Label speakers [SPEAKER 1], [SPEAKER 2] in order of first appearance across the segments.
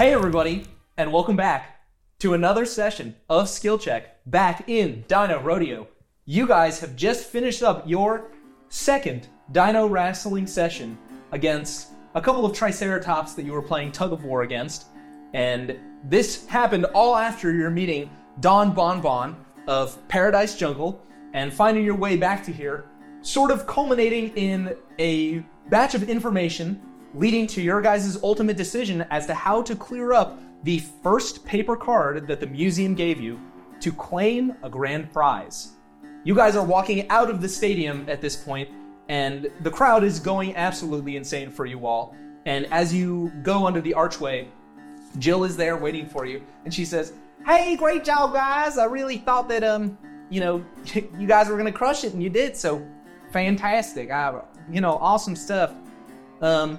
[SPEAKER 1] everybody, and welcome back to another session of Skill Check back in Dino Rodeo. You guys have just finished up your second Dino Wrestling session against a couple of Triceratops that you were playing tug of war against, and this happened all after your meeting Don Bon Bon of Paradise Jungle and finding your way back to here, sort of culminating in a batch of information leading to your guys' ultimate decision as to how to clear up the first paper card that the museum gave you to claim a grand prize. You guys are walking out of the stadium at this point, and the crowd is going absolutely insane for you all. And as you go under the archway, Jill is there waiting for you, and she says, "Hey, great job, guys! I really thought that um, you know, you guys were gonna crush it, and you did. So, fantastic! I, you know, awesome stuff." Um,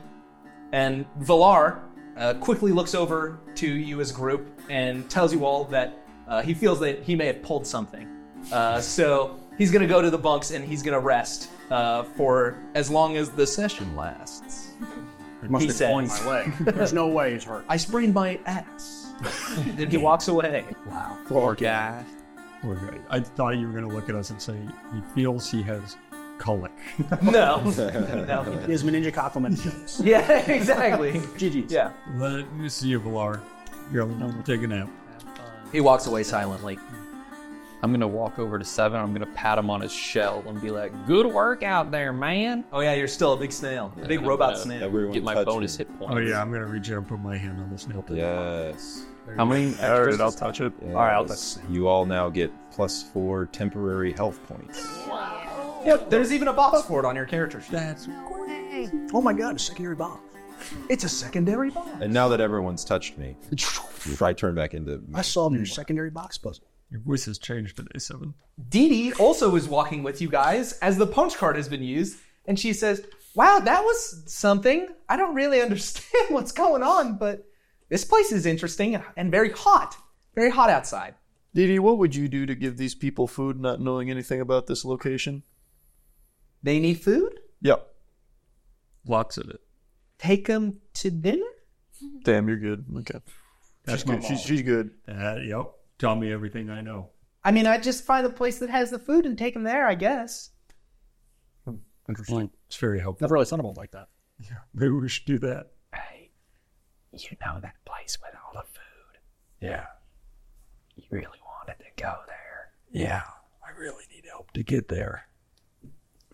[SPEAKER 1] and Valar uh, quickly looks over to you as a group and tells you all that uh, he feels that he may have pulled something. Uh, so he's gonna go to the bunks and he's gonna rest uh, for as long as the session lasts.
[SPEAKER 2] It must
[SPEAKER 1] He
[SPEAKER 2] have
[SPEAKER 1] says-
[SPEAKER 2] torn my leg. There's no way it's hurt.
[SPEAKER 1] I sprained my ass. then he walks away.
[SPEAKER 3] Wow.
[SPEAKER 2] Poor
[SPEAKER 3] guy. I thought you were going to look at us and say, he feels he has colic.
[SPEAKER 1] No, no.
[SPEAKER 2] Here's my ninja compliment jokes.
[SPEAKER 1] Yeah, exactly.
[SPEAKER 2] GG's.
[SPEAKER 1] Yeah.
[SPEAKER 3] Let me see you, Valar. Here, I'll I'll take a nap.
[SPEAKER 4] He walks away silently. I'm gonna walk over to Seven. I'm gonna pat him on his shell and be like, "Good work out there, man."
[SPEAKER 1] Oh yeah, you're still a big snail, a big
[SPEAKER 4] I'm
[SPEAKER 1] robot
[SPEAKER 4] gonna-
[SPEAKER 1] snail.
[SPEAKER 5] Everyone
[SPEAKER 4] Get my
[SPEAKER 5] touch
[SPEAKER 4] bonus
[SPEAKER 5] me.
[SPEAKER 4] hit points.
[SPEAKER 3] Oh, yeah, I'm going to reach out and put my hand on this nail.
[SPEAKER 5] Yes.
[SPEAKER 6] How many extras? I'll touch it. All right, I'll touch
[SPEAKER 5] Yes. You all now get plus four temporary health points.
[SPEAKER 1] Yep. There's even a box for it on your character sheet.
[SPEAKER 3] That's
[SPEAKER 2] Oh my god, a secondary bomb.
[SPEAKER 1] It's a secondary box.
[SPEAKER 5] And now that everyone's touched me, I turn back into.
[SPEAKER 2] I solved your secondary box puzzle.
[SPEAKER 3] Your voice has changed today, Seven.
[SPEAKER 1] Dee Dee also is walking with you guys as the punch card has been used, and she says, "Wow, that was something. I don't really understand what's going on, but this place is interesting and very hot. Very hot outside."
[SPEAKER 7] Didi, what would you do to give these people food not knowing anything about this location?
[SPEAKER 1] They need food.
[SPEAKER 7] Yep.
[SPEAKER 3] Lots of it.
[SPEAKER 1] Take them to dinner.
[SPEAKER 7] Damn, you're good. Okay.
[SPEAKER 3] That's my
[SPEAKER 7] Good. She's, she's good.
[SPEAKER 3] Uh, yep. Tell me everything I know.
[SPEAKER 1] I mean, I just find the place that has the food and take them there, I guess.
[SPEAKER 2] Interesting.
[SPEAKER 3] It's very helpful.
[SPEAKER 2] Never really thought about it like that.
[SPEAKER 3] Maybe we should do that.
[SPEAKER 4] You know that place with all the food. Yeah. You really wanted to go there.
[SPEAKER 3] Yeah, I really need help to get there.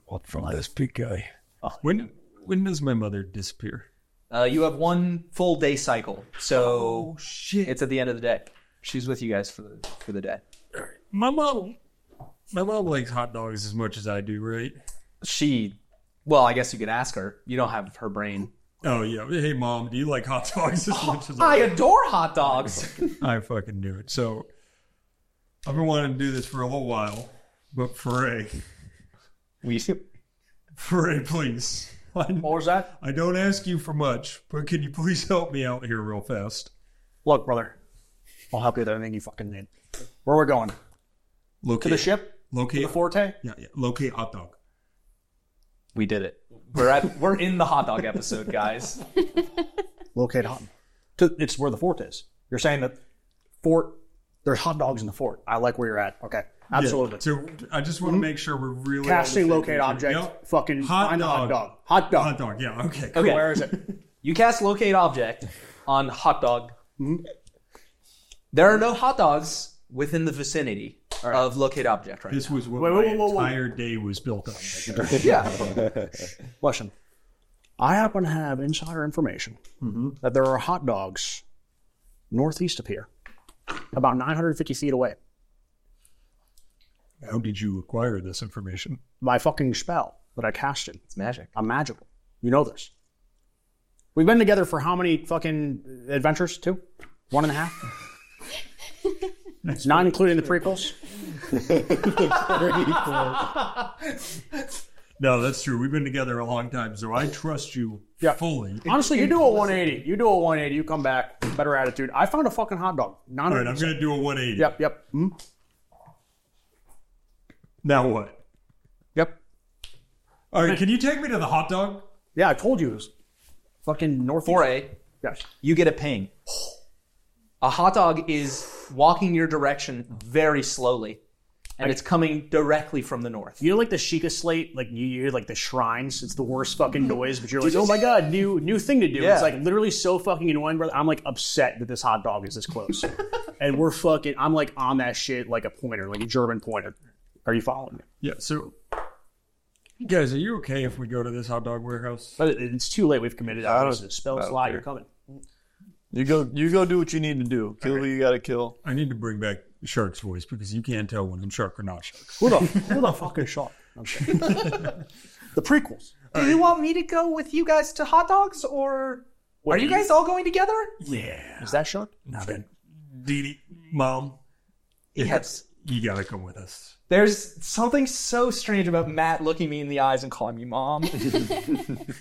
[SPEAKER 3] What from this big guy?
[SPEAKER 4] Oh,
[SPEAKER 3] When when does my mother disappear?
[SPEAKER 1] Uh, you have one full day cycle, so
[SPEAKER 3] shit!
[SPEAKER 1] it's at the end of the day. Oh, She's with you guys for the for the day.
[SPEAKER 3] My mom, my mom likes hot dogs as much as I do, right?
[SPEAKER 1] She, well, I guess you could ask her. You don't have her brain.
[SPEAKER 3] Oh yeah. Hey mom, do you like hot dogs
[SPEAKER 2] Oh,
[SPEAKER 3] as much as
[SPEAKER 1] I
[SPEAKER 3] I?
[SPEAKER 1] adore hot dogs.
[SPEAKER 3] I fucking knew it. So I've been wanting to do this for a little while, but for a
[SPEAKER 1] we,
[SPEAKER 3] for a please. I,
[SPEAKER 1] what was that?
[SPEAKER 3] I don't ask you for much, but can you please help me out here real fast?
[SPEAKER 2] Look, brother, I'll help you with anything you fucking need. Where we're going?
[SPEAKER 3] Locate
[SPEAKER 2] To the ship?
[SPEAKER 3] Locate
[SPEAKER 2] To the forte?
[SPEAKER 3] Yeah, yeah. Locate hot dog.
[SPEAKER 1] We did it. We're at we're in the hot dog episode, guys.
[SPEAKER 2] Locate hot. To, it's where the fort is. You're saying that fort, there's hot dogs in the fort. I like where you're at. Okay.
[SPEAKER 3] Yeah,
[SPEAKER 2] Absolutely. Mm-hmm.
[SPEAKER 3] So I just want to make sure we're really
[SPEAKER 2] Casting
[SPEAKER 3] on the same
[SPEAKER 2] locate
[SPEAKER 3] page.
[SPEAKER 2] object.
[SPEAKER 3] Yep.
[SPEAKER 2] Fucking
[SPEAKER 3] hot
[SPEAKER 2] find
[SPEAKER 3] dog.
[SPEAKER 2] a hot dog. Hot dog.
[SPEAKER 3] Hot dog. Yeah. Okay.
[SPEAKER 1] Okay.
[SPEAKER 2] Where is it?
[SPEAKER 1] You cast locate object on hot dog. There are no hot dogs within the vicinity of locate object right
[SPEAKER 3] This was what
[SPEAKER 2] Wait,
[SPEAKER 3] my
[SPEAKER 2] wait, wait, wait, wait.
[SPEAKER 3] entire day was built on.
[SPEAKER 2] Listen, I happen to have insider information
[SPEAKER 1] Mm-hmm.
[SPEAKER 2] that there are hot dogs northeast of here, about 950 feet away,
[SPEAKER 3] How did you acquire this information?
[SPEAKER 2] by a fucking spell that I casted.
[SPEAKER 1] It's magic.
[SPEAKER 2] I'm magical. You know this. We've been together for how many fucking adventures? Two? One and a half? Not including the prequels.
[SPEAKER 3] No, that's true. We've been together a long time, so I trust you
[SPEAKER 2] Yeah.
[SPEAKER 3] fully. All
[SPEAKER 2] Honestly, you do a 180. You do a 180. You come back. Better attitude. I found a fucking hot dog. Not
[SPEAKER 3] right, I'm going to do a 180.
[SPEAKER 2] Yep, yep. Hmm?
[SPEAKER 3] Now what?
[SPEAKER 2] Yep.
[SPEAKER 3] All right, can you take me to the hot dog?
[SPEAKER 2] Yeah, I told you it was fucking northeast.
[SPEAKER 1] For a
[SPEAKER 2] Yes.
[SPEAKER 1] you get a ping. A hot dog is walking your direction very slowly, and it's coming directly from the north.
[SPEAKER 2] You know, like the Sheikah slate, like you hear like the shrines. It's the worst fucking
[SPEAKER 1] Mm-hmm.
[SPEAKER 2] noise, but you're like, oh my god, new new thing to do. It's like literally so fucking annoying, brother. I'm like upset that this hot dog is this close, and we're fucking. I'm like on that shit like a pointer, like a German pointer. Are you following me?
[SPEAKER 3] Yeah, so guys, are you okay if we go to this hot dog warehouse?
[SPEAKER 2] But it- it's too late. We've committed.
[SPEAKER 7] I
[SPEAKER 2] I
[SPEAKER 7] don't-
[SPEAKER 2] do Spell
[SPEAKER 7] I don't
[SPEAKER 2] slot.
[SPEAKER 7] care.
[SPEAKER 2] You're coming.
[SPEAKER 7] You go. You go. Do what you need to do. Kill who you gotta kill.
[SPEAKER 3] I need to bring back Shark's voice because you can't tell when I'm Shark or not Shark.
[SPEAKER 2] Who the who the fuck is Sean? Okay. the prequels.
[SPEAKER 1] Do you want me to go with you guys to hot dogs, or are you guys all going together?
[SPEAKER 3] Yeah.
[SPEAKER 2] Is that Sean?
[SPEAKER 3] Now then, Dee Dee, Mom,
[SPEAKER 1] Yes.
[SPEAKER 3] you gotta come with us.
[SPEAKER 1] There's something so strange about Matt looking me in the eyes and calling me mom.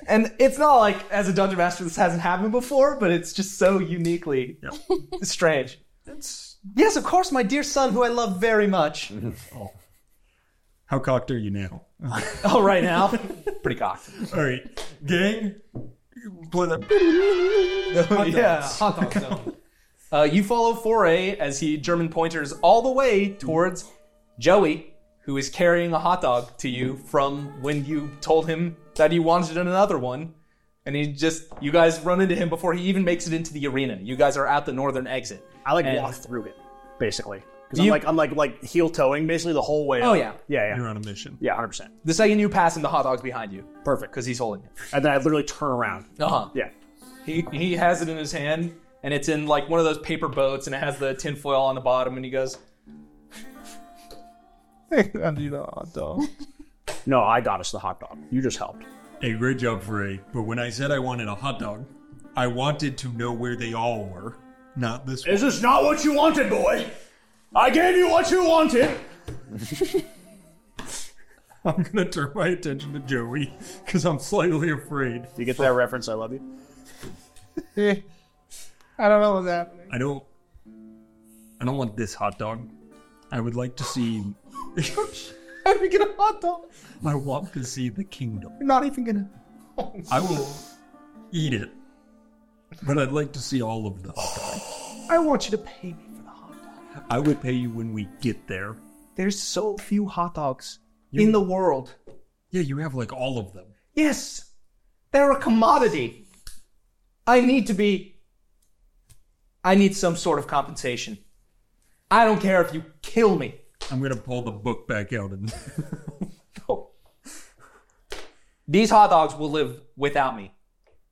[SPEAKER 1] and it's not like, as a dungeon master, this hasn't happened before, but it's just so uniquely strange.
[SPEAKER 3] That's
[SPEAKER 1] Yes, of course, my dear son, who I love very much.
[SPEAKER 3] how cocked are you now?
[SPEAKER 1] oh, right now? Pretty cocked.
[SPEAKER 3] All right, gang, play that.
[SPEAKER 1] yeah, hot dog zone. uh, you follow Foray as he German pointers all the way towards Joey, who is carrying a hot dog to you from when you told him that you wanted another one. And he just, you guys run into him before he even makes it into the arena. You guys are at the northern exit.
[SPEAKER 2] I like
[SPEAKER 1] And-
[SPEAKER 2] walk through it, basically. Because I'm
[SPEAKER 1] You-
[SPEAKER 2] like I'm like like heel towing basically the whole way.
[SPEAKER 1] Oh,
[SPEAKER 2] up.
[SPEAKER 1] yeah.
[SPEAKER 2] yeah, yeah,
[SPEAKER 3] You're on a mission.
[SPEAKER 2] yeah, hundred percent,
[SPEAKER 1] The second you pass him, the hot dog's behind you
[SPEAKER 2] perfect.
[SPEAKER 1] because he's holding it.
[SPEAKER 2] And then I literally turn around.
[SPEAKER 1] Uh huh.
[SPEAKER 2] Yeah,
[SPEAKER 1] He, he has it in his hand, and it's in like one of those paper boats, and it has the tinfoil on the bottom, and he goes,
[SPEAKER 7] I need a hot dog.
[SPEAKER 2] no, I got us the hot dog. You just helped.
[SPEAKER 3] Hey, great job, Frey. But when I said I wanted a hot dog, I wanted to know where they all were, not this one.
[SPEAKER 2] Is this not what you wanted, boy? I gave you what you wanted.
[SPEAKER 3] I'm gonna turn my attention to Joey because I'm slightly afraid.
[SPEAKER 2] You get that reference? I love you.
[SPEAKER 3] I don't. I don't want this hot dog. I would like to see.
[SPEAKER 1] How do we get a hot dog?
[SPEAKER 3] I want to see the kingdom.
[SPEAKER 1] You're not even gonna.
[SPEAKER 3] I will eat it, but I'd like to see all of the hot
[SPEAKER 1] I want you to pay me for the hot dog.
[SPEAKER 3] dog. I would pay you when we get there.
[SPEAKER 1] There's so few hot dogs in the world.
[SPEAKER 3] Yeah, you have like all of them.
[SPEAKER 1] Yes, they're a commodity. I need to be. I need some sort of compensation. I don't care if you kill me.
[SPEAKER 3] I'm gonna pull the book back out and
[SPEAKER 1] These hot dogs will live without me.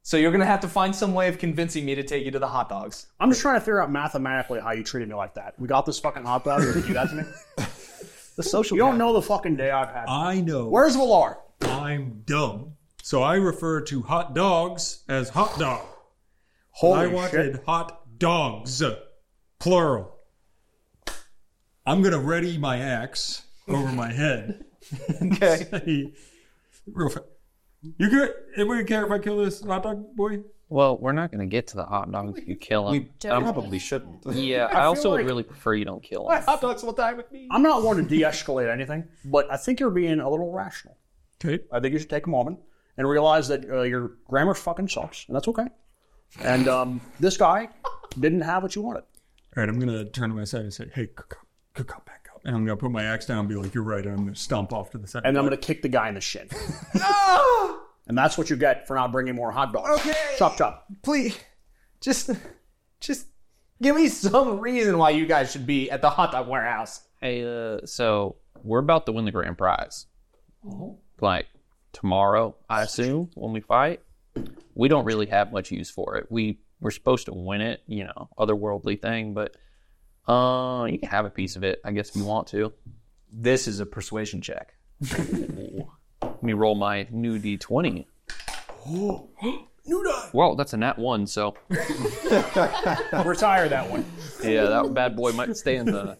[SPEAKER 1] So you're gonna have to find some way of convincing me to take you to the hot dogs.
[SPEAKER 2] I'm just trying to figure out mathematically how you treated me like that. We got this fucking hot dog. You do that to me.
[SPEAKER 1] The social.
[SPEAKER 2] You don't know the fucking day I've had.
[SPEAKER 3] I know
[SPEAKER 2] Where's Valar?
[SPEAKER 3] I'm dumb, so I refer to hot dogs as hot dog. I
[SPEAKER 2] Holy
[SPEAKER 3] wanted
[SPEAKER 2] shit!
[SPEAKER 3] hot dogs, plural. I'm gonna ready my axe over my head.
[SPEAKER 1] Okay.
[SPEAKER 3] Hey, real fa- You good? Anybody care if I kill this hot dog boy?
[SPEAKER 4] Well, we're not gonna get to the hot dog if you kill him.
[SPEAKER 5] Probably shouldn't.
[SPEAKER 4] yeah, I, also would really prefer you don't kill him.
[SPEAKER 1] Hot dogs will die with me.
[SPEAKER 2] I'm not one to de-escalate anything, but I think you're being a little rational.
[SPEAKER 3] Okay.
[SPEAKER 2] I think you should take a moment and realize that uh, your grammar fucking sucks, and that's okay. And um, this guy didn't have what you wanted.
[SPEAKER 3] All right, I'm gonna turn to my side and say, "Hey, cook up, cook up, back up," and I'm gonna put my axe down and be like, "You're right," and I'm gonna stomp off to the side.
[SPEAKER 2] And I'm going to kick the guy in the shin. and that's what you get for not bringing more hot dogs.
[SPEAKER 1] Okay.
[SPEAKER 2] Chop, chop.
[SPEAKER 1] please just just give me some reason why you guys should be at the hot dog warehouse
[SPEAKER 4] Hey, uh, so we're about to win the grand prize.
[SPEAKER 3] Oh.
[SPEAKER 4] Like tomorrow, I assume when we fight, we don't really have much use for it. We we're supposed to win it, you know, otherworldly thing, but uh, you can have a piece of it, I guess, if you want to.
[SPEAKER 1] this is a persuasion check
[SPEAKER 4] Let me roll my new d20.
[SPEAKER 3] new die.
[SPEAKER 4] Well, that's a nat one, so
[SPEAKER 2] Retire that one.
[SPEAKER 4] yeah, that bad boy might stay in the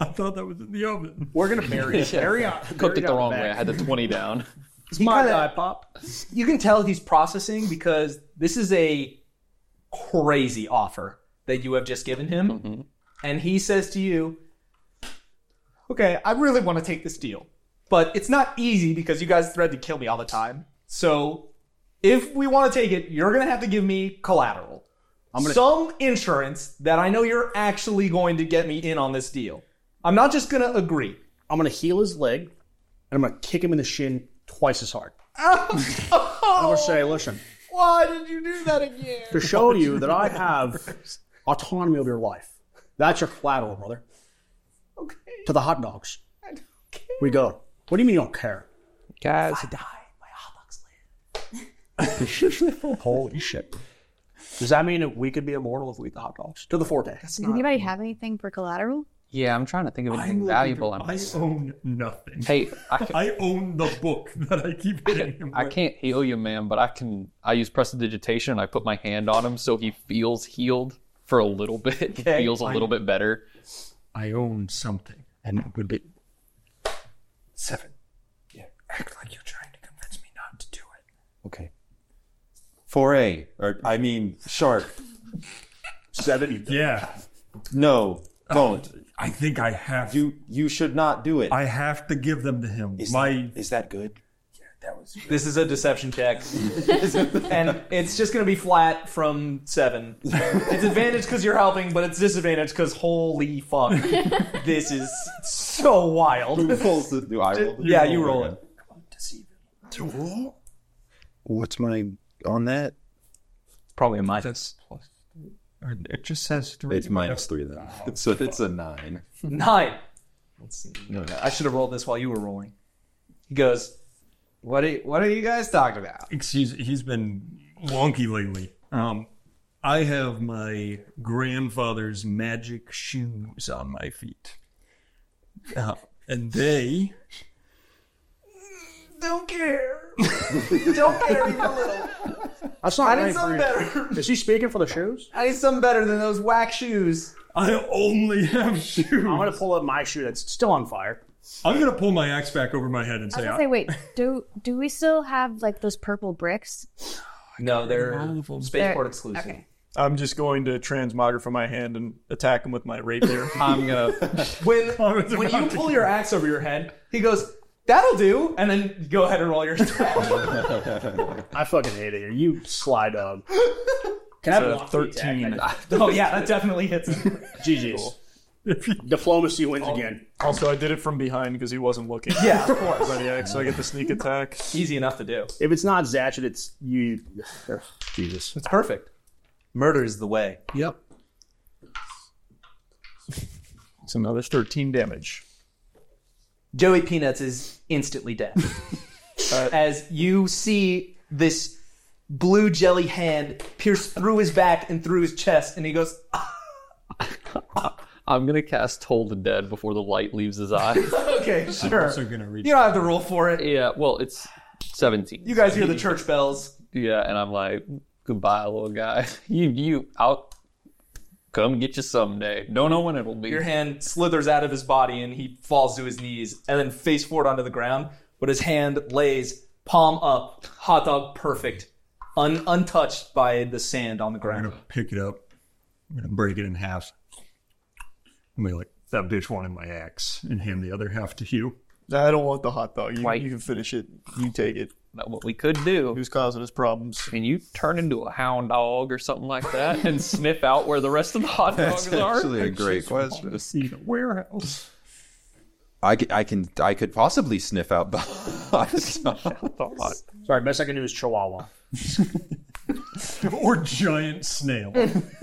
[SPEAKER 3] I thought that was in the oven.
[SPEAKER 2] We're going to bury it. Bury it.
[SPEAKER 4] cooked it the wrong way. I had the twenty down.
[SPEAKER 2] It's my
[SPEAKER 1] kinda-
[SPEAKER 2] guy, Pop.
[SPEAKER 1] you can tell he's processing because this is a crazy offer that you have just given him and he says to you okay i really want to take this deal but it's not easy because you guys threaten to kill me all the time so if we want to take it you're gonna have to give me collateral some insurance that I know you're actually going to get me in on this deal. I'm not just going to agree.
[SPEAKER 2] I'm gonna heal his leg, and I'm gonna kick him in the shin twice as hard. I'm gonna say, listen,
[SPEAKER 1] Why did you do that again?
[SPEAKER 2] to show you that I have autonomy over your life. That's your collateral, brother.
[SPEAKER 1] Okay.
[SPEAKER 2] To the hot dogs.
[SPEAKER 1] I don't care.
[SPEAKER 2] We go. What do you mean you don't care?
[SPEAKER 4] Guys,
[SPEAKER 1] Die. My hot dogs live.
[SPEAKER 3] Holy shit.
[SPEAKER 2] Does that mean that we could be immortal if we eat the hot dogs? To the forte.
[SPEAKER 8] Does anybody have anything for collateral?
[SPEAKER 4] yeah, I'm trying to think of anything
[SPEAKER 3] I'm
[SPEAKER 4] valuable. I'm
[SPEAKER 3] I own nothing.
[SPEAKER 4] hey, I, ca-
[SPEAKER 3] I own the book that I keep hitting him
[SPEAKER 4] I
[SPEAKER 3] with.
[SPEAKER 4] can't heal you, man, but I can. I use prestidigitation. I put my hand on him so he feels healed for a little bit. He
[SPEAKER 1] Okay,
[SPEAKER 4] feels a little bit better.
[SPEAKER 3] I own something, and it would be
[SPEAKER 6] Seven. Yeah. Act like you're trying to convince me not to do it.
[SPEAKER 5] Okay. Foray, or I mean, shark.
[SPEAKER 2] Seven.
[SPEAKER 3] yeah.
[SPEAKER 5] No, don't.
[SPEAKER 3] I think I have.
[SPEAKER 5] You you should not do it.
[SPEAKER 3] I have to give them to him.
[SPEAKER 5] Is
[SPEAKER 3] My
[SPEAKER 5] is that good?
[SPEAKER 1] This is a deception check. and it's just going to be flat from seven. It's advantage because you're helping, but it's disadvantage because holy fuck. this is so wild.
[SPEAKER 5] Who rolls the? Do I roll? The,
[SPEAKER 1] yeah, you roll
[SPEAKER 5] again?
[SPEAKER 1] it.
[SPEAKER 5] What's my on that?
[SPEAKER 6] Probably a minus.
[SPEAKER 3] that's plus. Or it just says three.
[SPEAKER 5] It's minus three then. So it's a nine.
[SPEAKER 1] Nine. Let's see. I should have rolled this while you were rolling. He goes, what are, you, what are you guys talking about?
[SPEAKER 3] Excuse. He's been wonky lately. Um, I have my grandfather's magic shoes on my feet, uh, and they
[SPEAKER 1] Don't care. Don't care even a little.
[SPEAKER 2] That's not
[SPEAKER 1] I
[SPEAKER 2] right
[SPEAKER 1] need
[SPEAKER 2] for
[SPEAKER 1] something
[SPEAKER 2] you.
[SPEAKER 1] better.
[SPEAKER 2] Is he speaking for the shoes?
[SPEAKER 1] I need something better than those whack shoes.
[SPEAKER 3] I only have shoes.
[SPEAKER 2] I'm gonna pull up my shoe that's still on fire.
[SPEAKER 3] I'm gonna pull my axe back over my head and
[SPEAKER 8] I was
[SPEAKER 3] say,
[SPEAKER 8] gonna say, wait, do do we still have like those purple bricks?
[SPEAKER 1] No, they're spaceport
[SPEAKER 8] They're-
[SPEAKER 1] exclusive.
[SPEAKER 8] Okay.
[SPEAKER 7] I'm just going to transmogrify my hand and attack him with my rapier.
[SPEAKER 6] I'm gonna.
[SPEAKER 1] When
[SPEAKER 3] was
[SPEAKER 1] when
[SPEAKER 3] about
[SPEAKER 1] you
[SPEAKER 3] to
[SPEAKER 1] pull your axe over your head, he goes, "That'll do," and then go ahead and roll your attack.
[SPEAKER 2] I fucking hate it here. You slide up. Can I have
[SPEAKER 6] uh, Thirteen.
[SPEAKER 1] oh yeah, that definitely hits. Him.
[SPEAKER 2] GG's. Diplomacy wins again.
[SPEAKER 7] also, I did it from behind because he wasn't looking.
[SPEAKER 1] Yeah, of course,
[SPEAKER 7] By the axe, so I get the sneak attack.
[SPEAKER 1] easy enough to do.
[SPEAKER 2] If it's not Zatchet, it's you.
[SPEAKER 5] Jesus.
[SPEAKER 1] It's perfect. Murder is the way.
[SPEAKER 3] "Yep."
[SPEAKER 7] So now there's 13 damage.
[SPEAKER 1] Joey Peanuts is instantly dead. Uh, As you see this blue jelly hand pierce through his back and through his chest, and he goes,
[SPEAKER 4] I'm gonna cast Toll the Dead before the light leaves his eye.
[SPEAKER 1] "Okay, sure.
[SPEAKER 3] Also gonna reach.
[SPEAKER 1] You don't have to roll for it."
[SPEAKER 4] yeah, well, it's 17.
[SPEAKER 1] You guys hear the church bells.
[SPEAKER 4] Yeah, and I'm like, goodbye, little guy. You, you, I'll come get you someday. Don't know when it'll be.
[SPEAKER 1] Your hand slithers out of his body and he falls to his knees and then face forward onto the ground. But his hand lays palm up, hot dog perfect, un- untouched by the sand on the
[SPEAKER 3] I'm
[SPEAKER 1] ground.
[SPEAKER 3] gonna pick it up. I'm gonna break it in half. I'm gonna be like, that bitch wanted my axe, and hand the other half to Hugh.
[SPEAKER 7] Nah, I don't want the hot dog. You,
[SPEAKER 4] White.
[SPEAKER 7] you can finish it. You take it.
[SPEAKER 4] But what we could do
[SPEAKER 7] Who's causing us problems?
[SPEAKER 4] can you turn into a hound dog or something like that and sniff out where the rest of the hot dogs
[SPEAKER 5] That's
[SPEAKER 4] are.
[SPEAKER 5] actually a great question.
[SPEAKER 3] See the warehouse.
[SPEAKER 5] I could, I can I could possibly sniff out the
[SPEAKER 2] Sorry, best I can do is Chihuahua.
[SPEAKER 3] or giant snail.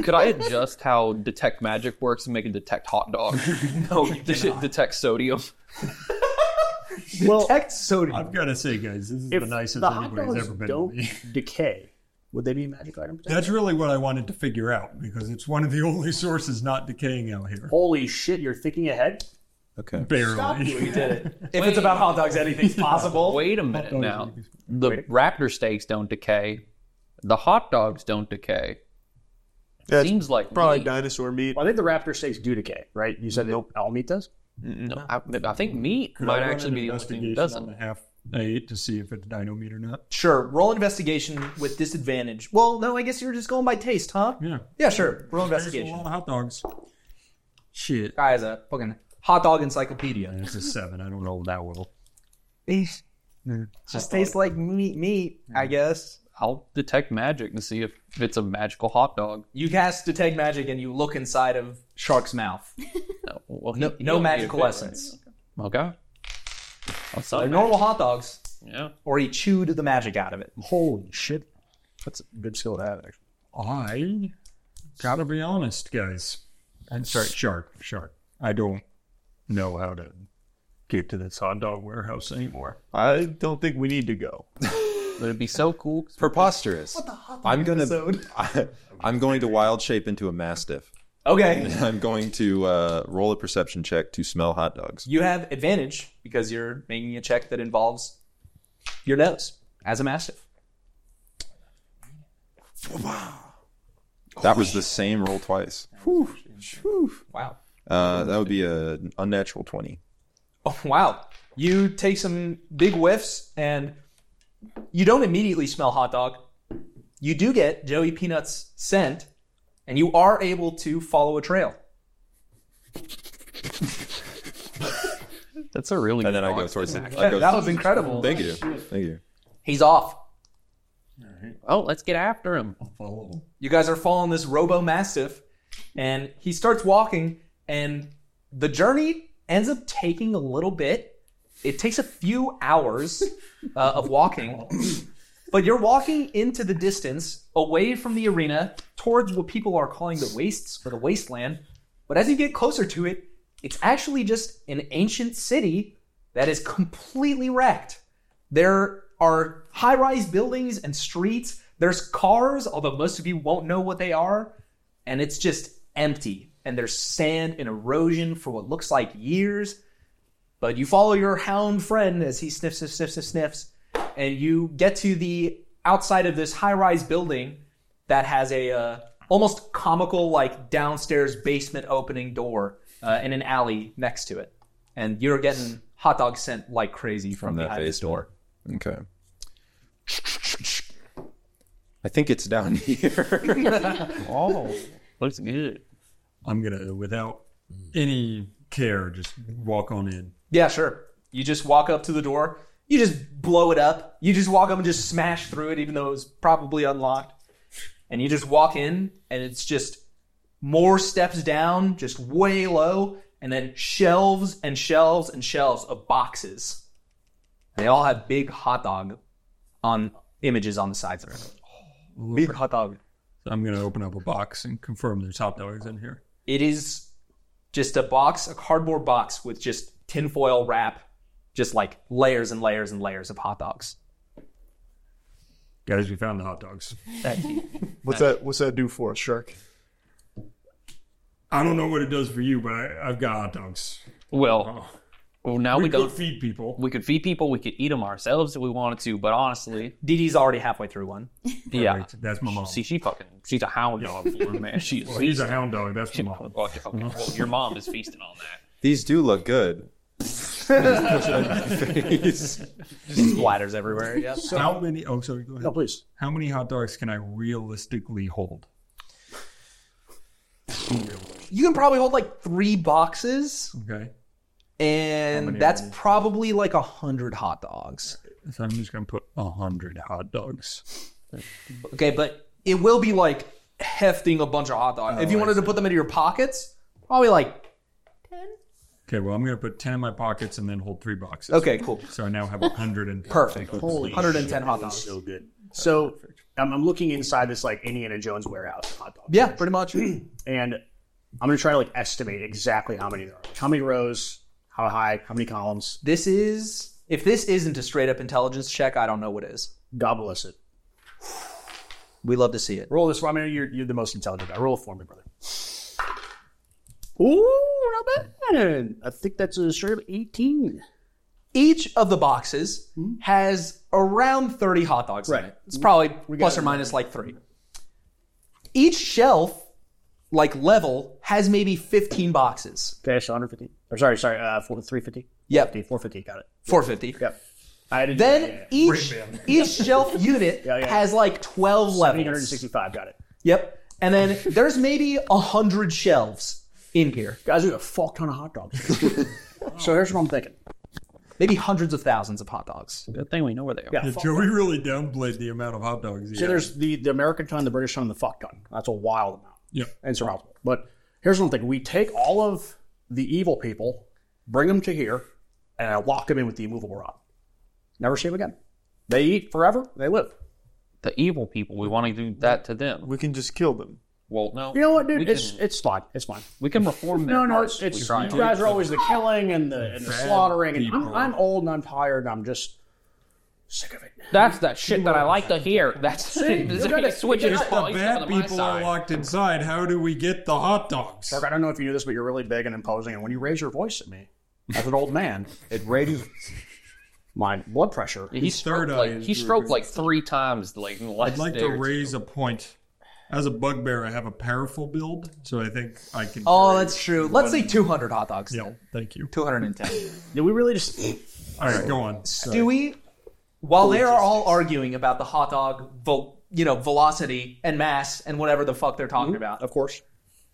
[SPEAKER 4] Could I adjust how detect magic works and make it detect hot dog? no, this shit detects sodium.
[SPEAKER 2] Well,
[SPEAKER 1] Detect sodium.
[SPEAKER 3] I've got to say, guys, this is the
[SPEAKER 2] if
[SPEAKER 3] nicest
[SPEAKER 2] the hot
[SPEAKER 3] anybody's
[SPEAKER 2] dogs
[SPEAKER 3] ever been to
[SPEAKER 2] don't
[SPEAKER 3] me.
[SPEAKER 2] decay, would they be magic items?
[SPEAKER 3] That's really what I wanted to figure out because it's one of the only sources not decaying out here.
[SPEAKER 2] Holy shit, you're thinking ahead.
[SPEAKER 5] Okay.
[SPEAKER 3] Barely.
[SPEAKER 1] If it's about hot dogs, anything's possible.
[SPEAKER 4] Wait a minute now. The raptor steaks don't decay. The hot dogs don't decay.
[SPEAKER 7] Yeah, it's
[SPEAKER 4] Seems like
[SPEAKER 7] probably
[SPEAKER 4] meat.
[SPEAKER 7] dinosaur meat.
[SPEAKER 2] Well, I think the raptor steaks do decay, right? You said nope. all meat does.
[SPEAKER 4] No, I, I think meat might actually be the only thing that doesn't.
[SPEAKER 3] half I ate to see if it's dino meat or not.
[SPEAKER 1] Sure, roll investigation with disadvantage. Well, no, I guess you're just going by taste, huh?
[SPEAKER 3] Yeah.
[SPEAKER 1] Yeah, sure. Roll
[SPEAKER 3] There's a lot
[SPEAKER 1] investigation.
[SPEAKER 3] of hot dogs. Shit.
[SPEAKER 1] Guy is a fucking hot dog encyclopedia.
[SPEAKER 3] It's a seven. I don't know that well.
[SPEAKER 1] Just tastes like meat, meat, I guess.
[SPEAKER 4] I'll detect magic and see if it's a magical hot dog.
[SPEAKER 1] You cast detect magic and you look inside of Shark's mouth.
[SPEAKER 4] No, well, he-
[SPEAKER 1] No,
[SPEAKER 4] he
[SPEAKER 1] no
[SPEAKER 4] don't need a
[SPEAKER 1] magical
[SPEAKER 4] bit, right?
[SPEAKER 1] essence.
[SPEAKER 4] Okay. I'll suck
[SPEAKER 1] They're
[SPEAKER 4] it.
[SPEAKER 1] normal hot dogs,
[SPEAKER 4] Yeah.
[SPEAKER 1] or he chewed the magic out of it.
[SPEAKER 2] Holy shit. That's a good skill to have, actually.
[SPEAKER 3] I gotta be honest, guys. And sorry, shark, shark. I don't know how to get to this hot dog warehouse anymore.
[SPEAKER 7] I don't think we need to go.
[SPEAKER 4] But it'd be so cool. 'cause-
[SPEAKER 5] Preposterous. What the I'm gonna. I, I'm going to wild shape into a mastiff.
[SPEAKER 1] Okay.
[SPEAKER 5] I'm going to uh, roll a perception check to smell hot dogs.
[SPEAKER 1] You have advantage because you're making a check that involves your nose as a mastiff.
[SPEAKER 5] That was the same roll twice.
[SPEAKER 1] Wow.
[SPEAKER 5] Uh, that would be an unnatural twenty.
[SPEAKER 1] Oh, wow. You take some big whiffs and you don't immediately smell hot dog. You do get Joey Peanut's scent and you are able to follow a trail.
[SPEAKER 4] That's a really.
[SPEAKER 5] And
[SPEAKER 4] good
[SPEAKER 5] then I go
[SPEAKER 4] dog.
[SPEAKER 5] towards. The, I
[SPEAKER 1] That,
[SPEAKER 5] go,
[SPEAKER 1] that was incredible.
[SPEAKER 5] Thank you. Thank you.
[SPEAKER 1] He's off.
[SPEAKER 4] Oh, let's get after him.
[SPEAKER 1] You guys are following this Robo Mastiff and he starts walking and the journey ends up taking a little bit. It takes a few hours uh, of walking. But you're walking into the distance, away from the arena, towards what people are calling the wastes or the wasteland. But as you get closer to it, it's actually just an ancient city that is completely wrecked. There are high rise buildings and streets. There's cars, although most of you won't know what they are. And it's just empty. And there's sand and erosion for what looks like years. But you follow your hound friend as he sniffs and sniffs and sniffs, and you get to the outside of this high-rise building that has a uh, almost comical like downstairs basement opening door uh, and an alley next to it, and you're getting hot dog scent like crazy from,
[SPEAKER 5] that
[SPEAKER 1] behind this
[SPEAKER 5] basement.
[SPEAKER 1] door.
[SPEAKER 5] Okay. I think it's down here.
[SPEAKER 4] Looks good.
[SPEAKER 3] I'm gonna, without any care, just walk on in.
[SPEAKER 1] Yeah, sure. You just walk up to the door. You just blow it up. You just walk up and just smash through it, even though it was probably unlocked. And you just walk in, and it's just more steps down, just way low, and then shelves and shelves and shelves of boxes. And they all have big hot dog on images on the sides of it. Big hot dog.
[SPEAKER 3] I'm gonna open up a box and confirm there's hot dogs in here.
[SPEAKER 1] It is just a box, a cardboard box with just tinfoil wrap, just like layers and layers and layers of hot dogs.
[SPEAKER 3] Guys, we found the hot dogs.
[SPEAKER 7] What's that? What's that do for us, Shark?
[SPEAKER 3] I don't know what it does for you, but I, I've got hot dogs.
[SPEAKER 4] Well,
[SPEAKER 1] Oh.
[SPEAKER 4] well now we,
[SPEAKER 3] We
[SPEAKER 4] don't.
[SPEAKER 3] don't feed people.
[SPEAKER 4] We could feed people. We could eat them ourselves if we wanted to. But honestly,
[SPEAKER 1] Dee Dee's already halfway through one.
[SPEAKER 4] yeah.
[SPEAKER 3] That's my mom.
[SPEAKER 4] See, she fucking. She's a hound dog, for it, man. She is.
[SPEAKER 3] Well, he's a hound dog. That's my mom.
[SPEAKER 4] Okay, okay. Well, your mom is feasting on that.
[SPEAKER 5] These do look good.
[SPEAKER 1] Splatters everywhere. Yeah.
[SPEAKER 3] How many? Oh, sorry. Go ahead.
[SPEAKER 2] No, please.
[SPEAKER 3] How many hot dogs can I realistically hold?
[SPEAKER 1] You can probably hold like three boxes,
[SPEAKER 3] Okay.
[SPEAKER 1] and that's probably like a hundred hot dogs.
[SPEAKER 3] So I'm just gonna put a hundred hot dogs.
[SPEAKER 1] Okay, but it will be like hefting a bunch of hot dogs. if you wanted to put them into your pockets, probably like
[SPEAKER 3] Okay. Well, I'm gonna put ten in my pockets and then hold three boxes.
[SPEAKER 1] okay, cool,
[SPEAKER 3] So I now have a hundred and
[SPEAKER 1] perfect,
[SPEAKER 2] Holy
[SPEAKER 1] hundred and ten hot dogs.
[SPEAKER 2] So good. So I'm, I'm looking inside this like Indiana Jones warehouse hot dog.
[SPEAKER 1] Yeah, pretty much.
[SPEAKER 2] And I'm gonna try to like estimate exactly how many there are. How many rows, how high, how many columns.
[SPEAKER 1] This is if this isn't a straight up intelligence check, I don't know what is.
[SPEAKER 2] God bless it.
[SPEAKER 1] We love to see it.
[SPEAKER 2] Roll this. I mean, you're, you're the most intelligent guy. Roll it for me, brother. Ooh, not bad. I think that's a straight up 18.
[SPEAKER 1] Each of the boxes has around 30 hot dogs in
[SPEAKER 2] Hmm? Right.
[SPEAKER 1] it. It's probably plus
[SPEAKER 2] got
[SPEAKER 1] or
[SPEAKER 2] it.
[SPEAKER 1] minus like three. Each shelf, like level, has maybe 15 boxes.
[SPEAKER 2] Okay, so 150. Or sorry, sorry, uh, 4, 350.
[SPEAKER 1] Yep,
[SPEAKER 2] 450, got it.
[SPEAKER 1] 450.
[SPEAKER 2] Yep. I had to do
[SPEAKER 1] Then
[SPEAKER 2] that, yeah, yeah.
[SPEAKER 1] each each shelf unit
[SPEAKER 2] Yeah, yeah.
[SPEAKER 1] has like 12 levels.
[SPEAKER 2] 365, got it.
[SPEAKER 1] Yep. And then there's maybe 100 shelves in here.
[SPEAKER 2] Guys, there's a fuck ton of hot dogs. so here's what I'm thinking.
[SPEAKER 1] maybe hundreds of thousands of hot dogs.
[SPEAKER 4] Good thing we know where they are.
[SPEAKER 2] Yeah. fuck.
[SPEAKER 3] Joey really downplayed the amount of hot dogs. He
[SPEAKER 2] So
[SPEAKER 3] had.
[SPEAKER 2] there's the, the American ton, the British ton, and the fuck ton. That's a wild amount.
[SPEAKER 3] Yeah.
[SPEAKER 2] And surmountable. But here's one thing. We take all of the evil people, bring them to here, and I lock them in with the immovable rod. Never see them again. They eat forever. They live.
[SPEAKER 4] The evil people, we want to do that to them.
[SPEAKER 7] We can just kill them.
[SPEAKER 4] Well, no.
[SPEAKER 2] You know what, dude?
[SPEAKER 4] We
[SPEAKER 2] It's
[SPEAKER 4] can,
[SPEAKER 2] it's fine. It's fine.
[SPEAKER 4] we can reform them.
[SPEAKER 2] No, no, it's, it's you guys are always the killing and the, and the slaughtering. And I'm, I'm old and I'm tired. And I'm just sick of it.
[SPEAKER 4] That's the shit that I like to hear. That's
[SPEAKER 2] you gotta- you
[SPEAKER 4] switching
[SPEAKER 2] gotta-
[SPEAKER 4] points
[SPEAKER 3] the
[SPEAKER 4] on
[SPEAKER 3] bad
[SPEAKER 4] my
[SPEAKER 3] people are
[SPEAKER 4] side.
[SPEAKER 3] locked inside. How do we get the hot dogs?
[SPEAKER 2] Like, I don't know if you knew this, but you're really big and imposing. And when you raise your voice at me, as an old man,
[SPEAKER 6] It radius.
[SPEAKER 2] my blood pressure
[SPEAKER 4] He stroked
[SPEAKER 3] third eye
[SPEAKER 4] like
[SPEAKER 3] is
[SPEAKER 4] he stroked like three times like in the last
[SPEAKER 3] I'd like
[SPEAKER 4] day
[SPEAKER 3] to
[SPEAKER 4] or two.
[SPEAKER 3] raise a point. As a bugbear, I have a powerful build, so I think I can.
[SPEAKER 1] Oh, that's true. Let's say 200 hot dogs.
[SPEAKER 3] Yeah, thank you.
[SPEAKER 1] 210.
[SPEAKER 2] Did we really just?
[SPEAKER 3] All right, go on.
[SPEAKER 1] Stewie, while they are all arguing about the hot dog, vel- you know, velocity and mass and whatever the fuck they're talking about,
[SPEAKER 2] Of course.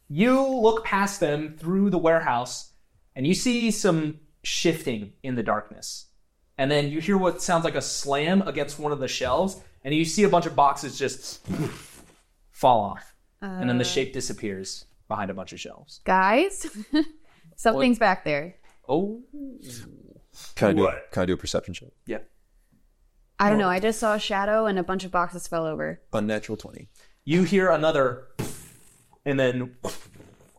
[SPEAKER 1] you look past them through the warehouse and you see some shifting in the darkness. And then you hear what sounds like a slam against one of the shelves, and you see a bunch of boxes just fall off. and then the shape disappears behind a bunch of shelves.
[SPEAKER 8] Guys, something's back there.
[SPEAKER 4] Oh,
[SPEAKER 5] Can I do? Can I do a perception check?
[SPEAKER 1] Yeah.
[SPEAKER 8] I don't know. I just saw a shadow and a bunch of boxes fell over.
[SPEAKER 5] Unnatural twenty.
[SPEAKER 1] you hear another and then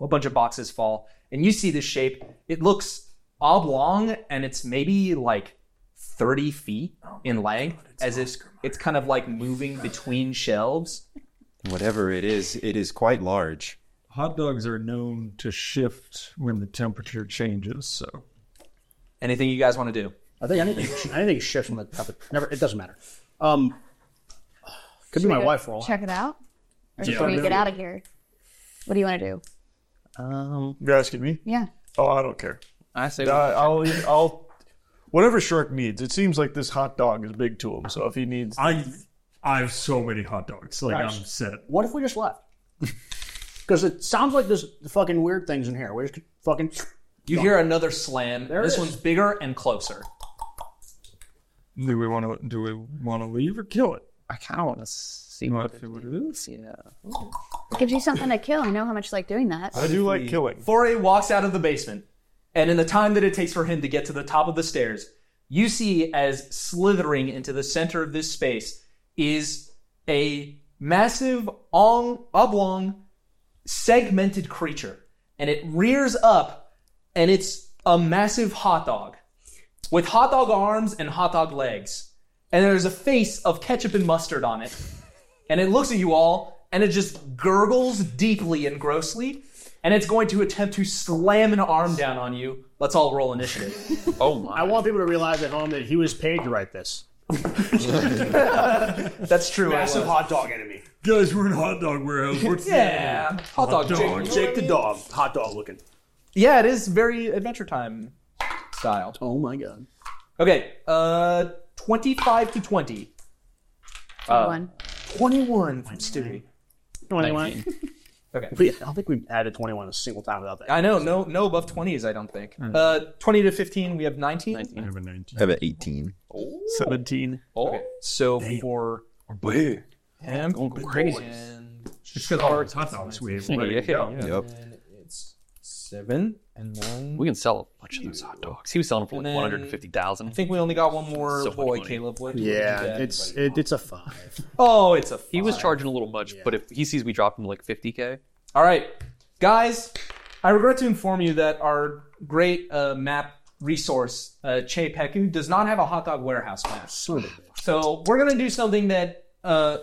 [SPEAKER 1] a bunch of boxes fall and you see this shape it looks oblong and it's maybe like 30 feet
[SPEAKER 2] Oh
[SPEAKER 1] in length as if it's kind of like moving between shelves
[SPEAKER 5] Whatever it is, it is quite large.
[SPEAKER 3] Hot dogs are known to shift when the temperature changes, so
[SPEAKER 1] anything you guys want to do
[SPEAKER 2] I think anything anything shifts from the topic. Never. It doesn't matter. Um, could be my wife for all.
[SPEAKER 8] Check it out. Or
[SPEAKER 3] Yeah.
[SPEAKER 8] should we get out of here? What do you want to do?
[SPEAKER 7] You're asking me?
[SPEAKER 8] Yeah.
[SPEAKER 7] Oh, I don't care.
[SPEAKER 4] I say
[SPEAKER 7] I, I'll, I'll, whatever Shark needs. It seems like this hot dog is big to him. So if he needs,
[SPEAKER 3] I I have so many hot dogs. Like
[SPEAKER 2] Gosh.
[SPEAKER 3] I'm set.
[SPEAKER 2] What if we just left? Because it sounds like there's fucking weird things in here. We just fucking.
[SPEAKER 1] you hear another slam
[SPEAKER 2] it
[SPEAKER 1] this
[SPEAKER 2] is.
[SPEAKER 1] one's bigger and closer
[SPEAKER 3] Do we want to do we want to leave or kill it?
[SPEAKER 4] I kind of want to see what it is. Yeah.
[SPEAKER 8] Gives you something to kill. I know how much you like doing that.
[SPEAKER 7] I do like killing.
[SPEAKER 1] Foray walks out of the basement, and in the time that it takes for him to get to the top of the stairs, you see as slithering into the center of this space is a massive ong- oblong segmented creature. And it rears up, and it's a massive hot dog with hot dog arms and hot dog legs. And there's a face of ketchup and mustard on it. And it looks at you all, and it just gurgles deeply and grossly and it's going to attempt to slam an arm down on you. Let's all roll initiative.
[SPEAKER 4] Oh my.
[SPEAKER 2] I want people to realize at home that he was paid to write this.
[SPEAKER 1] That's true. I was.
[SPEAKER 2] hot dog enemy.
[SPEAKER 3] Guys, we're in a hot dog warehouse. What's
[SPEAKER 1] Yeah, hot dog.
[SPEAKER 3] dog.
[SPEAKER 1] chick.
[SPEAKER 2] Jake the dog, hot dog looking.
[SPEAKER 1] Yeah, it is very Adventure Time style.
[SPEAKER 2] Oh my god.
[SPEAKER 1] Okay, uh, twenty-five to twenty.
[SPEAKER 7] Uh,
[SPEAKER 8] One.
[SPEAKER 1] Twenty-one from Stewie.
[SPEAKER 2] Twenty-one.
[SPEAKER 1] Okay.
[SPEAKER 2] We, I don't think we've added twenty-one a single time without that.
[SPEAKER 1] I know, no, no above twenties. I don't think.
[SPEAKER 4] Hmm.
[SPEAKER 1] Uh, twenty to fifteen, we have nineteen.
[SPEAKER 3] I have a 19.
[SPEAKER 5] I have an eighteen.
[SPEAKER 7] Seventeen.
[SPEAKER 4] Oh,
[SPEAKER 1] Okay, so for him, going
[SPEAKER 4] crazy.
[SPEAKER 1] And
[SPEAKER 3] It's because all the hot dogs we have.
[SPEAKER 4] Yeah,
[SPEAKER 3] right?
[SPEAKER 4] yeah.
[SPEAKER 5] Yep.
[SPEAKER 1] seven and one.
[SPEAKER 4] We can sell a bunch of those hot dogs. He was selling them for
[SPEAKER 1] And
[SPEAKER 4] like
[SPEAKER 1] then-
[SPEAKER 4] one hundred fifty thousand.
[SPEAKER 1] I think we only got one more
[SPEAKER 4] So much
[SPEAKER 1] boy,
[SPEAKER 4] money.
[SPEAKER 1] Caleb. What did you
[SPEAKER 2] yeah,
[SPEAKER 1] get?
[SPEAKER 2] it's it, it's a five.
[SPEAKER 1] oh, it's a.
[SPEAKER 4] He was
[SPEAKER 1] five.
[SPEAKER 4] charging a little much, but if he sees we dropped him like fifty k,
[SPEAKER 1] All right, guys, I regret to inform you that our great uh, map resource, uh, Che Peku, does not have a hot dog warehouse map.
[SPEAKER 2] Son of a bitch.
[SPEAKER 1] So we're gonna do something that uh,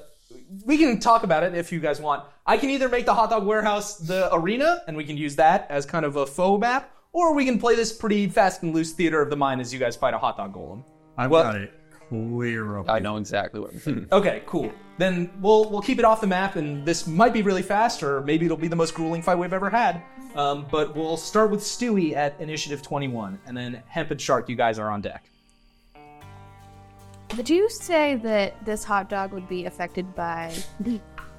[SPEAKER 1] we can talk about it if you guys want. I can either make the hot dog warehouse the arena, and we can use that as kind of a faux map, or we can play this pretty fast and loose theater of the mind as you guys fight a hot dog golem.
[SPEAKER 3] I've
[SPEAKER 1] Well-
[SPEAKER 3] got it clear up.
[SPEAKER 4] I know exactly what I'm thinking.
[SPEAKER 1] Okay, cool. Then we'll we'll keep it off the map, and this might be really fast, or maybe it'll be the most grueling fight we've ever had. Um, but we'll start with Stewie at initiative 21, and then Hemp and Shark, you guys are on deck.
[SPEAKER 8] Did you say that this hot dog would be affected by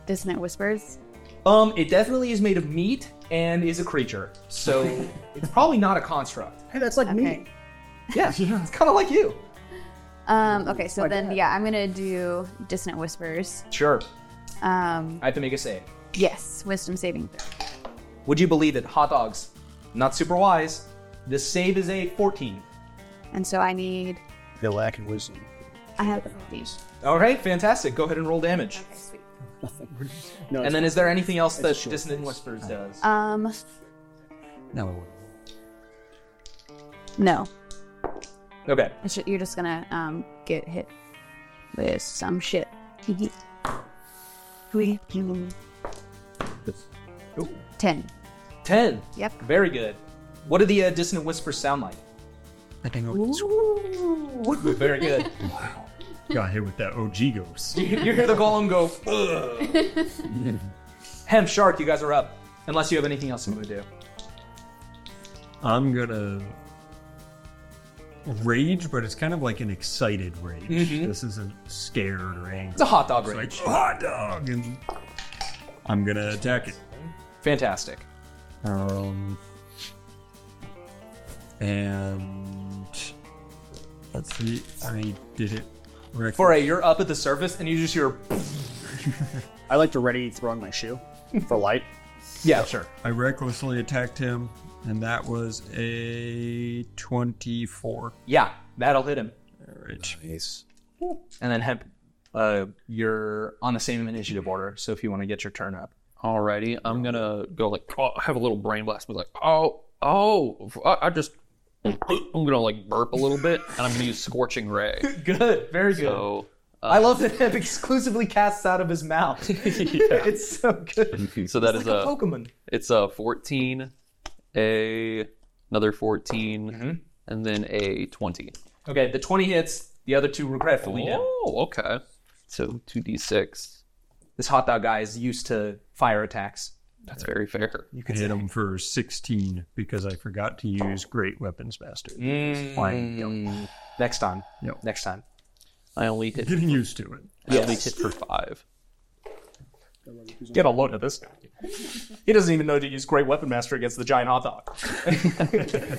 [SPEAKER 8] dissonant whispers?
[SPEAKER 1] Um, it definitely is made of meat and is a creature, so it's probably not a construct.
[SPEAKER 2] Hey, that's like
[SPEAKER 8] Okay.
[SPEAKER 2] me.
[SPEAKER 1] Yeah, it's kind of like you.
[SPEAKER 8] Um, okay, so then, yeah, I'm gonna do Dissonant Whispers.
[SPEAKER 1] Sure.
[SPEAKER 8] Um,
[SPEAKER 1] I have to make a save.
[SPEAKER 8] yes, Wisdom Saving Throw.
[SPEAKER 1] Would you believe it? Hot dogs, not super wise. The save is a 14.
[SPEAKER 8] And so I need.
[SPEAKER 2] They lack in wisdom.
[SPEAKER 8] I have the 15.
[SPEAKER 1] All right, fantastic. Go ahead and roll damage.
[SPEAKER 2] No,
[SPEAKER 1] And then, is there anything else that Dissonant Whispers does?
[SPEAKER 8] Um,
[SPEAKER 9] No, it wouldn't.
[SPEAKER 8] no.
[SPEAKER 1] Okay.
[SPEAKER 8] It's ju- you're just gonna um, get hit with some shit. Ten.
[SPEAKER 1] 10.
[SPEAKER 8] Yep.
[SPEAKER 1] Very good. What do the uh, Dissonant Whispers sound like?
[SPEAKER 9] I think I would-
[SPEAKER 1] Very good.
[SPEAKER 3] Got hit with that OG ghost.
[SPEAKER 1] you you hear the golem go, "Ugh." Hem, Shark, you guys are up. Unless you have anything else you want to do.
[SPEAKER 3] I'm gonna rage, but it's kind of like an excited rage. This isn't scared or angry.
[SPEAKER 1] It's a hot dog
[SPEAKER 3] It's like
[SPEAKER 1] range.
[SPEAKER 3] hot dog, and I'm gonna attack it.
[SPEAKER 1] Fantastic.
[SPEAKER 9] Um,
[SPEAKER 3] And let's see, I did it. Correct.
[SPEAKER 1] Foray, you're up at the surface and you just hear,
[SPEAKER 2] I like to ready throwing my shoe for light.
[SPEAKER 1] yeah, sure.
[SPEAKER 3] I recklessly attacked him, and that was a 24.
[SPEAKER 1] Yeah, that'll hit him.
[SPEAKER 3] All right.
[SPEAKER 9] nice.
[SPEAKER 1] And then Hemp, uh, you're on the same initiative order, so if you want to get your turn up.
[SPEAKER 4] Alrighty, I'm gonna go like oh, have a little brain blast. Be like, oh, oh, I, I just, I'm gonna like burp a little bit, and I'm gonna use scorching ray.
[SPEAKER 1] Good, very good.
[SPEAKER 4] So
[SPEAKER 1] I love that Hemp exclusively casts out of his mouth. It's so good.
[SPEAKER 4] So that is
[SPEAKER 1] Like a
[SPEAKER 4] a,
[SPEAKER 1] Pokemon.
[SPEAKER 4] it's a 14, a another 14,
[SPEAKER 1] Mm-hmm.
[SPEAKER 4] and then a 20.
[SPEAKER 1] Okay, the 20 hits, the other two regretfully hit.
[SPEAKER 4] Oh, okay. So 2d6.
[SPEAKER 1] This hot dog guy is used to fire attacks.
[SPEAKER 4] That's very fair.
[SPEAKER 3] You can hit him for 16 because I forgot to use Great Weapons Master.
[SPEAKER 1] Next time.
[SPEAKER 3] Yep.
[SPEAKER 1] Next time.
[SPEAKER 4] I only hit,
[SPEAKER 3] Getting used to it.
[SPEAKER 4] I only hit for five.
[SPEAKER 1] Get a load of this guy. He doesn't even know to use Great Weapon Master against the giant hot dog.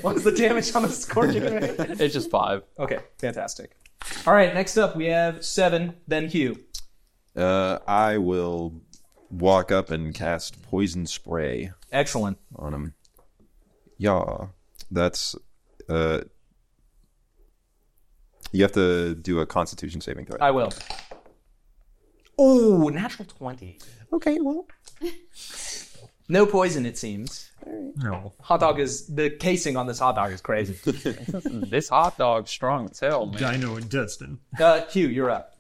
[SPEAKER 1] What's the damage on the scorching ray?
[SPEAKER 4] It's just five.
[SPEAKER 1] Okay, fantastic. All right, next up we have seven, then Hugh.
[SPEAKER 5] Uh, I will walk up and cast poison spray
[SPEAKER 1] Excellent.
[SPEAKER 5] on him. Yeah, that's uh. You have to do a Constitution saving throw.
[SPEAKER 1] I will. Oh, natural 20.
[SPEAKER 9] Okay, well,
[SPEAKER 1] No poison, it seems.
[SPEAKER 3] No.
[SPEAKER 1] Hot dog is, the casing on this hot dog is crazy.
[SPEAKER 4] This hot dog's strong as hell, man.
[SPEAKER 3] Dino intestine.
[SPEAKER 1] Uh, Hugh, you're up.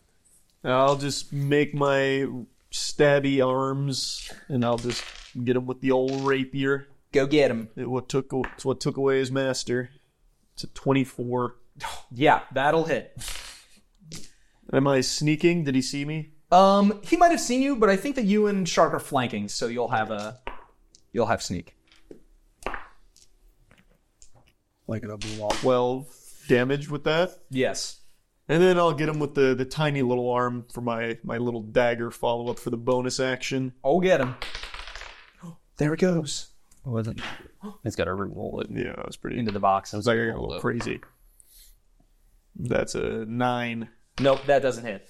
[SPEAKER 7] I'll just make my stabby arms, and I'll just get him with the old rapier.
[SPEAKER 1] Go get him.
[SPEAKER 7] It what took it's what took away his master. It's a twenty-four.
[SPEAKER 1] Yeah, that'll hit.
[SPEAKER 7] Am I sneaking? Did he see me?
[SPEAKER 1] Um, he might have seen you, but I think that you and Shark are flanking, so you'll have a you'll have sneak.
[SPEAKER 2] Like it'll be long.
[SPEAKER 7] Twelve damage with that,
[SPEAKER 1] Yes.
[SPEAKER 7] and then I'll get him with the the tiny little arm for my my little dagger follow-up for the bonus action.
[SPEAKER 1] Oh, get him. There it goes
[SPEAKER 9] wasn't
[SPEAKER 4] He's got to re-roll it
[SPEAKER 7] Yeah, that was pretty.
[SPEAKER 4] into the box. I
[SPEAKER 7] It's like I got a little crazy. That's a nine.
[SPEAKER 1] Nope, that doesn't hit.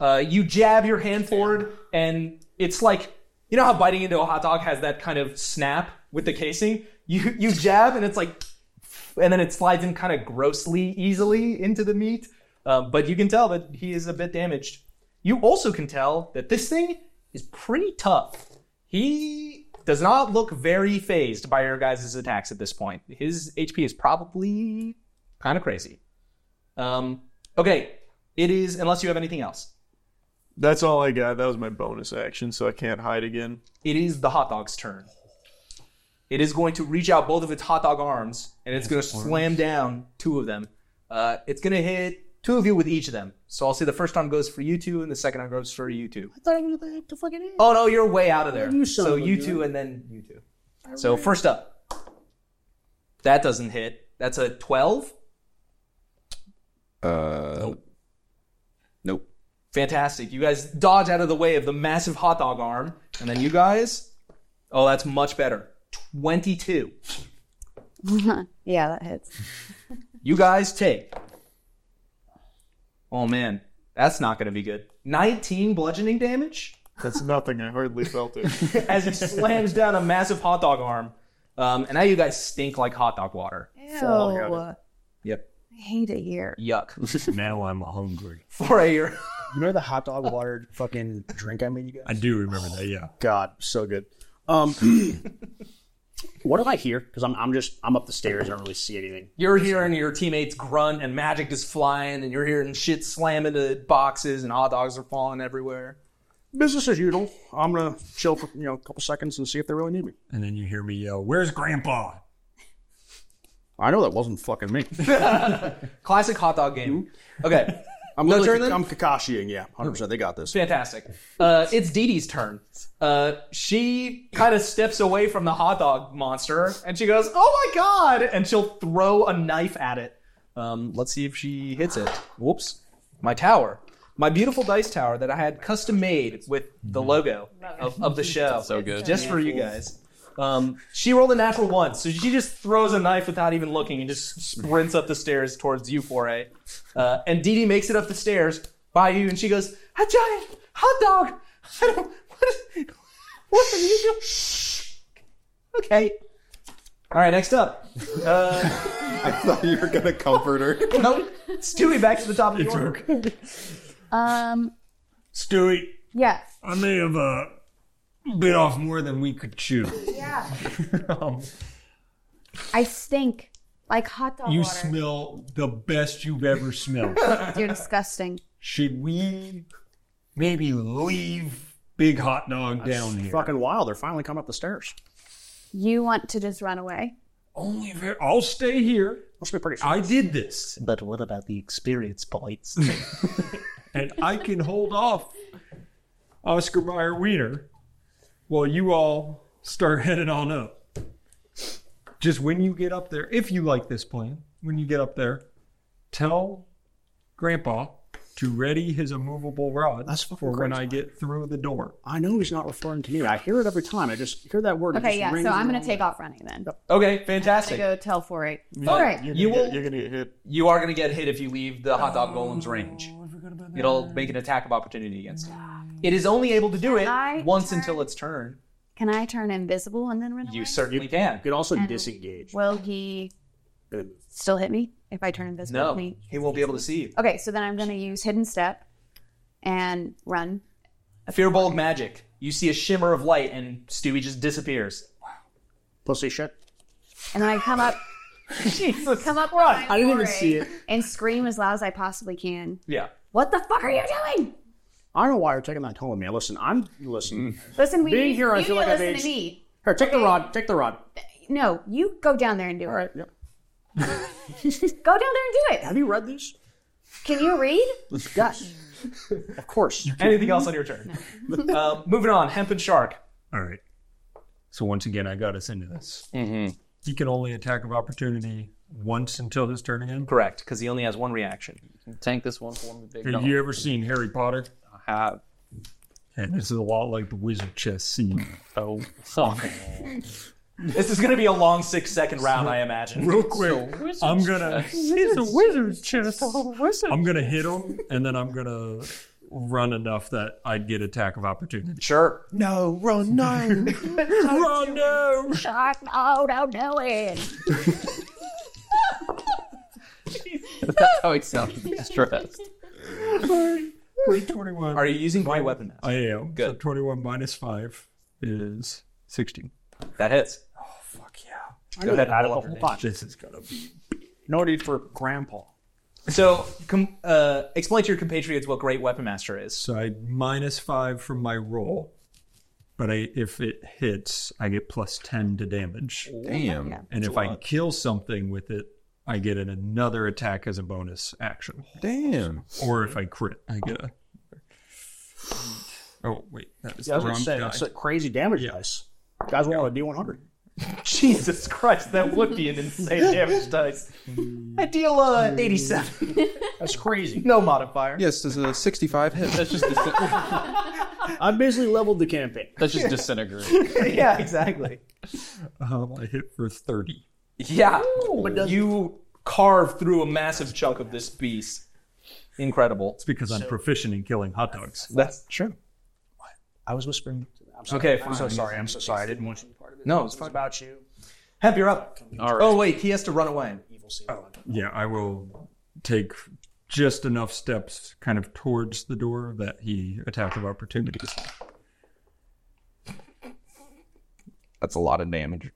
[SPEAKER 1] Uh, you jab your hand forward, and it's like you know how biting into a hot dog has that kind of snap with the casing. You you jab, and it's like, and then it slides in kind of grossly, easily into the meat. Uh, but you can tell that he is a bit damaged. You also can tell that this thing is pretty tough. He does not look very phased by your guys' attacks at this point. His HP is probably kind of crazy. Um, okay, it is, unless you have anything else,
[SPEAKER 7] That's all I got. That was my bonus action, so I can't hide again.
[SPEAKER 1] it is the hot dog's turn. It is going to reach out both of its hot dog arms and it's going to slam down two of them. Uh, it's going to hit two of you with each of them. So I'll say the first one goes for you two and the second one goes for you two.
[SPEAKER 2] I thought I knew the heck to fucking hit.
[SPEAKER 1] Oh no, you're way out of there.
[SPEAKER 2] You son
[SPEAKER 1] so
[SPEAKER 2] of a
[SPEAKER 1] you
[SPEAKER 2] gun.
[SPEAKER 1] two and then you two. So first up, that doesn't hit. That's a 12.
[SPEAKER 5] Uh, nope. Nope.
[SPEAKER 1] Fantastic. You guys dodge out of the way of the massive hot dog arm. And then you guys. Oh, that's much better. 22.
[SPEAKER 8] Yeah, that hits.
[SPEAKER 1] You guys take. Oh man, that's not going to be good. 19 bludgeoning damage
[SPEAKER 7] That's nothing. I hardly felt it.
[SPEAKER 1] as he slams down a massive hot dog arm. Um, and now you guys stink like hot dog water.
[SPEAKER 8] Ew.
[SPEAKER 1] Fall out of
[SPEAKER 8] uh, I
[SPEAKER 1] Yep.
[SPEAKER 8] hate it here.
[SPEAKER 1] Yuck.
[SPEAKER 3] Now I'm hungry.
[SPEAKER 1] For a
[SPEAKER 2] You remember the hot dog water fucking drink I made you guys?
[SPEAKER 3] I do remember that. Yeah.
[SPEAKER 2] God, so good. Um, what am I here? Because I'm, I'm just I'm up the stairs. I don't really see anything.
[SPEAKER 1] You're hearing your teammates grunt and magic is flying, and you're hearing shit slam into boxes and hot dogs are falling everywhere.
[SPEAKER 2] Business as usual. I'm gonna chill for you know a couple seconds and see if they really need me.
[SPEAKER 3] And then you hear me yell, "Where's Grandpa?"
[SPEAKER 2] I know that wasn't fucking me.
[SPEAKER 1] Classic hot dog game. Okay,
[SPEAKER 2] I'm
[SPEAKER 1] Your
[SPEAKER 2] literally
[SPEAKER 1] turn, then?
[SPEAKER 2] I'm Kakashiing. Yeah, hundred percent. They got this.
[SPEAKER 1] fantastic. Uh, it's Dee Dee's turn. Uh, she kind of steps away from the hot dog monster and she goes, "Oh my god!" and she'll throw a knife at it. Um, let's see if she hits it. Whoops, my tower, my beautiful dice tower that I had custom made with the logo of, of the show.
[SPEAKER 4] So good.
[SPEAKER 1] just for you guys. Um, she rolled a natural one, so she just throws a knife without even looking and just sprints up the stairs towards you, Foray. Uh, and Dee Dee makes it up the stairs by you, and she goes, "A giant hot dog! I don't. What, is, what are you doing?" Okay. All right, next up. Uh,
[SPEAKER 5] I thought you were gonna comfort her.
[SPEAKER 1] no, Stewie, back to the top of the order.
[SPEAKER 8] Um,
[SPEAKER 3] Stewie,
[SPEAKER 8] yeah.
[SPEAKER 3] I may have uh, bit off more than we could chew.
[SPEAKER 8] Yeah.
[SPEAKER 3] Um,
[SPEAKER 8] I stink like hot dog
[SPEAKER 3] you
[SPEAKER 8] water.
[SPEAKER 3] smell the best you've ever smelled.
[SPEAKER 8] You're disgusting.
[SPEAKER 3] Should we maybe leave Big Hot Dog down here?
[SPEAKER 2] Fucking wild. They're finally coming up the stairs.
[SPEAKER 8] You want to just run away?
[SPEAKER 3] Only if it- I'll stay here.
[SPEAKER 2] Must be pretty.
[SPEAKER 3] I did this,
[SPEAKER 10] But what about the experience points?
[SPEAKER 3] and I can hold off Oscar Mayer Wiener while you all start heading on up. Just when you get up there, if you like this plan, when you get up there, tell Grandpa to ready his immovable rod
[SPEAKER 2] That's fucking
[SPEAKER 3] for when
[SPEAKER 2] crazy.
[SPEAKER 3] I get through the door.
[SPEAKER 2] I know he's not referring to me. but I hear it every time. I just hear that word. it
[SPEAKER 8] Okay,
[SPEAKER 2] just
[SPEAKER 8] yeah.
[SPEAKER 2] rings
[SPEAKER 8] So I'm
[SPEAKER 2] in
[SPEAKER 8] gonna
[SPEAKER 2] my-
[SPEAKER 8] take off running then.
[SPEAKER 1] Okay,
[SPEAKER 8] To
[SPEAKER 1] fantastic.
[SPEAKER 8] go tell four eight.
[SPEAKER 7] All
[SPEAKER 8] Four eight.
[SPEAKER 7] You're gonna,
[SPEAKER 1] You
[SPEAKER 7] get,
[SPEAKER 1] will-
[SPEAKER 7] you're gonna get hit.
[SPEAKER 1] You are going to get hit if you leave the hot dog golem's range. It'll make an attack of opportunity against it. It is only able to do it
[SPEAKER 8] I
[SPEAKER 1] once
[SPEAKER 8] turn?
[SPEAKER 1] until its turn.
[SPEAKER 8] Can I turn invisible and then run away?
[SPEAKER 1] You certainly can.
[SPEAKER 2] You could also disengage.
[SPEAKER 8] Will he
[SPEAKER 2] Good.
[SPEAKER 8] still hit me if I turn invisible?
[SPEAKER 1] No,
[SPEAKER 8] Can he-
[SPEAKER 1] he won't be able to see you.
[SPEAKER 8] Okay, so then I'm gonna use hidden step and run.
[SPEAKER 1] Fearbold magic. You see a shimmer of light, and Stewie just disappears.
[SPEAKER 2] Pussy shit.
[SPEAKER 8] And then I come up
[SPEAKER 1] Jesus.
[SPEAKER 8] come up right.
[SPEAKER 2] I didn't even see it.
[SPEAKER 8] and scream as loud as I possibly can.
[SPEAKER 1] Yeah.
[SPEAKER 8] What the fuck are you doing?
[SPEAKER 2] I don't know why you're taking that tone, man. Listen, I'm listen.
[SPEAKER 8] Listen, we
[SPEAKER 2] Being
[SPEAKER 8] need,
[SPEAKER 2] here, I
[SPEAKER 8] you
[SPEAKER 2] feel
[SPEAKER 8] need to
[SPEAKER 2] like I've
[SPEAKER 8] listen
[SPEAKER 2] aged-
[SPEAKER 8] to me.
[SPEAKER 2] Here, take the rod. Take the rod.
[SPEAKER 8] No, you go down there and do it.
[SPEAKER 2] All right. Yep.
[SPEAKER 8] Go down there and do it.
[SPEAKER 2] Have you read these?
[SPEAKER 8] Can you read?
[SPEAKER 2] Yes. of course.
[SPEAKER 1] Anything else on your turn? um, moving on. Hemp and shark.
[SPEAKER 3] All right. So once again, I got us into this. Mm-hmm. He can only attack of opportunity once until his turn again.
[SPEAKER 1] Correct, because he only has one reaction.
[SPEAKER 4] Tank this one for me, big
[SPEAKER 3] Have
[SPEAKER 4] dog.
[SPEAKER 3] you ever seen Harry Potter?
[SPEAKER 4] I have.
[SPEAKER 3] And this is a lot like the wizard chess scene.
[SPEAKER 4] Oh, so
[SPEAKER 1] This is going to be a long six-second round, I imagine.
[SPEAKER 3] Real quick, I'm gonna. He's a wizard chess. I'm gonna hit him, and then I'm gonna run enough that I'd get attack of opportunity.
[SPEAKER 1] Sure.
[SPEAKER 9] No, run, no.
[SPEAKER 3] Run, no!
[SPEAKER 8] Shark, no, don't do it.
[SPEAKER 4] that's how he sounded stressed.
[SPEAKER 3] Twenty-one.
[SPEAKER 1] Are you using great weapon mask?
[SPEAKER 3] I am. So
[SPEAKER 1] Good.
[SPEAKER 3] twenty-one minus five is sixteen.
[SPEAKER 1] That hits.
[SPEAKER 2] Go
[SPEAKER 1] ahead,
[SPEAKER 2] I
[SPEAKER 1] roll
[SPEAKER 2] love
[SPEAKER 1] up your
[SPEAKER 2] whole bunch.
[SPEAKER 3] This is gonna be.
[SPEAKER 2] No need for grandpa.
[SPEAKER 1] So, com- uh, explain to your compatriots what great weapon master is.
[SPEAKER 3] So I minus five from my roll, but I if it hits, I get plus ten to damage.
[SPEAKER 5] Damn.
[SPEAKER 3] And if I kill something with it, I get an, another attack as a bonus action.
[SPEAKER 5] Damn.
[SPEAKER 3] Or if I crit, I get a. Oh wait, that is
[SPEAKER 2] Yeah, I
[SPEAKER 3] the
[SPEAKER 2] was gonna say,
[SPEAKER 3] wrong die.
[SPEAKER 2] that's a crazy damage dice. Guys want a D100.
[SPEAKER 1] Jesus Christ, that would be an insane damage dice. I deal uh, 87.
[SPEAKER 2] That's crazy.
[SPEAKER 1] No modifier.
[SPEAKER 5] Yes, does a 65 hit?
[SPEAKER 4] That's just dis-
[SPEAKER 2] I basically leveled the campaign.
[SPEAKER 4] that's just disintegrate.
[SPEAKER 1] yeah, exactly.
[SPEAKER 3] Um, I hit for thirty.
[SPEAKER 1] Yeah.
[SPEAKER 2] But does,
[SPEAKER 1] You carve through a massive chunk of this beast. Incredible. It's
[SPEAKER 3] because I'm proficient in killing hot dogs.
[SPEAKER 1] That's true.
[SPEAKER 2] I was whispering.
[SPEAKER 1] Okay,
[SPEAKER 2] I'm so
[SPEAKER 1] fine.
[SPEAKER 2] sorry. I'm so sorry. I didn't want you to be part of it.
[SPEAKER 1] No, it's
[SPEAKER 2] It
[SPEAKER 1] fine.
[SPEAKER 2] was about you.
[SPEAKER 1] Hemp, you're up.
[SPEAKER 4] All right.
[SPEAKER 1] Oh wait, he has to run away.
[SPEAKER 3] Yeah, I will take just enough steps kind of towards the door that he attack of opportunities.
[SPEAKER 5] That's a lot of damage.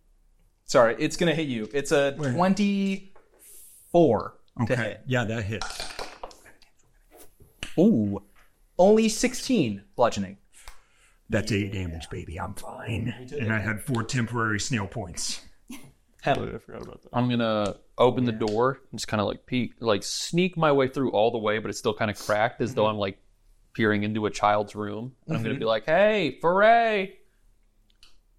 [SPEAKER 1] Sorry, it's gonna hit you. It's a
[SPEAKER 3] Where?
[SPEAKER 1] twenty-four to
[SPEAKER 3] Okay.
[SPEAKER 1] hit.
[SPEAKER 3] Yeah, that hits.
[SPEAKER 1] Ooh, only sixteen bludgeoning.
[SPEAKER 3] That's eight damage, baby. I'm fine. And I had four temporary snail points.
[SPEAKER 1] Hemp.
[SPEAKER 7] forgot about that.
[SPEAKER 4] I'm gonna open the door and just kind of like peek, like sneak my way through all the way, but it's still kind of cracked as though I'm like peering into a child's room. And I'm gonna be like, "Hey, Foray,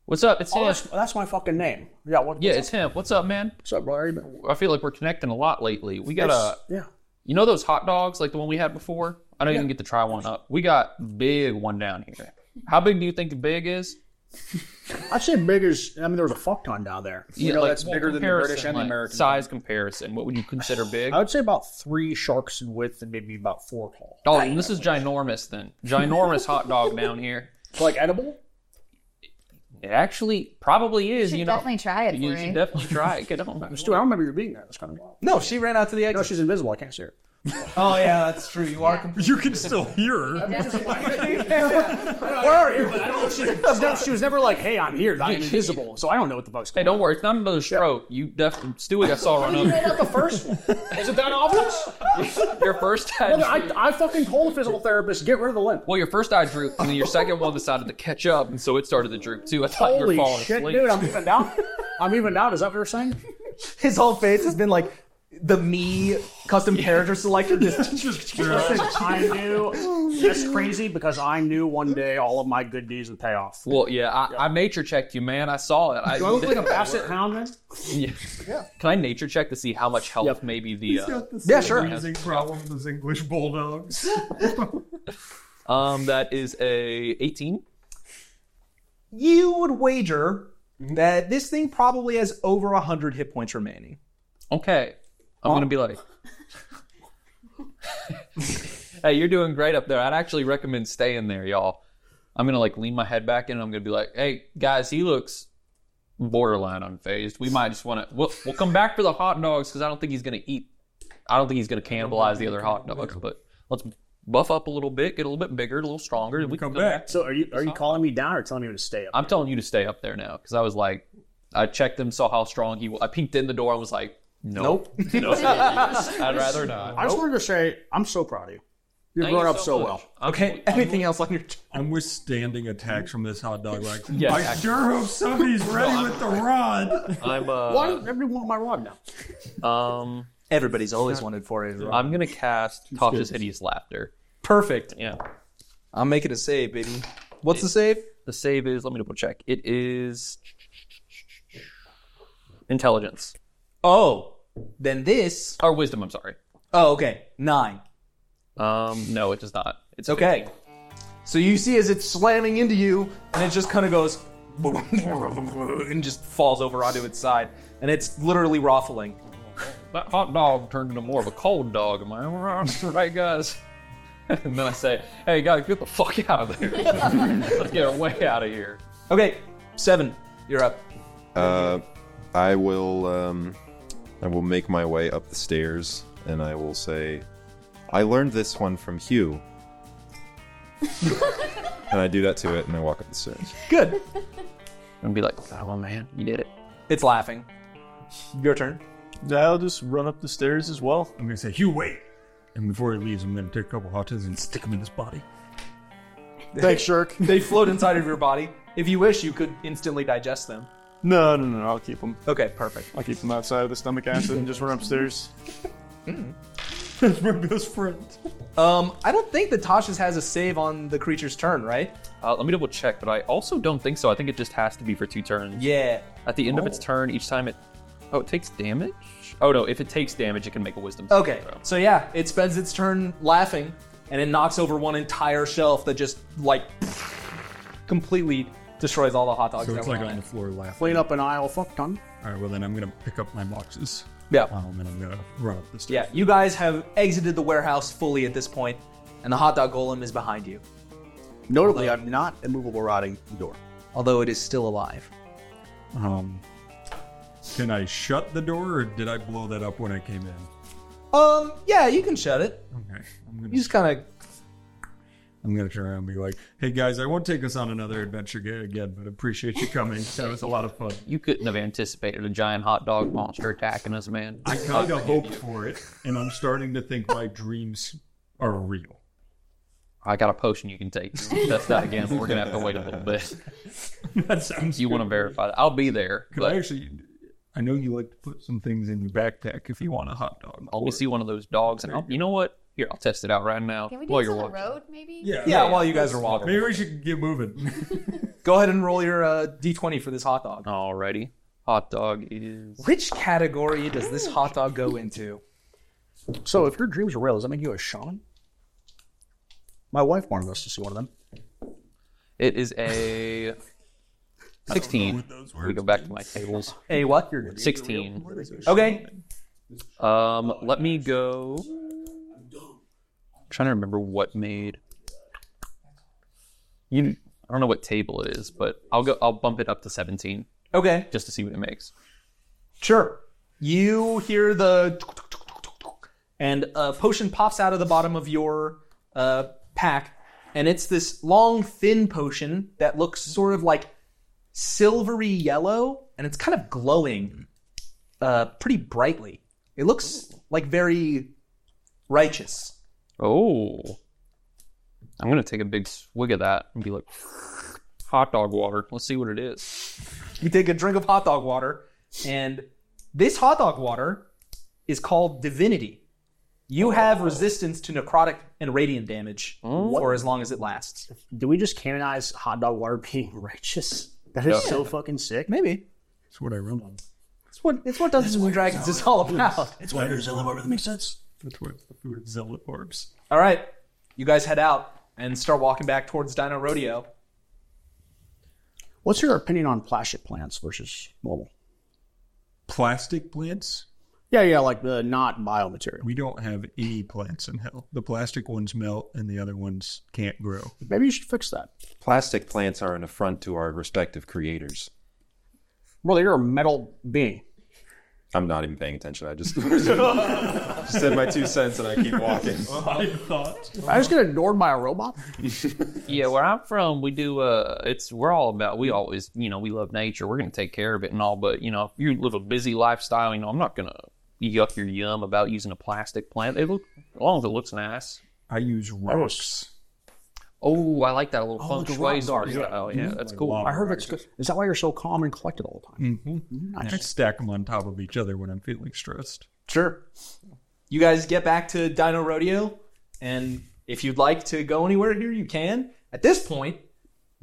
[SPEAKER 4] what's up? It's
[SPEAKER 2] Oh,
[SPEAKER 4] him.
[SPEAKER 2] that's, that's my fucking name. Yeah. What,
[SPEAKER 4] Yeah, it's him. What's up, man?
[SPEAKER 2] What's up, bro? How you been?
[SPEAKER 4] I feel like we're connecting a lot lately. We got a,
[SPEAKER 2] Yeah.
[SPEAKER 4] you know, those hot dogs like the one we had before. I know you didn't get to try one up. We got big one down here. How big do you think the big is?
[SPEAKER 2] I'd say bigger's. I mean, there was a fuck ton down there. You know,
[SPEAKER 4] like,
[SPEAKER 2] that's
[SPEAKER 4] well,
[SPEAKER 2] bigger than the
[SPEAKER 4] comparison,
[SPEAKER 2] British and the
[SPEAKER 4] like,
[SPEAKER 2] American.
[SPEAKER 4] size comparison. What would you consider big?
[SPEAKER 2] I would say about three sharks in width and maybe about four tall.
[SPEAKER 4] Oh, and this is ginormous then. Ginormous hot dog down here.
[SPEAKER 2] It's like edible.
[SPEAKER 4] It actually probably is,
[SPEAKER 8] should
[SPEAKER 4] you know.
[SPEAKER 8] definitely try it
[SPEAKER 4] you
[SPEAKER 8] for
[SPEAKER 4] should
[SPEAKER 8] me.
[SPEAKER 4] definitely try it. Get on.
[SPEAKER 2] Stu, I don't remember you being there. That's kind of wild.
[SPEAKER 1] No, she ran out to the
[SPEAKER 2] No,
[SPEAKER 1] exit.
[SPEAKER 2] she's invisible. I can't see her.
[SPEAKER 1] Oh yeah, that's true. You are. Compl-
[SPEAKER 3] You can still hear her.
[SPEAKER 2] Where are you? I don't know. She, she was never like, "Hey, I'm here. I'm invisible." So I don't know what the fuck's
[SPEAKER 4] Hey,
[SPEAKER 2] going on.
[SPEAKER 4] don't worry. It's not another stroke. You definitely, Stewie, I saw run over.
[SPEAKER 2] Not the first one. Is it that obvious?
[SPEAKER 4] Your first eye
[SPEAKER 2] Look,
[SPEAKER 4] drooped.
[SPEAKER 2] I, I fucking told the physical therapist, get rid of the limp.
[SPEAKER 4] Well, your first eye drooped, and then your second one decided to catch up, and so it started to droop too. I thought you were
[SPEAKER 2] Holy
[SPEAKER 4] falling
[SPEAKER 2] shit,
[SPEAKER 4] asleep.
[SPEAKER 2] dude! I'm even down. I'm even down. Is that what you're saying?
[SPEAKER 1] His whole face has been like the me custom character selector. Just
[SPEAKER 2] I knew that's crazy because I knew one day all of my good deeds would pay off.
[SPEAKER 4] well, yeah, I, I nature checked you, man. I saw it. I,
[SPEAKER 2] Do I look like a basset hound then?
[SPEAKER 4] Yeah. Can I nature check to see how much health
[SPEAKER 2] Yep.
[SPEAKER 4] maybe the uh,
[SPEAKER 1] yeah, sure.
[SPEAKER 3] Freezing problem with those English bulldogs.
[SPEAKER 4] um that is a 18.
[SPEAKER 1] You would wager that this thing probably has over hundred hit points remaining.
[SPEAKER 4] Okay, I'm gonna be like, hey, you're doing great up there. I'd actually recommend staying there, y'all. I'm gonna like lean my head back in. And I'm gonna be like, hey guys, he looks borderline unfazed. We might just want to. We'll, we'll come back for the hot dogs because I don't think he's gonna eat. I don't think he's gonna cannibalize the other hot dogs. But let's buff up a little bit, get a little bit bigger, a little stronger. and We
[SPEAKER 3] Come back.
[SPEAKER 2] So are you are you calling me down or telling me to stay up?
[SPEAKER 4] I'm telling you to stay up there now because I was like, I checked him, saw how strong he. wa- I peeked in the door and was like, nope, nope. I'd rather not.
[SPEAKER 2] I just wanted to say I'm so proud of you. You're
[SPEAKER 4] Thank
[SPEAKER 2] growing up
[SPEAKER 4] you
[SPEAKER 2] so
[SPEAKER 4] much. Uh,
[SPEAKER 2] well.
[SPEAKER 1] Okay. Anything else on your?
[SPEAKER 3] I'm withstanding attacks from this hot dog. Like,
[SPEAKER 4] Yeah,
[SPEAKER 3] I
[SPEAKER 4] exactly.
[SPEAKER 3] sure hope somebody's ready with the rod.
[SPEAKER 4] I'm
[SPEAKER 2] Why
[SPEAKER 4] uh,
[SPEAKER 2] does everybody want my rod now?
[SPEAKER 4] um
[SPEAKER 1] Everybody's always wanted four is
[SPEAKER 4] I'm gonna cast Tasha's hideous laughter.
[SPEAKER 1] perfect.
[SPEAKER 4] Yeah.
[SPEAKER 1] I'm making a save, baby. What's the save?
[SPEAKER 4] The save is let me double check. It is intelligence.
[SPEAKER 1] Oh, then this.
[SPEAKER 4] Or wisdom, I'm sorry.
[SPEAKER 1] Oh, okay. Nine.
[SPEAKER 4] Um no, it does not. It's
[SPEAKER 1] Okay. So you see as it's slamming into you, and it just kind of goes and just falls over onto its side, and it's literally ruffling.
[SPEAKER 4] That hot dog turned into more of a cold dog, am I right? right guys? and then I say, Hey guys, get the fuck out of there. Let's get way out of here.
[SPEAKER 1] Okay, seven. You're up.
[SPEAKER 5] Uh, I will. Um, I will make my way up the stairs, and I will say, "I learned this one from Hugh." and I do that to it, and I walk up the stairs.
[SPEAKER 1] Good.
[SPEAKER 4] And be like, Oh well, man, you did it.
[SPEAKER 1] It's laughing. Your turn.
[SPEAKER 7] I'll just run up the stairs as well.
[SPEAKER 3] I'm gonna say, Hugh, wait. And before he leaves, I'm gonna take a couple hot dogs and stick them in his body.
[SPEAKER 7] Thanks, Shirk.
[SPEAKER 1] They float inside of your body. If you wish, you could instantly digest them.
[SPEAKER 7] No, no, no. I'll keep them.
[SPEAKER 1] Okay, perfect.
[SPEAKER 7] I'll keep them outside of the stomach acid and just run upstairs.
[SPEAKER 3] That's my best friend.
[SPEAKER 1] Um, I don't think that Tasha's has a save on the creature's turn, right?
[SPEAKER 4] Uh, let me double check, but I also don't think so. I think it just has to be for two turns.
[SPEAKER 1] Yeah.
[SPEAKER 4] At the end of its turn, each time it oh it takes damage. Oh no, if it takes damage, it can make a wisdom. saving
[SPEAKER 1] Okay.
[SPEAKER 4] throw.
[SPEAKER 1] So yeah, it spends its turn laughing, and it knocks over one entire shelf that just like completely destroys all the hot dogs.
[SPEAKER 3] So it's
[SPEAKER 1] that were
[SPEAKER 3] like
[SPEAKER 1] on
[SPEAKER 3] on the
[SPEAKER 1] it.
[SPEAKER 3] floor laughing.
[SPEAKER 2] Clean up an aisle, fuck ton.
[SPEAKER 3] All right, well then I'm gonna pick up my boxes.
[SPEAKER 1] Yeah.
[SPEAKER 9] Um, and I'm gonna
[SPEAKER 3] run up the stairs.
[SPEAKER 1] Yeah, you guys have exited the warehouse fully at this point, and the hot dog golem is behind you.
[SPEAKER 11] Notably, I'm not immovable rotting the door.
[SPEAKER 1] Although it is still alive.
[SPEAKER 9] Um,
[SPEAKER 3] can I shut the door, or did I blow that up when I came in?
[SPEAKER 1] Um, yeah, you can shut it.
[SPEAKER 3] Okay. I'm gonna,
[SPEAKER 1] You just kind of
[SPEAKER 3] I'm gonna turn around and be like, "Hey guys, I won't take us on another adventure ga- again, but appreciate you coming. That was a lot of fun."
[SPEAKER 4] You couldn't have anticipated a giant hot dog monster attacking us, man.
[SPEAKER 3] I kind of hoped for it, and I'm starting to think my dreams are real.
[SPEAKER 4] I got a potion you can take. to Test that again. We're gonna have to wait a little bit.
[SPEAKER 3] that sounds.
[SPEAKER 4] You want to
[SPEAKER 3] good.
[SPEAKER 4] verify that? I'll be there.
[SPEAKER 3] Could I actually? I know you like to put some things in your backpack if you want a hot dog.
[SPEAKER 4] Always see one of those dogs, and I'll, you know what? Here, I'll test it out right now
[SPEAKER 12] Can we do
[SPEAKER 4] while
[SPEAKER 12] this
[SPEAKER 4] you're
[SPEAKER 12] on the
[SPEAKER 4] walking.
[SPEAKER 12] road, maybe?
[SPEAKER 3] Yeah,
[SPEAKER 1] Yeah, while you guys are walking.
[SPEAKER 3] Maybe we should get moving.
[SPEAKER 1] go ahead and roll your uh, d20 for this hot dog.
[SPEAKER 4] Alrighty, hot dog is
[SPEAKER 1] Which category does this hot dog go into?
[SPEAKER 11] So, if your dreams are real, does that make you a shaman? My wife wanted us to see one of them.
[SPEAKER 4] It is a sixteen. We go back to my tables.
[SPEAKER 1] A what?
[SPEAKER 4] Sixteen.
[SPEAKER 1] Okay.
[SPEAKER 4] Um, let me go. I'm trying to remember what made you. I don't know what table it is, but I'll go. I'll bump it up to seventeen.
[SPEAKER 1] Okay.
[SPEAKER 4] Just to see what it makes.
[SPEAKER 1] Sure. You hear the and a potion pops out of the bottom of your uh, pack, and it's this long, thin potion that looks sort of like silvery yellow, and it's kind of glowing, uh, pretty brightly. It looks like very righteous.
[SPEAKER 4] Oh, I'm gonna take a big swig of that and be like, hot dog water. Let's see what it is.
[SPEAKER 1] You take a drink of hot dog water, and this hot dog water is called Divinity. You have resistance to necrotic and radiant damage for as long as it lasts.
[SPEAKER 2] Do we just canonize hot dog water being righteous? That is
[SPEAKER 1] Yeah.
[SPEAKER 2] so fucking sick.
[SPEAKER 1] Maybe.
[SPEAKER 2] That's what I run on.
[SPEAKER 1] It's what it's what Dungeons and Dragons is all about.
[SPEAKER 2] That's why there's a little that makes sense.
[SPEAKER 3] That's what the food zealot orbs.
[SPEAKER 1] All right, you guys head out and start walking back towards Dino Rodeo.
[SPEAKER 11] What's your opinion on plastic plants versus mobile?
[SPEAKER 3] Plastic plants?
[SPEAKER 11] Yeah, yeah, like the not biomaterial.
[SPEAKER 3] We don't have any plants in hell. The plastic ones melt, and the other ones can't grow.
[SPEAKER 11] Maybe you should fix that.
[SPEAKER 5] Plastic plants are an affront to our respective creators.
[SPEAKER 11] Well, you're a metal being.
[SPEAKER 5] I'm not even paying attention. I just, just said my two cents and I keep walking.
[SPEAKER 3] thought.
[SPEAKER 11] I just get ignored by a robot.
[SPEAKER 4] yeah, where I'm from, we do. Uh, it's we're all about. We always, you know, we love nature. We're gonna take care of it and all. But you know, if you live a busy lifestyle, you know, I'm not gonna yuck your yum about using a plastic plant. It look as long as it looks nice.
[SPEAKER 3] I use rocks.
[SPEAKER 4] Oh, I like that little feng
[SPEAKER 11] like a
[SPEAKER 4] shui
[SPEAKER 11] rock garden.
[SPEAKER 4] style. Yeah, that's
[SPEAKER 11] Like
[SPEAKER 4] cool.
[SPEAKER 11] I heard that's good. Is that why you're so calm and collected all the time?
[SPEAKER 3] Mm-hmm. I stack them on top of each other when I'm feeling stressed.
[SPEAKER 1] Sure. You guys get back to Dino Rodeo, and if you'd like to go anywhere here, you can. At this point,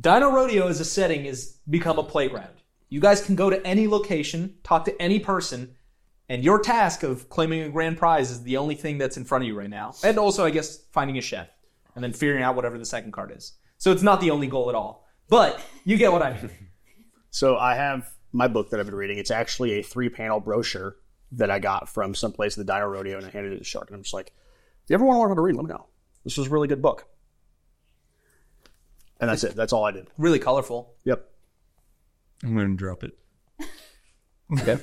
[SPEAKER 1] Dino Rodeo as a setting has become a playground. You guys can go to any location, talk to any person, and your task of claiming a grand prize is the only thing that's in front of you right now. And also, I guess, finding a chef and then figuring out whatever the second card is. So it's not the only goal at all. But you get what I mean.
[SPEAKER 11] So I have my book that I've been reading. It's actually a three-panel brochure that I got from someplace at the Dino Rodeo, and I handed it to Shark. And I'm just like, "If you ever want to learn how to read, let me know. This is a really good book." And that's it. That's all I did.
[SPEAKER 1] Really colorful.
[SPEAKER 11] Yep.
[SPEAKER 3] I'm going to drop it.
[SPEAKER 11] Okay.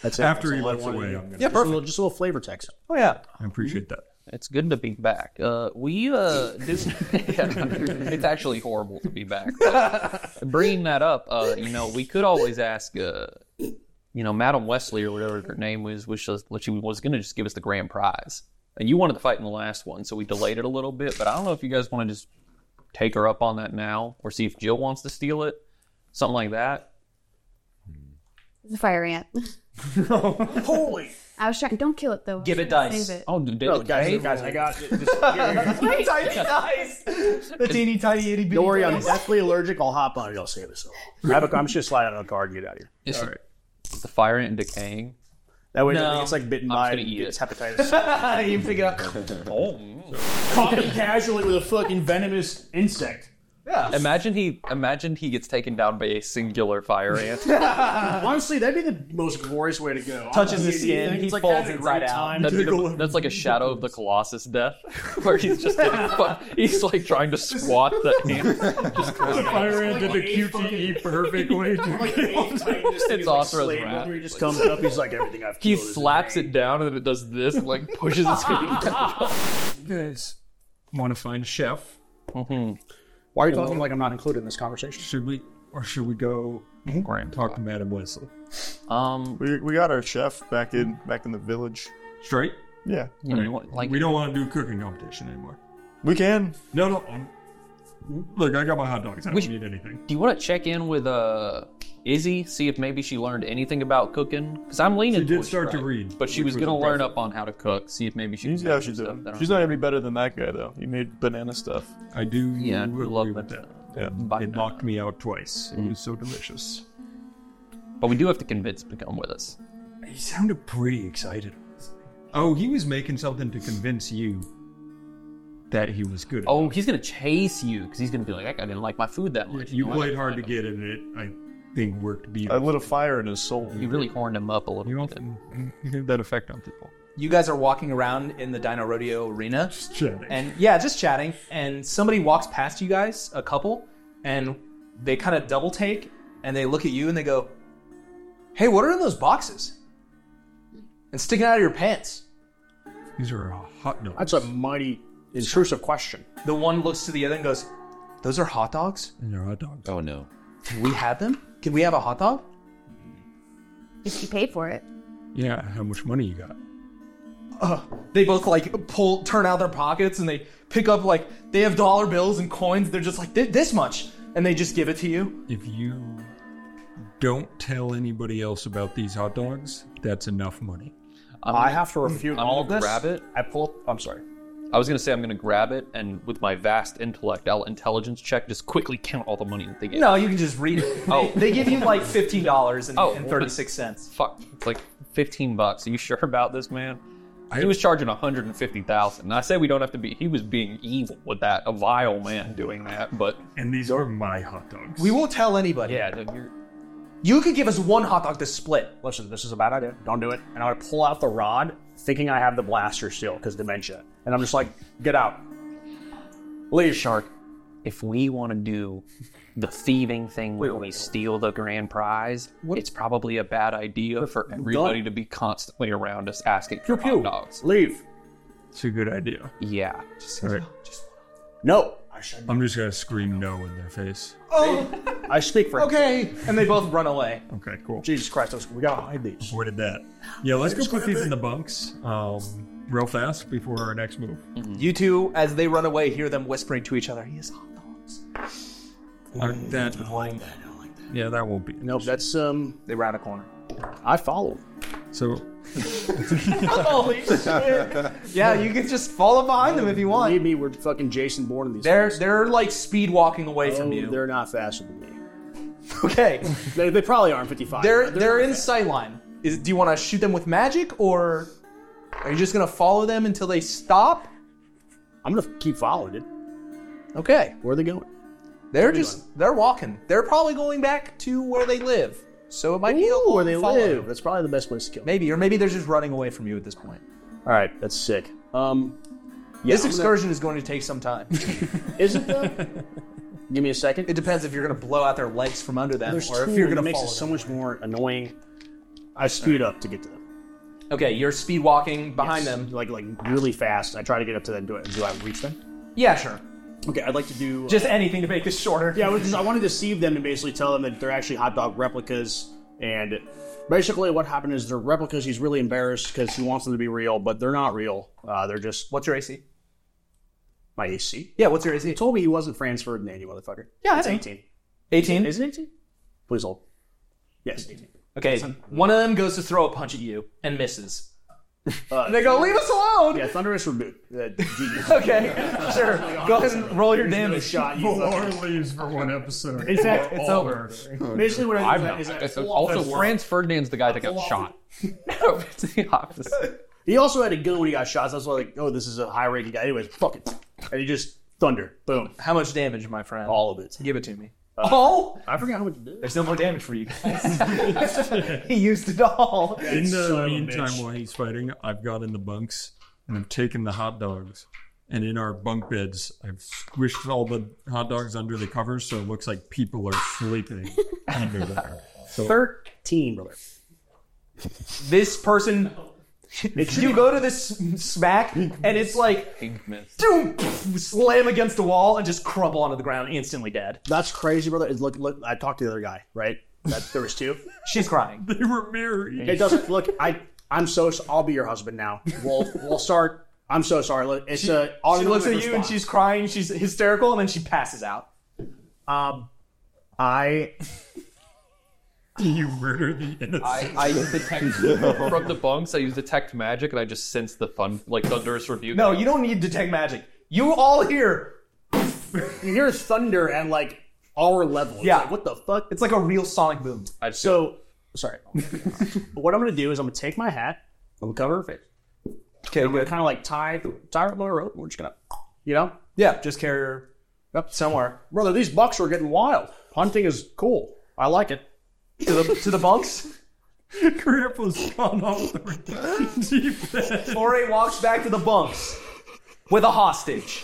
[SPEAKER 11] That's it.
[SPEAKER 3] After
[SPEAKER 11] That's
[SPEAKER 3] he
[SPEAKER 11] all I
[SPEAKER 3] left
[SPEAKER 11] wanted to
[SPEAKER 3] away.
[SPEAKER 11] do.
[SPEAKER 3] Yeah,
[SPEAKER 11] Just a
[SPEAKER 3] perfect.
[SPEAKER 11] little- just a little flavor text.
[SPEAKER 1] Oh yeah.
[SPEAKER 3] I appreciate that.
[SPEAKER 4] It's good to be back. Uh, we uh, do. Yeah, it's actually horrible to be back. But Bringing that up, uh, you know, we could always ask, uh, you know, Madam Wesley or whatever her name was, which was, she was going to just give us the grand prize. And you wanted to fight in the last one, so we delayed it a little bit. But I don't know if you guys want to just take her up on that now, or see if Jill wants to steal it, something like that.
[SPEAKER 8] It's a fire ant.
[SPEAKER 11] Holy!
[SPEAKER 8] I was trying. Don't kill it though.
[SPEAKER 1] Give it dice.
[SPEAKER 8] Save it.
[SPEAKER 4] Oh, dude,
[SPEAKER 11] Oh, guys, guys, I got
[SPEAKER 1] Tiny dice. The teeny tiny itty bitty.
[SPEAKER 11] Don't worry, I'm
[SPEAKER 1] dice.
[SPEAKER 11] deathly allergic. I'll hop on it. I'll save this. I have a, I'm just gonna slide out on a card and get out of here.
[SPEAKER 4] Is the fire ant decaying?
[SPEAKER 11] That way, it doesn't
[SPEAKER 4] No.
[SPEAKER 11] think it's like bitten
[SPEAKER 4] I'm just
[SPEAKER 11] by
[SPEAKER 4] gonna eat
[SPEAKER 11] it's
[SPEAKER 4] it.
[SPEAKER 11] hepatitis.
[SPEAKER 1] you pick it up.
[SPEAKER 4] Oh,
[SPEAKER 2] Caught him casually with a fucking venomous insect.
[SPEAKER 1] Yeah.
[SPEAKER 4] Imagine he imagine he gets taken down by a singular fire ant.
[SPEAKER 2] Honestly, that'd be the most glorious way to go.
[SPEAKER 4] Touches
[SPEAKER 2] I
[SPEAKER 4] his
[SPEAKER 2] mean,
[SPEAKER 4] skin,
[SPEAKER 2] it's
[SPEAKER 4] he
[SPEAKER 2] like,
[SPEAKER 4] falls
[SPEAKER 2] that'd be a
[SPEAKER 4] inside
[SPEAKER 2] great time.
[SPEAKER 4] That'd be the- that's like a shadow of the Colossus death, where he's just getting fu- he's like trying to squat the ant. Just
[SPEAKER 3] The fire ant did the E QTE perfect way to
[SPEAKER 4] it's Othra's wrath.
[SPEAKER 2] He just comes up, he's like, everything I've
[SPEAKER 4] He slaps it down and it does this, and like pushes it.
[SPEAKER 3] You guys want to find a chef?
[SPEAKER 2] Why are you talking like I'm not included in this conversation?
[SPEAKER 3] Should we, or should we go talk to Madam Wesley?
[SPEAKER 4] Um,
[SPEAKER 7] we, we got our chef back in back in the village.
[SPEAKER 3] Straight?
[SPEAKER 7] Yeah.
[SPEAKER 3] All right. we don't want to do a cooking competition anymore.
[SPEAKER 7] We can.
[SPEAKER 3] No, no. I'm- look, I got my hot dogs. I don't
[SPEAKER 4] We
[SPEAKER 3] need anything.
[SPEAKER 4] Do you want to check in with uh Izzy, see if maybe she learned anything about cooking? Because I'm leaning.
[SPEAKER 3] She did
[SPEAKER 4] towards
[SPEAKER 3] start to
[SPEAKER 4] trying,
[SPEAKER 3] read,
[SPEAKER 4] But she
[SPEAKER 3] which
[SPEAKER 4] was
[SPEAKER 3] was
[SPEAKER 4] going to learn
[SPEAKER 3] impressive.
[SPEAKER 4] up on how to cook, see if maybe she.
[SPEAKER 7] You
[SPEAKER 4] can
[SPEAKER 7] see how
[SPEAKER 4] make
[SPEAKER 7] she's
[SPEAKER 4] some
[SPEAKER 7] doing.
[SPEAKER 4] stuff that
[SPEAKER 7] She's
[SPEAKER 4] aren't-
[SPEAKER 7] not gonna be better than that guy though. He made banana stuff.
[SPEAKER 3] I do.
[SPEAKER 4] Yeah, we love
[SPEAKER 3] agree with
[SPEAKER 4] that.
[SPEAKER 3] Yeah.
[SPEAKER 4] Bye.
[SPEAKER 3] It Mm-hmm. knocked me out twice. It was so delicious.
[SPEAKER 4] But we do have to convince him to come with us.
[SPEAKER 3] He sounded pretty excited. Oh, he was making something to convince you that he was good.
[SPEAKER 4] Oh, he's going to chase you because he's going to be like, that guy didn't like my food that much.
[SPEAKER 3] You
[SPEAKER 4] know, I
[SPEAKER 3] played
[SPEAKER 4] gotta
[SPEAKER 3] hard to
[SPEAKER 4] find him."
[SPEAKER 3] get it, and it I think worked
[SPEAKER 7] I
[SPEAKER 3] beautifully.
[SPEAKER 7] lit a fire in his soul.
[SPEAKER 4] You really horned him up a little.
[SPEAKER 3] You often you have that effect on people.
[SPEAKER 1] You guys are walking around in the Dino Rodeo arena. Just
[SPEAKER 3] chatting.
[SPEAKER 1] And yeah, just chatting. And somebody walks past you guys, a couple, and they kind of double take and they look at you and they go, Hey, what are in those boxes? And sticking out of your pants.
[SPEAKER 3] These are hot dogs.
[SPEAKER 2] That's a mighty intrusive question.
[SPEAKER 1] The one looks to the other and goes, Those are hot dogs?
[SPEAKER 3] And they're hot dogs.
[SPEAKER 4] Oh no.
[SPEAKER 1] Can we have them? Can we have a hot dog?
[SPEAKER 8] If you paid for it.
[SPEAKER 3] Yeah, how much money you got?
[SPEAKER 1] Uh, they both like pull, turn out their pockets, and they pick up like they have dollar bills and coins. They're just like "Th- this much, and they just give it to you.
[SPEAKER 3] If you don't tell anybody else about these hot dogs, that's enough money.
[SPEAKER 2] I have to refute
[SPEAKER 4] I'm
[SPEAKER 2] all
[SPEAKER 4] gonna
[SPEAKER 2] of this.
[SPEAKER 4] grab it.
[SPEAKER 2] I pull up. I'm sorry.
[SPEAKER 4] I was gonna say I'm gonna grab it, and with my vast intellect, I'll intelligence check, just quickly count all the money that they gave.
[SPEAKER 1] No, you can just read it.
[SPEAKER 4] Oh.
[SPEAKER 1] They, they give you like fifteen dollars and,
[SPEAKER 4] Oh.
[SPEAKER 1] and thirty six cents.
[SPEAKER 4] Fuck, it's like 15 bucks. Are you sure about this, man?
[SPEAKER 3] I-
[SPEAKER 4] he was charging 150,000. And I say we don't have to be. He was being evil with that, a vile man doing that. But
[SPEAKER 3] And these are my hot dogs.
[SPEAKER 1] We won't tell anybody.
[SPEAKER 4] yeah, dude, you're,
[SPEAKER 1] You could give us one hot dog to split.
[SPEAKER 2] Listen, this is a bad idea. Don't do it. And I'm gonna pull out the rod, thinking I have the blaster still, because dementia. And I'm just like, get out. Leave.
[SPEAKER 4] shark. If we want to do the thieving thing where we steal the grand prize, it's probably a bad idea for everybody to be constantly around us asking for hot dogs.
[SPEAKER 2] Leave.
[SPEAKER 3] It's a good idea.
[SPEAKER 4] Yeah.
[SPEAKER 3] All right.
[SPEAKER 2] No.
[SPEAKER 3] I'm just gonna scream no in their face.
[SPEAKER 2] I speak for
[SPEAKER 1] Oh, Okay, Mm-hmm. and they both run away.
[SPEAKER 3] Okay, cool.
[SPEAKER 2] Jesus Christ, I was- we gotta hide these.
[SPEAKER 3] Avoided that. Yeah, let's go put these in the bunks um, real fast before our next move.
[SPEAKER 1] You two, as they run away, hear them whispering to each other. He is hot dogs.
[SPEAKER 3] Uh, that, yeah, that won't be.
[SPEAKER 2] Nope, that's um.
[SPEAKER 1] They round a corner.
[SPEAKER 2] I follow.
[SPEAKER 3] So
[SPEAKER 1] Holy shit! Yeah, you can just follow behind them if you want.
[SPEAKER 2] Believe me, we're fucking Jason Bourne in these.
[SPEAKER 1] They're they're like speed walking away
[SPEAKER 2] things.
[SPEAKER 1] from
[SPEAKER 2] Oh,
[SPEAKER 1] you.
[SPEAKER 2] They're not faster than me.
[SPEAKER 1] Okay.
[SPEAKER 2] They, they probably aren't 55.
[SPEAKER 1] They're they're in sight line. Is do you want to shoot them with magic or are you just gonna follow them until they stop?
[SPEAKER 2] I'm gonna keep following, dude.
[SPEAKER 1] Okay.
[SPEAKER 2] Where are they going?
[SPEAKER 1] They're just they're walking. They're probably going back to where they live. So it might be
[SPEAKER 2] Ooh,
[SPEAKER 1] a
[SPEAKER 2] where they
[SPEAKER 1] follow.
[SPEAKER 2] live. That's probably the best place to kill.
[SPEAKER 1] Maybe or maybe they're just running away from you at this point.
[SPEAKER 2] All right, that's sick. Um, yeah,
[SPEAKER 1] this
[SPEAKER 2] I'm gonna-
[SPEAKER 1] excursion is going to take some time.
[SPEAKER 2] is it though? Give me a second.
[SPEAKER 1] it depends if you're gonna blow out their legs from under them
[SPEAKER 2] There's
[SPEAKER 1] or
[SPEAKER 2] two,
[SPEAKER 1] if you're
[SPEAKER 2] it
[SPEAKER 1] gonna
[SPEAKER 2] makes
[SPEAKER 1] follow
[SPEAKER 2] it so much more annoying. I speed up to get to them.
[SPEAKER 1] them. Okay, you're speed walking behind them.
[SPEAKER 2] like like really fast. I try to get up to them. Do I, do I reach them?
[SPEAKER 1] Yeah, sure.
[SPEAKER 2] Okay, I'd like to do. uh,
[SPEAKER 1] Just anything to make this shorter.
[SPEAKER 2] yeah, I, was just, I want to deceive them and basically tell them that they're actually hot dog replicas. And basically, what happened is they're replicas. He's really embarrassed because he wants them to be real, but they're not real. Uh, they're just
[SPEAKER 1] What's your AC?
[SPEAKER 2] my AC.
[SPEAKER 1] Yeah, what's your AC?
[SPEAKER 2] He told me he wasn't Franz Ferdinand, you motherfucker.
[SPEAKER 1] Yeah, I
[SPEAKER 2] it's
[SPEAKER 1] know.
[SPEAKER 2] 18.
[SPEAKER 1] 18?
[SPEAKER 2] Is it 18? Please hold. Yes, 18.
[SPEAKER 1] Okay, one of them goes to throw a punch at you and misses.
[SPEAKER 2] Uh,
[SPEAKER 1] They go, leave us alone!
[SPEAKER 2] Yeah, Thunderous Reboot. Uh, genius.
[SPEAKER 1] Okay, sure. Go ahead and roll your
[SPEAKER 2] No
[SPEAKER 1] damage.
[SPEAKER 2] shot. You fucking-
[SPEAKER 3] leaves for one episode.
[SPEAKER 2] In fact, it's
[SPEAKER 1] over.
[SPEAKER 2] Basically, what I
[SPEAKER 4] I'm
[SPEAKER 2] do
[SPEAKER 4] not.
[SPEAKER 2] is that
[SPEAKER 4] It's also, Franz Ferdinand's the guy that got shot. it's the opposite.
[SPEAKER 2] he also had a gun when he got shot. So I was like, oh, this is a high ranking guy. Anyways, fuck it. And he just Thunder. Boom.
[SPEAKER 1] How much damage, my friend?
[SPEAKER 2] All of it.
[SPEAKER 1] Give it to me.
[SPEAKER 2] Uh,
[SPEAKER 1] oh!
[SPEAKER 2] I forgot how much it did.
[SPEAKER 1] There's no more damage for you guys. he used it all.
[SPEAKER 3] In the meantime, while he's fighting, I've got in the bunks and I've taken the hot dogs. And in our bunk beds, I've squished all the hot dogs under the covers so it looks like people are sleeping under there. So
[SPEAKER 2] 13, brother.
[SPEAKER 1] This person. you go to this smack, and it's like, doom, slam against the wall, and just crumble onto the ground, instantly dead.
[SPEAKER 2] That's crazy, brother. It's Look, look, I talked to the other guy, right? That there was two.
[SPEAKER 1] She's crying.
[SPEAKER 3] They were married.
[SPEAKER 2] It doesn't look. I I'm so. s- I'll be your husband now. We'll we'll start. I'm so sorry. Look, it's
[SPEAKER 1] She,
[SPEAKER 2] a.
[SPEAKER 1] she looks at you, and she's crying. She's hysterical, and then she passes out.
[SPEAKER 2] Um, I.
[SPEAKER 3] You murder the innocent.
[SPEAKER 4] I, I detect from the bunks. I use detect magic, and I just sense the fun, like thunderous rebuke.
[SPEAKER 1] No, you don't need detect magic. You all hear.
[SPEAKER 2] you hear thunder and like our level. It's
[SPEAKER 1] Yeah.
[SPEAKER 2] like, what the fuck?
[SPEAKER 1] It's like a real sonic boom.
[SPEAKER 2] so sorry. what I'm gonna do is I'm gonna take my hat. I'm gonna cover her face.
[SPEAKER 1] Okay,
[SPEAKER 2] I'm gonna kind of like tie tie her up with a rope. We're just gonna, you know,
[SPEAKER 1] Yeah, just carry her up somewhere.
[SPEAKER 2] brother. These bucks are getting wild. Hunting is cool. I like it.
[SPEAKER 1] To the, to the bunks?
[SPEAKER 3] Cripple's gone off the deep end.
[SPEAKER 1] Ore walks back to the bunks with a hostage.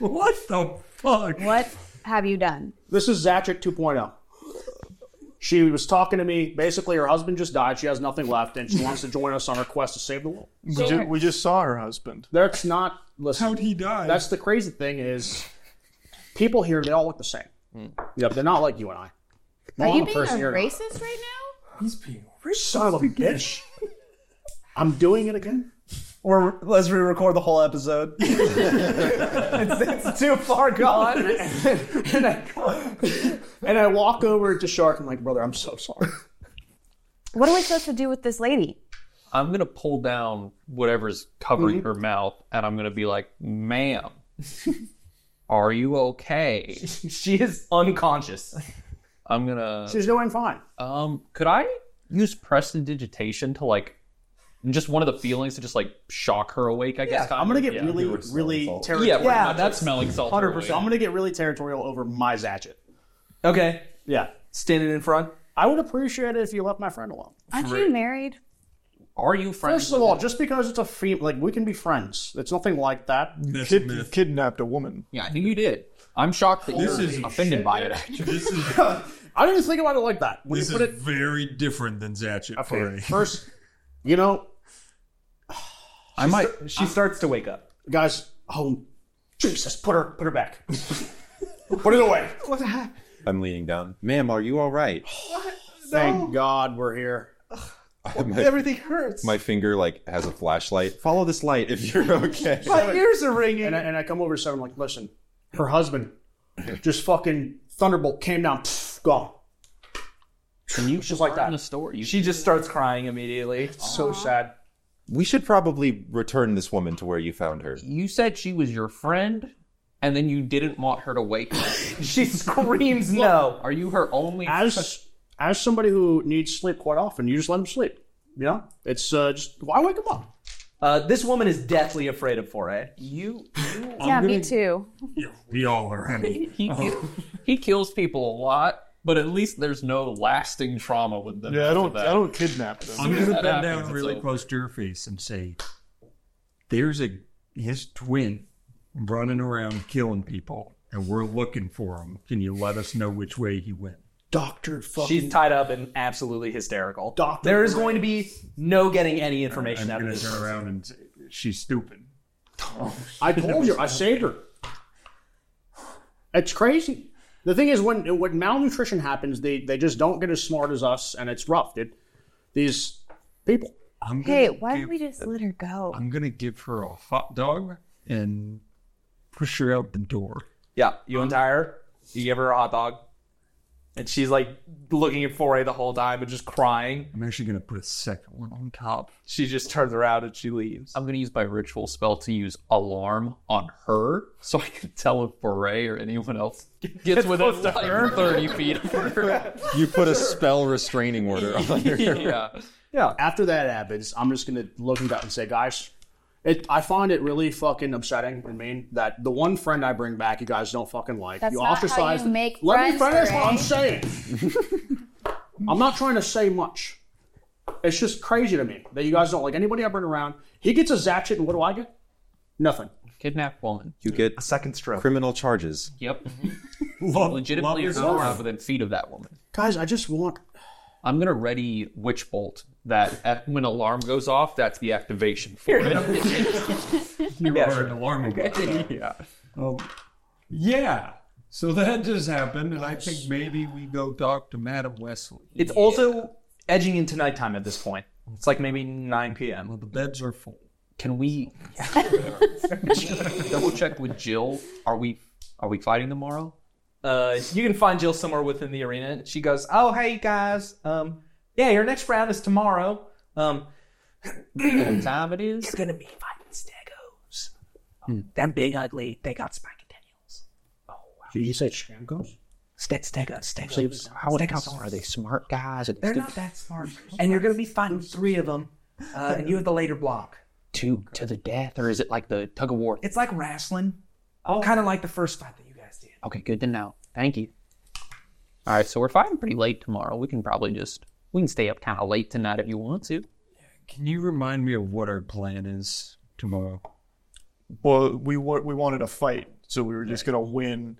[SPEAKER 3] What the fuck?
[SPEAKER 8] What have you done?
[SPEAKER 2] This is Zatric 2.0. oh. She was talking to me. Basically, her husband just died. She has nothing left, and she wants to join us on her quest to save the world.
[SPEAKER 7] We, ju- we just saw her husband.
[SPEAKER 2] That's not. Listen.
[SPEAKER 3] How'd he die?
[SPEAKER 2] That's the crazy thing is, people here they all look the same.
[SPEAKER 1] Hmm.
[SPEAKER 2] Yep, they're not like you and I. No,
[SPEAKER 8] Are
[SPEAKER 2] I'm
[SPEAKER 8] you
[SPEAKER 2] a
[SPEAKER 8] being a
[SPEAKER 2] person here.
[SPEAKER 8] racist right
[SPEAKER 2] Son of a bitch. I'm doing it again.
[SPEAKER 1] Or let's re record the whole episode. it's, it's too far gone.
[SPEAKER 2] and, I, and I walk over to Shark. I'm like, brother, I'm so sorry.
[SPEAKER 8] now? What are we supposed to do with this lady?
[SPEAKER 4] I'm gonna pull down whatever's covering
[SPEAKER 2] Mm-hmm.
[SPEAKER 4] her mouth, and I'm gonna be like, "Ma'am, are you okay?"
[SPEAKER 1] she is unconscious.
[SPEAKER 4] I'm gonna.
[SPEAKER 2] She's doing fine.
[SPEAKER 4] Um, could I use prestidigitation to like just one of the feelings to just like shock her awake? I guess.
[SPEAKER 2] Yeah, I'm gonna get
[SPEAKER 4] Yeah.
[SPEAKER 2] really, really territorial.
[SPEAKER 4] Yeah,
[SPEAKER 1] Yeah,
[SPEAKER 4] that's smelling salt.
[SPEAKER 1] Hundred
[SPEAKER 4] awake.
[SPEAKER 1] percent.
[SPEAKER 2] I'm gonna get really territorial over my Zatchet.
[SPEAKER 1] Okay.
[SPEAKER 2] Yeah,
[SPEAKER 1] Standing in front.
[SPEAKER 2] I would appreciate it if you left my friend alone.
[SPEAKER 8] Aren't you married?
[SPEAKER 4] Are you friends?
[SPEAKER 2] First of all, just because it's a female, like we can be friends. It's nothing like that.
[SPEAKER 3] That's
[SPEAKER 7] Kid-
[SPEAKER 3] myth.
[SPEAKER 7] kidnapped a woman.
[SPEAKER 4] yeah, I think you did. I'm shocked that
[SPEAKER 3] This
[SPEAKER 4] you're
[SPEAKER 3] is-
[SPEAKER 4] offended by it. Actually,
[SPEAKER 3] This is
[SPEAKER 2] I didn't even think about it like that. When
[SPEAKER 3] this
[SPEAKER 2] you
[SPEAKER 3] is
[SPEAKER 2] put it
[SPEAKER 3] very different than Zatchet
[SPEAKER 2] okay,
[SPEAKER 3] Parade.
[SPEAKER 2] first, you know,
[SPEAKER 4] I might.
[SPEAKER 1] She starts to wake up.
[SPEAKER 2] guys, oh Jesus, put her, put her back, put it away.
[SPEAKER 5] I'm leaning down. Ma'am, are you all right?
[SPEAKER 2] Thank God we're here.
[SPEAKER 5] my,
[SPEAKER 1] Everything hurts.
[SPEAKER 5] my finger like has a flashlight. Follow this light if you're okay.
[SPEAKER 1] My ears are ringing.
[SPEAKER 2] And I, and I come over to Seven, like, listen, her husband just fucking thunderbolt came down, pff, gone.
[SPEAKER 4] Can you just
[SPEAKER 2] like that.
[SPEAKER 4] in the story? You,
[SPEAKER 1] she just starts crying immediately.
[SPEAKER 2] So sad.
[SPEAKER 5] We should probably return this woman to where you found her.
[SPEAKER 4] you said she was your friend, and then you didn't want her to wake. up.
[SPEAKER 1] She screams no.
[SPEAKER 4] Are you her only?
[SPEAKER 2] As as somebody who needs sleep quite often, you just let him sleep. You know, it's uh, just why wake him up?
[SPEAKER 1] Uh, this woman is deathly afraid of Foray.
[SPEAKER 4] you
[SPEAKER 8] yeah, me too.
[SPEAKER 3] We all are. honey.
[SPEAKER 4] he, kill- he kills people a lot, but at least there's no lasting trauma with them.
[SPEAKER 7] Yeah, I
[SPEAKER 4] after
[SPEAKER 7] don't.
[SPEAKER 4] that.
[SPEAKER 7] I don't kidnap them.
[SPEAKER 3] I'm gonna
[SPEAKER 4] that
[SPEAKER 3] bend
[SPEAKER 4] happens,
[SPEAKER 3] down
[SPEAKER 4] it's
[SPEAKER 3] really
[SPEAKER 4] over.
[SPEAKER 3] close to her face and say, "There's a his twin running around killing people, and we're looking for him. Can you let us know which way he went?"
[SPEAKER 2] Doctor, fucking
[SPEAKER 1] She's tied up and absolutely hysterical.
[SPEAKER 2] Doctor
[SPEAKER 1] there is going to be no getting any information
[SPEAKER 3] I'm
[SPEAKER 1] out of
[SPEAKER 3] gonna
[SPEAKER 1] this.
[SPEAKER 3] turn around and say, "She's stupid."
[SPEAKER 2] I told you, I saved her. It's crazy. The thing is, when when malnutrition happens, they they just don't get as smart as us, and it's rough, dude. These people.
[SPEAKER 3] I'm
[SPEAKER 8] Hey,
[SPEAKER 3] gonna
[SPEAKER 8] why
[SPEAKER 3] give-
[SPEAKER 8] don't we just let her go?
[SPEAKER 3] I'm gonna give her a hot dog and push her out the door.
[SPEAKER 1] Yeah, you untie her, you give her a hot dog, and she's like looking at Foray the whole time and just crying.
[SPEAKER 3] I'm actually gonna put a second one on top.
[SPEAKER 1] She just turns around and she leaves.
[SPEAKER 4] I'm gonna use my ritual spell to use alarm on her, so I can tell if Foray or anyone else gets within like thirty feet of her.
[SPEAKER 5] You put a spell restraining order on her.
[SPEAKER 4] yeah,
[SPEAKER 2] After that happens, I'm just gonna look him up and say, guys,
[SPEAKER 11] It, I find it really fucking upsetting and mean that the one friend I bring back, you guys don't fucking like.
[SPEAKER 8] That's
[SPEAKER 11] you
[SPEAKER 8] not how
[SPEAKER 11] ostracize.
[SPEAKER 8] you make
[SPEAKER 11] Let me
[SPEAKER 8] friends,
[SPEAKER 11] finish what I'm
[SPEAKER 8] Ray.
[SPEAKER 11] saying. I'm not trying to say much. It's just crazy to me that you guys don't like anybody I bring around. He gets a zap shit, and what do I get? Nothing.
[SPEAKER 4] Kidnap woman.
[SPEAKER 5] You get a
[SPEAKER 11] second stroke.
[SPEAKER 5] Criminal charges.
[SPEAKER 4] Yep.
[SPEAKER 5] Love-
[SPEAKER 4] Legitimately
[SPEAKER 5] love is
[SPEAKER 4] or
[SPEAKER 5] love.
[SPEAKER 4] not within feet of that woman.
[SPEAKER 11] Guys, I just want.
[SPEAKER 4] I'm gonna ready witch bolt that at, when alarm goes off. That's the activation for it.
[SPEAKER 3] You
[SPEAKER 4] Yeah,
[SPEAKER 3] are
[SPEAKER 4] sure.
[SPEAKER 3] an alarm
[SPEAKER 4] Okay. yeah.
[SPEAKER 3] Um, yeah. So that just happened, and I think maybe we go talk to Madam Wesley.
[SPEAKER 1] It's also edging into nighttime at this point. It's like maybe 9 p.m. Well,
[SPEAKER 3] the beds are full.
[SPEAKER 4] Can we double check with Jill? Are we are we fighting tomorrow?
[SPEAKER 1] Uh, you can find Jill somewhere within the arena. She goes, "Oh, hey guys. Um, yeah, your next round is tomorrow. Um,
[SPEAKER 4] what time it is? You're
[SPEAKER 12] gonna be fighting stegos. Them big ugly. They got spiky tails.
[SPEAKER 11] Did you say Shankos?
[SPEAKER 12] Ste- stegos. Stegos.
[SPEAKER 10] Actually, how
[SPEAKER 12] Stegos.
[SPEAKER 10] are they? Smart guys? Are they
[SPEAKER 12] They're not that smart. And you're gonna be fighting three of them, uh, and you have the later block.
[SPEAKER 10] two to the death,
[SPEAKER 4] or is it like the tug of war?
[SPEAKER 12] It's like wrestling. Oh. Kind of like the first fight that you guys did.
[SPEAKER 4] Okay, good to know. Thank you. All right, so we're fighting pretty late tomorrow. We can probably just we can stay up kind of late tonight if you want to.
[SPEAKER 3] Can you remind me of what our plan is tomorrow?
[SPEAKER 7] Well, we wa- we wanted a fight, so we were just gonna win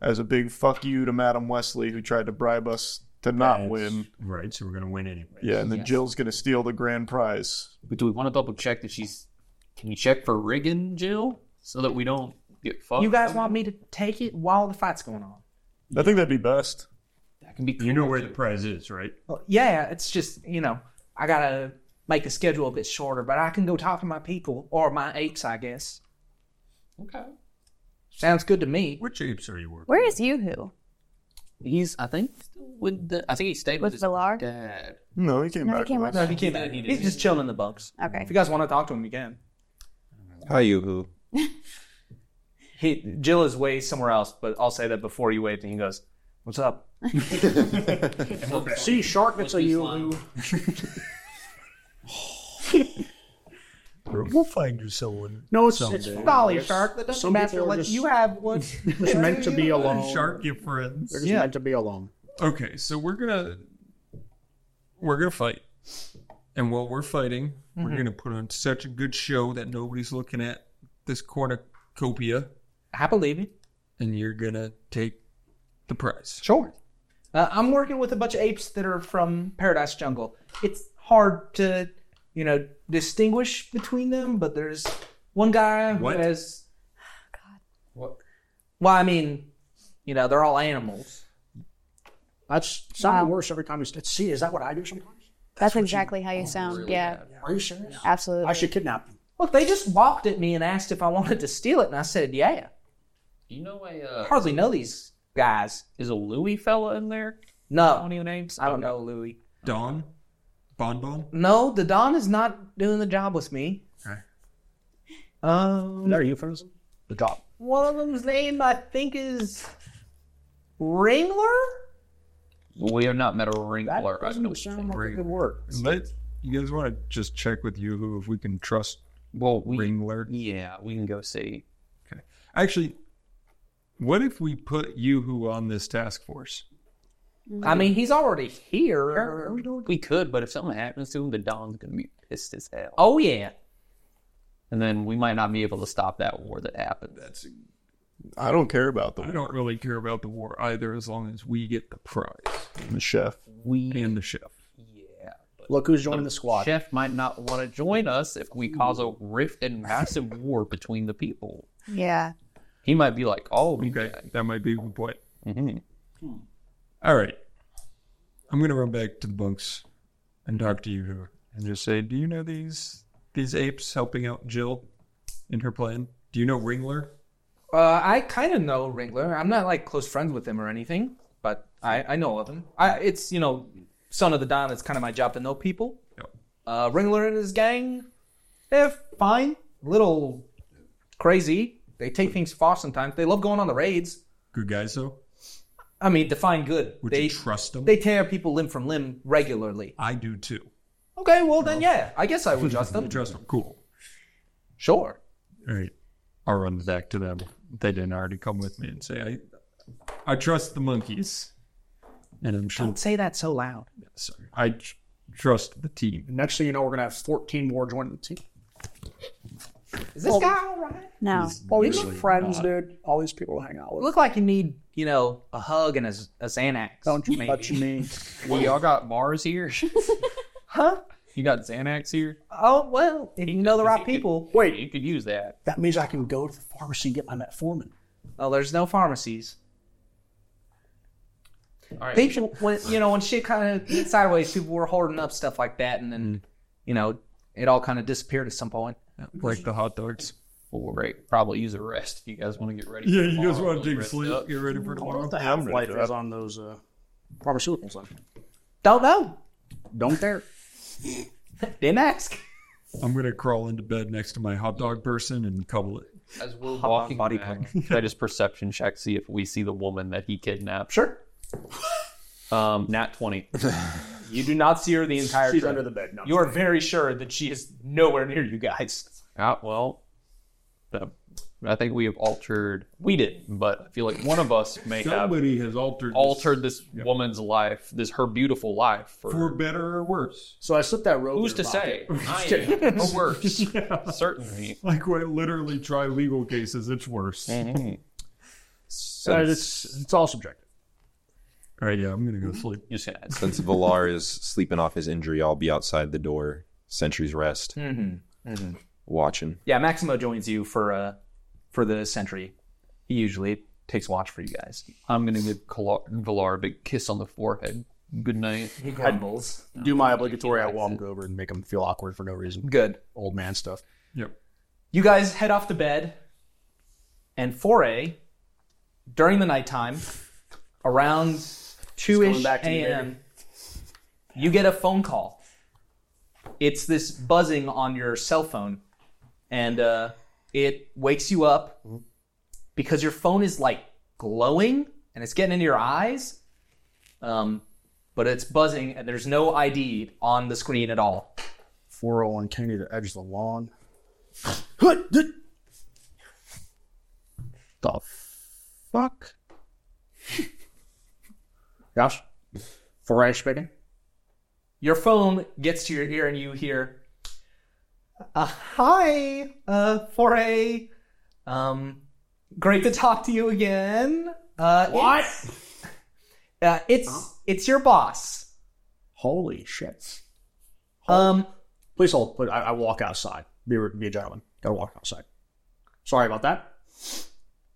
[SPEAKER 7] as a big fuck you to Madam Wesley who tried to bribe us to not
[SPEAKER 3] That's
[SPEAKER 7] win.
[SPEAKER 3] Right, so we're gonna win anyway.
[SPEAKER 7] Yeah, and then
[SPEAKER 4] Yes.
[SPEAKER 7] Jill's gonna steal the grand prize.
[SPEAKER 4] But do we want to double check that she's? Can you check for rigging, Jill, so that we don't get fucked?
[SPEAKER 12] You guys want me to take it while the fight's going on?
[SPEAKER 7] I think that'd be best.
[SPEAKER 4] That can be.
[SPEAKER 3] You know where the prize is, right?
[SPEAKER 12] Well, yeah, it's just you know I gotta make the schedule a bit shorter, but I can go talk to my people or my apes, I guess.
[SPEAKER 4] Okay.
[SPEAKER 12] Sounds good to me.
[SPEAKER 3] Which apes are you working?
[SPEAKER 8] Where is Yoo-Hoo?
[SPEAKER 4] He's, I think, with the. I think he stayed with, his
[SPEAKER 8] Villar?
[SPEAKER 4] dad.
[SPEAKER 7] No, he came
[SPEAKER 8] No, he
[SPEAKER 7] back.
[SPEAKER 8] came
[SPEAKER 7] with
[SPEAKER 8] with
[SPEAKER 7] us.
[SPEAKER 8] us. No, he
[SPEAKER 1] came back. He's just chilling in the bunks.
[SPEAKER 8] Okay.
[SPEAKER 1] If you guys want to talk to him, you can.
[SPEAKER 5] Hi, Yoo-hoo.
[SPEAKER 1] He, Jill is way somewhere else, but I'll say that before you waved, and he goes, "What's up?"
[SPEAKER 11] See, shark that's a you.
[SPEAKER 10] We'll find you someone.
[SPEAKER 11] No, it's,
[SPEAKER 10] someday.
[SPEAKER 11] it's
[SPEAKER 12] Dolly Shark, the Dungeon
[SPEAKER 11] Some
[SPEAKER 12] Master
[SPEAKER 11] people are
[SPEAKER 12] lets
[SPEAKER 11] just-
[SPEAKER 12] you have what
[SPEAKER 11] It's meant to be alone.
[SPEAKER 3] Shark your friends.
[SPEAKER 11] They're just meant to be alone.
[SPEAKER 3] Okay, so we're gonna we're gonna fight, and while we're fighting, we're
[SPEAKER 1] Mhm.
[SPEAKER 3] gonna put on such a good show that nobody's looking at this cornucopia,
[SPEAKER 1] I believe you.
[SPEAKER 3] and you're gonna take the prize.
[SPEAKER 12] Sure.
[SPEAKER 1] Uh, I'm working with a bunch of apes that are from Paradise Jungle. It's hard to, you know, distinguish between them, but there's one guy
[SPEAKER 12] What?
[SPEAKER 1] who has.
[SPEAKER 4] What?
[SPEAKER 1] Well, I mean, you know, they're all animals.
[SPEAKER 11] That's
[SPEAKER 12] Um,
[SPEAKER 11] sounding worse every time you st- see. Is that what I do sometimes?
[SPEAKER 8] That's, exactly how you sound. yeah.
[SPEAKER 11] Are you serious?
[SPEAKER 8] Absolutely.
[SPEAKER 11] I should kidnap you.
[SPEAKER 1] Look, they just walked at me and asked if I wanted to steal it, and I said, yeah.
[SPEAKER 4] You know a uh,
[SPEAKER 1] Hardly know these guys.
[SPEAKER 4] Is a Louis fella in there?
[SPEAKER 1] No.
[SPEAKER 4] Any names?
[SPEAKER 1] I don't know Louis.
[SPEAKER 3] Don, Bon Bon.
[SPEAKER 1] No, the Don is not doing the job with me.
[SPEAKER 3] Okay.
[SPEAKER 1] Um,
[SPEAKER 11] Are you from the job?
[SPEAKER 1] One of them's name, I think, is Ringler.
[SPEAKER 4] We have not met a wrinkler. I don't think.
[SPEAKER 3] Good work. you guys want to just check with Yoo-hoo if we can trust
[SPEAKER 4] well we,
[SPEAKER 3] Ringler?
[SPEAKER 4] Yeah, we can go see.
[SPEAKER 3] Okay. Actually, what if we put Yoo-hoo on this task force?
[SPEAKER 1] I mean, he's already here.
[SPEAKER 4] We could, but if something happens to him, the Don's gonna be pissed as hell.
[SPEAKER 1] Oh yeah.
[SPEAKER 4] And then we might not be able to stop that war that happened.
[SPEAKER 3] That's
[SPEAKER 7] I don't care about the
[SPEAKER 3] I don't really care about the war either, as long as we get the prize
[SPEAKER 7] the chef.
[SPEAKER 4] We
[SPEAKER 3] and the chef.
[SPEAKER 11] Look who's joining the squad.
[SPEAKER 4] Chef might not want to join us if we cause a rift and massive war between the people.
[SPEAKER 8] Yeah.
[SPEAKER 4] He might be like, "Oh,
[SPEAKER 3] Okay, that might be the point.
[SPEAKER 1] Mm-hmm.
[SPEAKER 3] Hmm.
[SPEAKER 4] mhm.
[SPEAKER 3] All right, I'm gonna run back to the bunks and talk to you and just say, do you know these these apes helping out Jill in her plan? Do you know Ringler?
[SPEAKER 1] Uh, I kind of know Ringler. I'm not like close friends with him or anything, but I, I know of him. I it's you know, son of the Don. It's kind of my job to know people.
[SPEAKER 3] Yep.
[SPEAKER 1] Uh, Ringler and his gang, they're fine. Little crazy. They take things far sometimes. They love going on the raids.
[SPEAKER 3] Good guys though.
[SPEAKER 1] I mean, define good.
[SPEAKER 3] Would
[SPEAKER 1] they
[SPEAKER 3] you trust them?
[SPEAKER 1] they tear people limb from limb regularly.
[SPEAKER 3] I do too.
[SPEAKER 1] Okay, well then, yeah, I guess I would trust them.
[SPEAKER 3] Trust them. Cool.
[SPEAKER 1] Sure.
[SPEAKER 3] All right. I'll run back to them. They didn't already come with me and say, I, I trust the monkeys. And I'm sure
[SPEAKER 8] Don't say that so loud.
[SPEAKER 3] sorry. I tr- trust the team.
[SPEAKER 2] Next thing you know, we're gonna have 14 more joining the team.
[SPEAKER 8] Is this guy all right?
[SPEAKER 13] No.
[SPEAKER 2] Well, these
[SPEAKER 8] Usually
[SPEAKER 2] friends,
[SPEAKER 8] not.
[SPEAKER 2] dude. All these people to hang out with.
[SPEAKER 8] Look like you need, you know, a hug and a, a Xanax. Don't you touch
[SPEAKER 2] me.
[SPEAKER 4] Well, y'all got bars here?
[SPEAKER 8] huh?
[SPEAKER 4] You got Xanax here?
[SPEAKER 8] Oh well, if you know the right people.
[SPEAKER 2] Wait,
[SPEAKER 4] you could use that.
[SPEAKER 2] That means I can go to the pharmacy and get my metformin.
[SPEAKER 8] Oh, there's no pharmacies.
[SPEAKER 4] All right.
[SPEAKER 8] People, when you know, when shit kind of went sideways, people were hoarding up stuff like that, and then you know, it all kind of disappeared at some point.
[SPEAKER 3] Like the hot dogs.
[SPEAKER 4] Well, right. Probably use a rest if you guys want to get ready.
[SPEAKER 3] Yeah,
[SPEAKER 4] for
[SPEAKER 3] you guys
[SPEAKER 4] tomorrow.
[SPEAKER 3] want to take a
[SPEAKER 4] Rest
[SPEAKER 3] sleep,
[SPEAKER 4] up.
[SPEAKER 3] get ready for tomorrow.
[SPEAKER 2] What the half life is on those uh, pharmaceuticals? Then?
[SPEAKER 8] Don't know.
[SPEAKER 2] Don't dare.
[SPEAKER 8] Didn't ask.
[SPEAKER 3] I'm going to crawl into bed next to my hot dog person and cuddle it.
[SPEAKER 4] As we're
[SPEAKER 3] Hot
[SPEAKER 4] walking
[SPEAKER 3] body
[SPEAKER 4] back, can I just perception check, see if we see the woman that he kidnapped?
[SPEAKER 2] Sure.
[SPEAKER 4] Um, nat 20.
[SPEAKER 1] You do not see her the entire
[SPEAKER 4] She's
[SPEAKER 1] trip.
[SPEAKER 4] under the bed, no, I'm
[SPEAKER 1] you are very sure that she is nowhere near you guys.
[SPEAKER 4] Ah, well, the, I think we have altered. We did, but I feel like one of us may
[SPEAKER 3] Somebody
[SPEAKER 4] have
[SPEAKER 3] has altered
[SPEAKER 4] altered this woman's life, this her beautiful life. For,
[SPEAKER 3] for better or worse.
[SPEAKER 2] So I slipped that rope.
[SPEAKER 4] who's to say? I am. Or worse, certainly.
[SPEAKER 3] Like when literally try legal cases, it's worse.
[SPEAKER 2] So it's, it's all subjective.
[SPEAKER 3] All right, yeah, I'm gonna go sleep.
[SPEAKER 4] Just gonna
[SPEAKER 5] Since Valar is sleeping off his injury, I'll be outside the door, sentry's rest,
[SPEAKER 1] Mm-hmm. Mm-hmm.
[SPEAKER 5] watching.
[SPEAKER 1] Yeah, Maximo joins you for uh for the sentry. He usually takes watch for you guys.
[SPEAKER 4] I'm gonna give Kalar- Valar a big kiss on the forehead. Good night.
[SPEAKER 1] He grumbles.
[SPEAKER 2] do my obligatory. I walk over and make them feel awkward for no reason.
[SPEAKER 1] Good.
[SPEAKER 2] Old man stuff.
[SPEAKER 3] Yep.
[SPEAKER 1] You guys head off to bed, and Foray, during the nighttime, around two
[SPEAKER 8] going
[SPEAKER 1] ish
[SPEAKER 8] back to you,
[SPEAKER 1] a.m., you get a phone call. It's this buzzing on your cell phone, and uh, it wakes you up because your phone is like glowing and it's getting into your eyes. Um, but it's buzzing, and there's no ID on the screen at all.
[SPEAKER 2] 401 Kennedy to edge the lawn. the fuck? Josh? Foray speaking?
[SPEAKER 1] Your phone gets to your ear and you hear, uh, "Hi, uh, Foray. Um, great to talk to you again. Uh, what? It's, uh, it's it's your boss.
[SPEAKER 2] Holy shit.
[SPEAKER 1] Um,
[SPEAKER 2] Please hold. But I, I walk outside. Be, a- be a gentleman. Gotta walk outside. Sorry about that.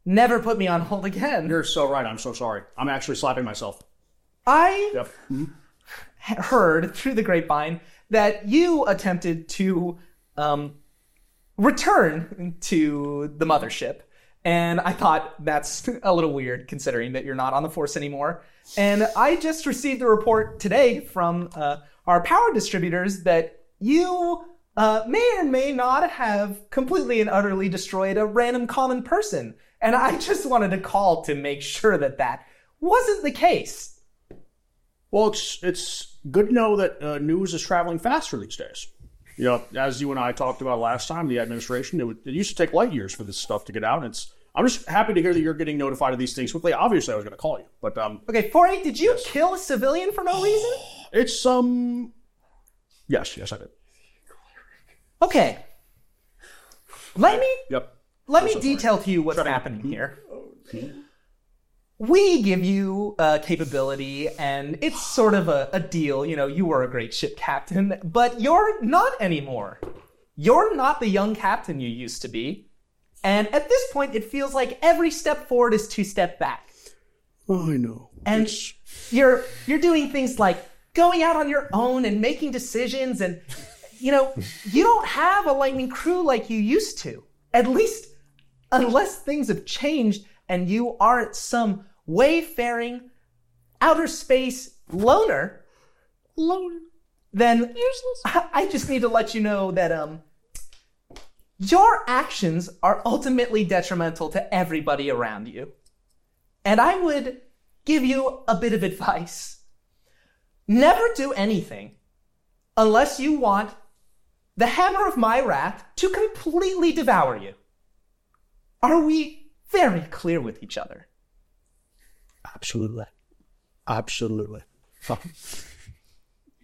[SPEAKER 1] Never put me on hold again.
[SPEAKER 2] You're so right. I'm so sorry. I'm actually slapping myself.
[SPEAKER 1] I
[SPEAKER 2] Yep. Mhm.
[SPEAKER 1] h- heard through the grapevine that you attempted to um, return to the mothership. And I thought that's a little weird considering that you're not on the force anymore. And I just received a report today from uh, our power distributors that you uh, may or may not have completely and utterly destroyed a random common person. And I just wanted to call to make sure that that wasn't the case.
[SPEAKER 2] Well, it's it's good to know that uh, news is traveling faster these days. You know, as you and I talked about last time, the administration it, would, it used to take light years for this stuff to get out. And it's I'm just happy to hear that you're getting notified of these things quickly. Obviously, I was going to call you, but um,
[SPEAKER 1] Okay, Foray, did you kill a civilian for no reason?
[SPEAKER 2] it's um, yes, yes, I did.
[SPEAKER 1] Okay. Let me
[SPEAKER 2] Yep.
[SPEAKER 1] let me detail to you what's happening here. We give you a capability, and it's sort of a, a deal. You know, you were a great ship captain, but you're not anymore. You're not the young captain you used to be. And at this point, it feels like every step forward is two step back.
[SPEAKER 2] Oh, I know.
[SPEAKER 1] and you're you're doing things like going out on your own and making decisions and you know you don't have a lightning crew like you used to at least unless things have changed and you aren't some wayfaring outer space loner loner then I, I just need to let you know that um your actions are ultimately detrimental to everybody around you and i would give you a bit of advice. Never do anything unless you want the hammer of my wrath to completely devour you. Are we very clear with each other?
[SPEAKER 2] Absolutely. Absolutely. Fuck.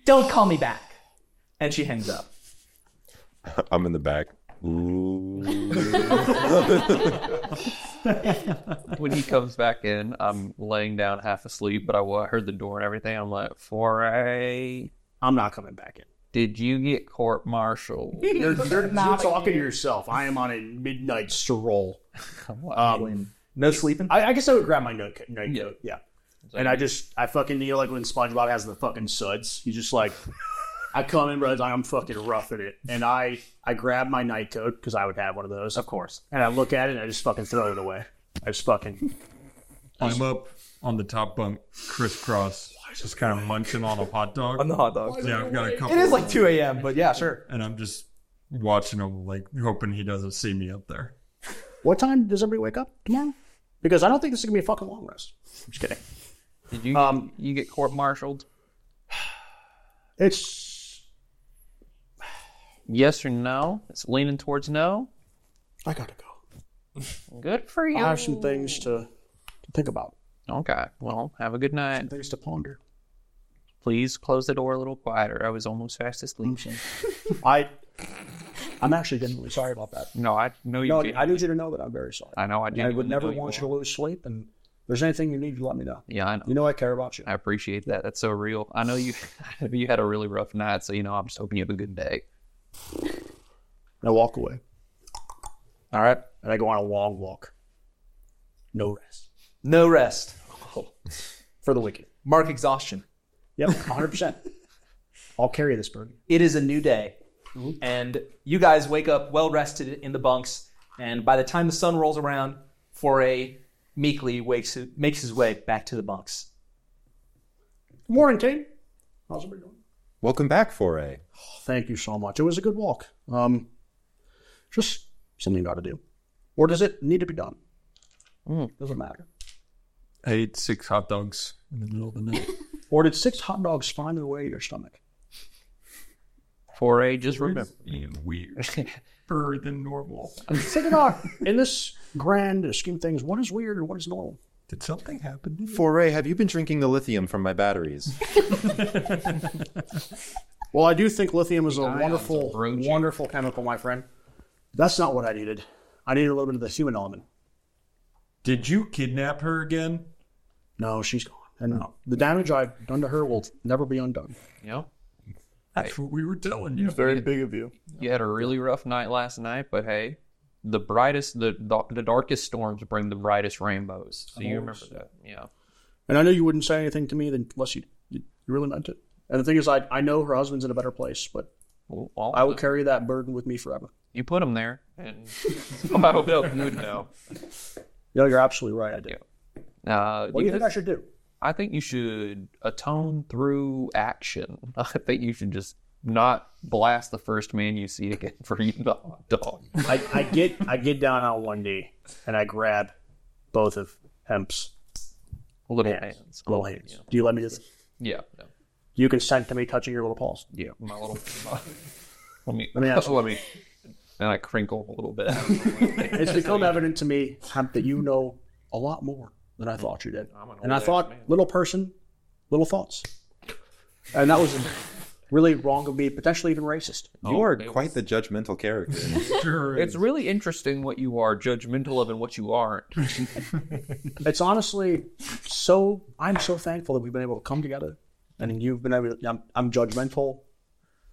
[SPEAKER 1] Don't call me back. And she hangs up.
[SPEAKER 5] I'm in the back. Ooh.
[SPEAKER 4] when he comes back in, I'm laying down half asleep, but I wa- heard the door and everything. I'm like, for a.
[SPEAKER 2] I'm not coming back in.
[SPEAKER 4] Did you get court martialed?
[SPEAKER 2] You're, you're, you're talking to yourself. I am on a midnight stroll. Um,
[SPEAKER 1] no sleeping.
[SPEAKER 2] I, I guess I would grab my note, note yeah. yeah. And I just, I fucking, you know, like when SpongeBob has the fucking suds. He's just like, I come in, bro. I'm fucking roughing it, and I, I grab my night coat because I would have one of those, of course. And I look at it, and I just fucking throw it away. I just fucking.
[SPEAKER 3] I'm up on the top bunk, crisscross, just kind of munching on a hot dog.
[SPEAKER 1] On the hot dog.
[SPEAKER 3] Yeah, I've got a couple.
[SPEAKER 1] It is like 2 a.m., but yeah, sure.
[SPEAKER 3] And I'm just watching him, like hoping he doesn't see me up there.
[SPEAKER 2] What time does everybody wake up tomorrow? Because I don't think this is gonna be a fucking long rest. I'm just kidding.
[SPEAKER 4] Did you you get court martialed?
[SPEAKER 2] It's
[SPEAKER 4] yes or no. It's leaning towards no.
[SPEAKER 2] I gotta
[SPEAKER 4] go. Good for you.
[SPEAKER 2] I have some things to, to think about.
[SPEAKER 4] Okay. Well, have a good night.
[SPEAKER 2] Things to ponder.
[SPEAKER 4] Please close the door a little quieter. I was almost fast asleep.
[SPEAKER 2] Mm. I, I'm actually genuinely sorry about that.
[SPEAKER 4] No, I know you.
[SPEAKER 2] No,
[SPEAKER 4] didn't.
[SPEAKER 2] I need you to know that I'm very sorry.
[SPEAKER 4] I know I
[SPEAKER 2] And I
[SPEAKER 4] genuinely
[SPEAKER 2] would never
[SPEAKER 4] know you
[SPEAKER 2] want you to lose sleep. And if there's anything you need, you let me know.
[SPEAKER 4] Yeah, I know.
[SPEAKER 2] You know I care about you.
[SPEAKER 4] I appreciate that. That's so real. I know you. you had a really rough night, so you know I'm just hoping you have a good day.
[SPEAKER 2] And I walk away.
[SPEAKER 4] All right.
[SPEAKER 2] And I go on a long walk. No rest.
[SPEAKER 1] No rest.
[SPEAKER 2] For the wicked.
[SPEAKER 1] Mark exhaustion.
[SPEAKER 2] Yep, 100%. I'll carry this burden.
[SPEAKER 1] It is a new day.
[SPEAKER 2] Mm-hmm.
[SPEAKER 1] And you guys wake up well rested in the bunks. And by the time the sun rolls around, Foray meekly wakes, makes his way back to the bunks.
[SPEAKER 2] Warranty. How's everybody doing?
[SPEAKER 5] Welcome back, Foray.
[SPEAKER 2] Thank you so much. It was a good walk. Um, just something you got to do. Or does it need to be done? Doesn't matter.
[SPEAKER 3] I ate six hot dogs in the middle of the night.
[SPEAKER 2] Or did six hot dogs find their way to your stomach?
[SPEAKER 4] Foray, just remember.
[SPEAKER 3] Weird. Further than normal.
[SPEAKER 2] Six hot In this grand scheme of things, what is weird and what is normal?
[SPEAKER 3] Did something happen?
[SPEAKER 5] Foray, have you been drinking the lithium from my batteries?
[SPEAKER 2] Well, I do think lithium is a wonderful, wonderful chemical, my friend. That's not what I needed. I needed a little bit of the human element.
[SPEAKER 3] Did you kidnap her again?
[SPEAKER 2] No, she's gone. And no, the damage I've done to her will never be undone.
[SPEAKER 4] You know,
[SPEAKER 3] That's what we were telling you.
[SPEAKER 7] Very big of you.
[SPEAKER 4] you had a really rough night last night, but hey, the brightest, the the, the darkest storms bring the brightest rainbows. So
[SPEAKER 2] Oh,
[SPEAKER 4] you remember that, yeah.
[SPEAKER 2] And I know you wouldn't say anything to me then unless you you really meant it. And the thing is, I, I know her husband's in a better place, but
[SPEAKER 4] Well, all
[SPEAKER 2] I will carry that burden with me forever.
[SPEAKER 4] you put him there, and I hope you would know.
[SPEAKER 2] Yeah, you're absolutely right. I do.
[SPEAKER 4] Uh,
[SPEAKER 2] What do you think I
[SPEAKER 4] because
[SPEAKER 2] should do?
[SPEAKER 4] I think you should atone through action. I think you should just not blast the first man you see again for eating the hot dog.
[SPEAKER 2] I, I get I get down on one knee and I grab both of Hemp's
[SPEAKER 4] Little hands.
[SPEAKER 2] little hands. Do you let me just?
[SPEAKER 4] Yeah. no.
[SPEAKER 2] You consent to me touching your little paws?
[SPEAKER 4] Yeah. My little. my- let me.
[SPEAKER 2] Let me ask you.
[SPEAKER 4] let me. And I crinkle a little bit.
[SPEAKER 2] it's become evident to me, Hemp, that you know a lot more than I thought you did. And I thought, little person, little thoughts. And that was really wrong of me, potentially even racist.
[SPEAKER 5] You are quite the judgmental character.
[SPEAKER 3] Sure.
[SPEAKER 4] It's really interesting what you are judgmental of and what you aren't.
[SPEAKER 2] It's honestly so, I'm so thankful that we've been able to come together. And you've been able to, I'm, I'm judgmental,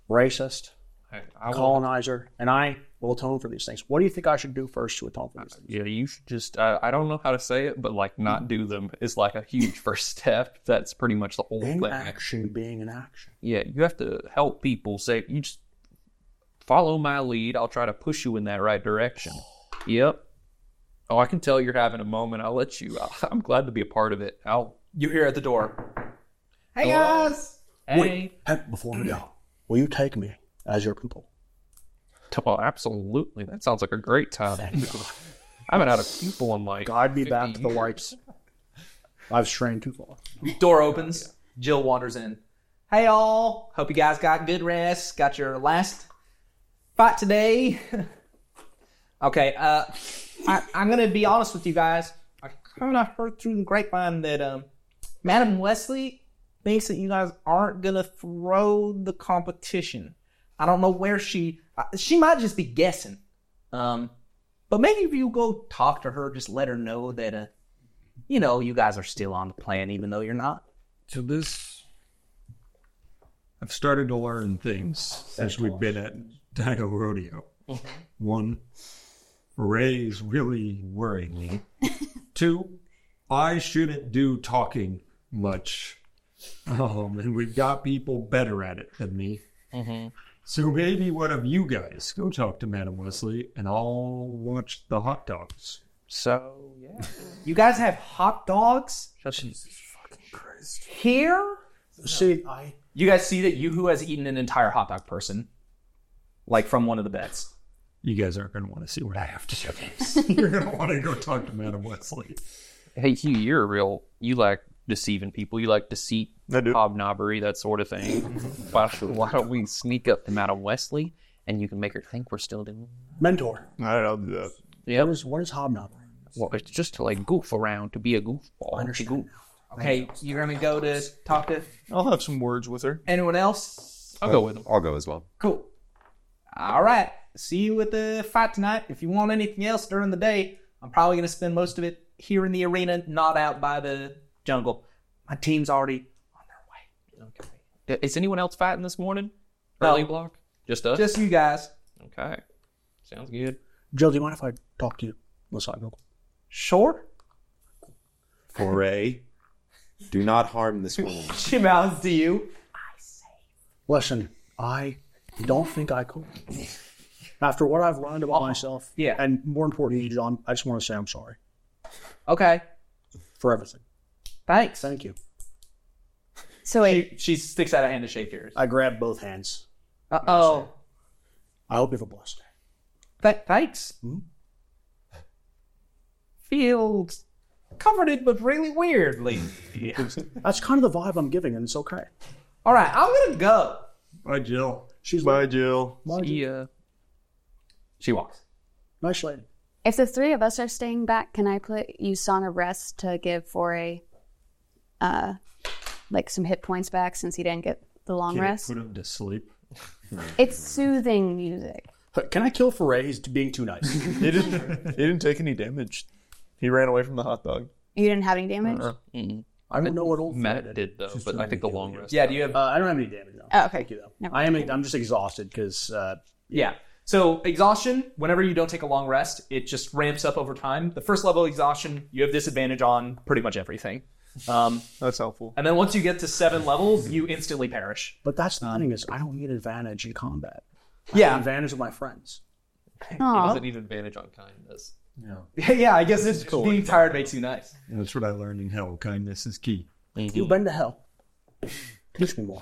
[SPEAKER 2] racist,
[SPEAKER 4] I, I
[SPEAKER 2] Oh.
[SPEAKER 4] will-
[SPEAKER 2] colonizer, and I will atone for these things. What do you think I should do first to atone for these things?
[SPEAKER 4] Yeah, you should just, I I don't know how to say it, but like not do them is like a huge first step. That's pretty much the whole thing.
[SPEAKER 2] Action being an action.
[SPEAKER 4] Yeah, you have to help people say, you just follow my lead. I'll try to push you in that right direction. Yep. Oh, I can tell you're having a moment. I'll let you. I- I'm glad to be a part of it. I'll.
[SPEAKER 1] You hear at the door.
[SPEAKER 12] Hey guys.
[SPEAKER 4] Hey.
[SPEAKER 2] Hemp, before we go, will you take me as your pupil?
[SPEAKER 4] Oh, absolutely. That sounds like a great time. I haven't had a pupil in like.
[SPEAKER 2] God be back to the lights. I've strained too far.
[SPEAKER 1] Door opens. Jill wanders in. Hey, all. Hope you guys got good rest. Got your last fight today. okay, uh, I, I'm gonna be honest with you guys. I kind of heard through the grapevine that um, Madam Wesley thinks that you guys aren't gonna throw the competition. I don't know where she. I- She might just be guessing. Um, but maybe if you go talk to her, just let her know that uh, you know, you guys are still on the plan, even though you're not.
[SPEAKER 3] So this, I've started to learn things as we've been at Dino Rodeo.
[SPEAKER 1] Mhm.
[SPEAKER 3] One, Ray is really worrying me. Two, I shouldn't do talking much. Um, and we've got people better at it than me. So maybe one of you guys go talk to Madam Wesley, and I'll watch the hot dogs.
[SPEAKER 4] So yeah,
[SPEAKER 1] you guys have hot dogs.
[SPEAKER 4] Jesus
[SPEAKER 1] fucking Christ! Here,
[SPEAKER 11] see, I
[SPEAKER 1] you guys see that you who has eaten an entire hot dog person, like from one of the beds.
[SPEAKER 3] You guys aren't going to want to see what I have to do. You're going to want to go talk to Madam Wesley.
[SPEAKER 4] Hey Hugh, you're a real. You like deceiving people. You like deceit, hobnobbery, that sort of thing. why, why don't we sneak up to Madam Wesley and you can make her think we're still doing?
[SPEAKER 11] mentor.
[SPEAKER 4] I don't know, I'll do that. Yeah. What is what is hobnobbery? Well, it's just to like goof around, to be a goofball. I understand.
[SPEAKER 1] Okay, you're gonna go to talk to
[SPEAKER 7] I'll have some words with her.
[SPEAKER 1] anyone else.
[SPEAKER 5] him. I'll go as well.
[SPEAKER 1] Cool. All right. See you at the fight tonight. If you want anything else during the day, I'm probably going to spend most of it here in the arena, not out by the jungle. My team's already
[SPEAKER 4] Is anyone else fighting this morning?
[SPEAKER 1] No.
[SPEAKER 4] Early block? Just us?
[SPEAKER 1] Just you guys.
[SPEAKER 4] Okay. Sounds good.
[SPEAKER 11] Joe, do you mind if I talk to you? Let's talk real quick.
[SPEAKER 1] Sure.
[SPEAKER 5] Foray, do not harm this woman.
[SPEAKER 1] She mouths to you.
[SPEAKER 11] Listen, I don't think I could. After what I've learned about myself,
[SPEAKER 1] yeah,
[SPEAKER 11] and more importantly, John, I just want to say I'm sorry
[SPEAKER 1] Okay.
[SPEAKER 11] for everything.
[SPEAKER 1] Thanks.
[SPEAKER 11] Thank you.
[SPEAKER 8] So
[SPEAKER 1] wait. She, she sticks out a hand to shake yours.
[SPEAKER 11] I grab both hands.
[SPEAKER 1] Uh oh.
[SPEAKER 11] I hope you have a blessed day.
[SPEAKER 1] Th- thanks. Feels comforted, but really weirdly.
[SPEAKER 11] That's kind of the vibe I'm giving, and it's okay.
[SPEAKER 1] All right, I'm gonna go.
[SPEAKER 3] Bye, Jill.
[SPEAKER 11] She's
[SPEAKER 7] Bye, Jill.
[SPEAKER 4] Yeah. She walks.
[SPEAKER 11] Nice lady.
[SPEAKER 8] If the three of us are staying back, can I put you on a rest to give Foray, uh, like some hit points back since he didn't get the long
[SPEAKER 3] Can it
[SPEAKER 8] rest?
[SPEAKER 3] Put him to sleep.
[SPEAKER 8] It's soothing music.
[SPEAKER 11] Can I kill Foray? He's being too nice.
[SPEAKER 7] he, didn't, he didn't take any damage. He ran away from the hot dog.
[SPEAKER 8] You didn't have any damage.
[SPEAKER 11] I don't know what old
[SPEAKER 4] Matt did though, but I think the long rest.
[SPEAKER 1] Yeah, do you have?
[SPEAKER 11] Uh, I don't have any damage though.
[SPEAKER 8] Oh, okay.
[SPEAKER 11] Thank you though.
[SPEAKER 8] Never
[SPEAKER 11] I am. I'm just exhausted because. Uh,
[SPEAKER 1] Yeah. So exhaustion, whenever you don't take a long rest, it just ramps up over time. The first level of exhaustion, you have disadvantage on pretty much everything. Um,
[SPEAKER 7] That's helpful.
[SPEAKER 1] and then once you get to seven levels, you instantly perish.
[SPEAKER 11] But that's the thing is, I don't need advantage in combat. I
[SPEAKER 1] Yeah.
[SPEAKER 11] have advantage with my friends.
[SPEAKER 4] He
[SPEAKER 1] Aw.
[SPEAKER 8] Oh,
[SPEAKER 4] doesn't need advantage on kindness.
[SPEAKER 3] No.
[SPEAKER 1] yeah, I guess it's
[SPEAKER 3] Cool.
[SPEAKER 1] being tired made too nice.
[SPEAKER 3] That's what I learned in hell. Kindness is key.
[SPEAKER 11] You've been to hell. Teach me more.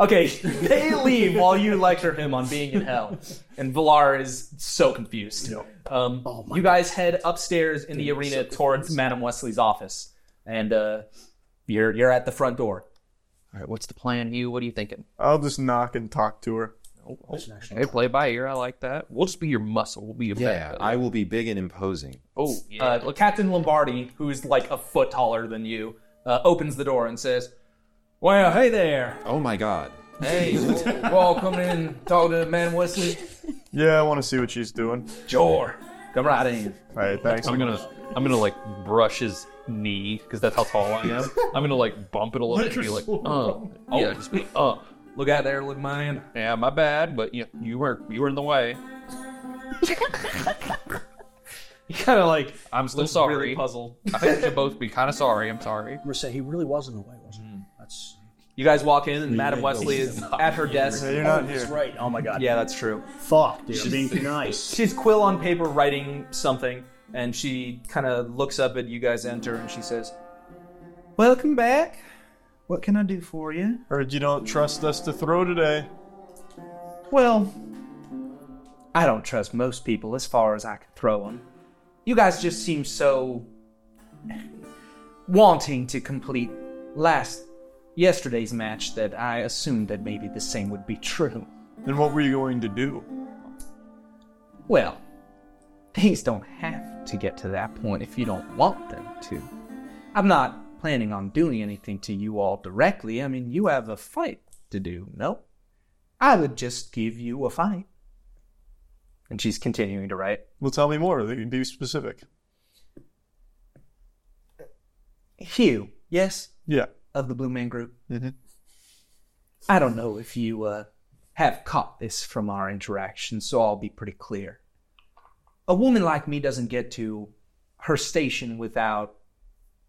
[SPEAKER 1] Okay, they leave while you lecture him on being in hell, and Villar is so confused. Um, you guys head upstairs in the arena towards Madam Wesley's office, and uh, you're you're at the front door.
[SPEAKER 4] All right, what's the plan, Hugh? What are you thinking?
[SPEAKER 7] I'll just knock and talk to her.
[SPEAKER 4] Hey, play by ear. I like that. We'll just be your muscle. We'll be your
[SPEAKER 5] Yeah,
[SPEAKER 4] back.
[SPEAKER 5] I will be big and imposing.
[SPEAKER 4] Oh, yeah.
[SPEAKER 1] Uh, Captain Lombardi, who is like a foot taller than you, uh, opens the door and says, "Well, hey there.
[SPEAKER 5] Oh my god.
[SPEAKER 12] Hey, you all coming in and talk to man Wesley?
[SPEAKER 7] Yeah, I want to see what she's doing.
[SPEAKER 1] Sure. Come right in.
[SPEAKER 7] All right, thanks.
[SPEAKER 4] I'm gonna, I'm gonna like brush his knee because that's how tall I am. I'm gonna like bump it a little bit and be like, oh, yeah, just be, uh.
[SPEAKER 1] Look out there, little man.
[SPEAKER 4] Yeah, my bad, but you, you were, you were in the way.
[SPEAKER 1] you kind of like,
[SPEAKER 4] I'm still sorry.
[SPEAKER 1] really puzzled.
[SPEAKER 4] I think we should both be kind of sorry. I'm sorry.
[SPEAKER 11] I'm gonna say he really was in the way, wasn't he?
[SPEAKER 10] Mm.
[SPEAKER 11] That's
[SPEAKER 1] You guys walk in, and Madam Wesley is at her desk.
[SPEAKER 11] oh, That's right. Oh my god.
[SPEAKER 1] Yeah, that's true.
[SPEAKER 11] Fuck, dude. I'm being too nice.
[SPEAKER 1] She's quill on paper writing something, and she kind of looks up at you guys enter, and she says, "Welcome back. What can I do for you?"
[SPEAKER 7] Heard you don't trust us to throw today.
[SPEAKER 1] Well, I don't trust most people as far as I can throw them. You guys just seem so wanting to complete last yesterday's match that I assumed that maybe the same would be true.
[SPEAKER 7] Then what were you going to do?
[SPEAKER 1] Well, things don't have to get to that point if you don't want them to. I'm not planning on doing anything to you all directly. I mean, you have a fight to do, no? I would just give you a fight. And she's continuing to write.
[SPEAKER 7] Well, tell me more. Be specific.
[SPEAKER 1] Hugh, yes?
[SPEAKER 7] Yeah.
[SPEAKER 1] Of the Blue Man Group.
[SPEAKER 7] Mm-hmm.
[SPEAKER 1] I don't know if you uh, have caught this from our interaction, so I'll be pretty clear. A woman like me doesn't get to her station without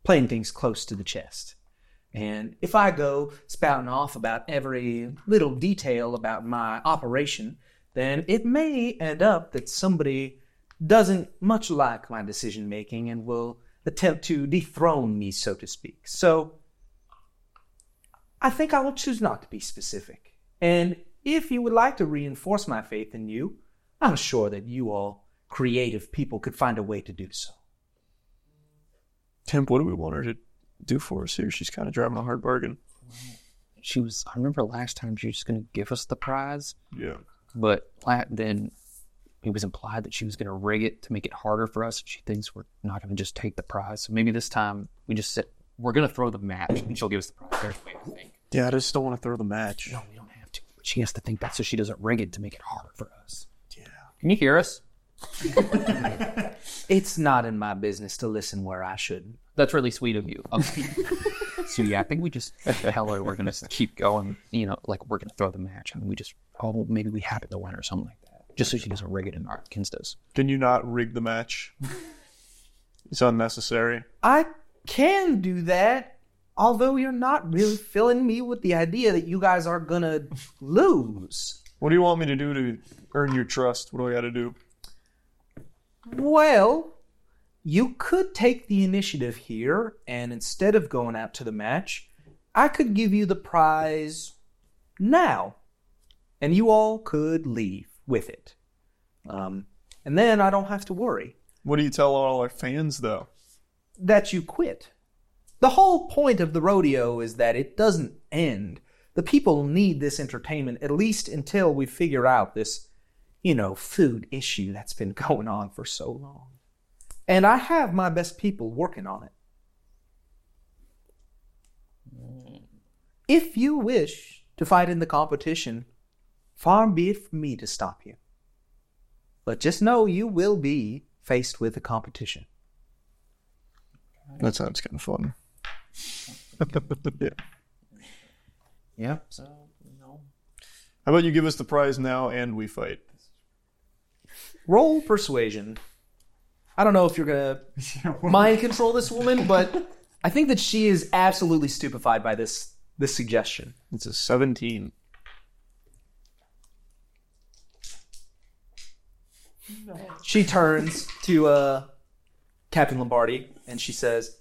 [SPEAKER 1] playing things close to the chest. And if I go spouting off about every little detail about my operation, then it may end up that somebody doesn't much like my decision making and will attempt to dethrone me, so to speak. So I think I will choose not to be specific. And if you would like to reinforce my faith in you, I'm sure that you all creative people could find a way to do so.
[SPEAKER 7] Tim, what do we want her to do for us here? She's kind of driving a hard bargain.
[SPEAKER 1] She was. I remember last time she was going to give us the prize.
[SPEAKER 7] Yeah.
[SPEAKER 4] But la- then it was implied that she was going to rig it to make it harder for us. She thinks we're not going to just take the prize. So maybe this time we just sit. We're going to throw the match, and she'll give us the prize. There's way, I think.
[SPEAKER 7] Yeah, I just don't want to throw the match.
[SPEAKER 4] No, we don't have to. But she has to think that so she doesn't rig it to make it harder for us. Yeah. Can you hear us?
[SPEAKER 1] It's not in my business to listen where I shouldn't.
[SPEAKER 4] That's really sweet of you. Okay. so yeah, I think we just tell her we're gonna keep going. You know, like we're gonna throw the match, and we just oh maybe we happen to win or something like that, just so she doesn't rig it in our against us.
[SPEAKER 7] Can you not rig the match? it's unnecessary.
[SPEAKER 1] I can do that, although you're not really filling me with the idea that you guys are gonna lose.
[SPEAKER 7] What do you want me to do to earn your trust? What do I got to do?
[SPEAKER 1] Well, you could take the initiative here, and instead of going out to the match, I could give you the prize now, and you all could leave with it. Um, and then I don't have to worry
[SPEAKER 7] What do you tell all our fans, though?
[SPEAKER 1] that you quit. The whole point of the rodeo is that it doesn't end. The people need this entertainment at least until we figure out this, you know, food issue that's been going on for so long. And I have my best people working on it. If you wish to fight in the competition, far be it from me to stop you. But just know you will be faced with a competition.
[SPEAKER 7] That sounds kind of fun. yeah.
[SPEAKER 4] Yeah. So no.
[SPEAKER 7] How about you give us the prize now and we fight?
[SPEAKER 1] Roll persuasion. I don't know if you're gonna
[SPEAKER 14] mind control this woman, but I think that she is absolutely stupefied by this this suggestion.
[SPEAKER 7] It's a 17.
[SPEAKER 14] She turns to uh, Captain Lombardi and she says,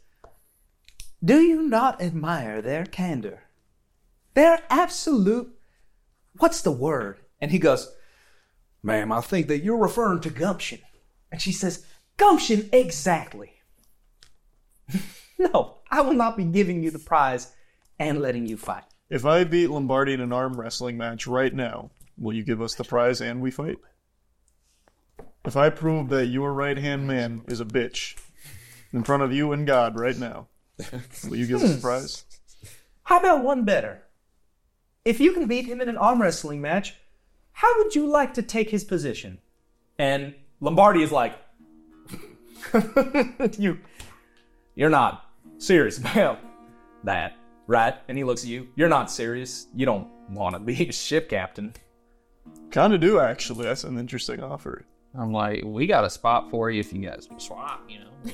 [SPEAKER 1] Do you not admire their candor? Their absolute. What's the word?
[SPEAKER 14] and he goes, "Ma'am, I think that you're referring to gumption."
[SPEAKER 1] And she says, Goshen, exactly. no, I will not be giving you the prize and letting you fight.
[SPEAKER 7] If I beat Lombardi in an arm wrestling match right now, will you give us the prize and we fight? If I prove that your right hand man is a bitch in front of you and God right now, will you give us the prize?
[SPEAKER 1] How about one better? If you can beat him in an arm wrestling match, how would you like to take his position?
[SPEAKER 14] And Lombardi is like, "You, you're not serious about that, right?" And he looks at you. You're not serious. You don't want to be a ship captain.
[SPEAKER 7] Kind of do, actually. That's an interesting offer.
[SPEAKER 4] I'm like, we got a spot for you if you guys swap. You know.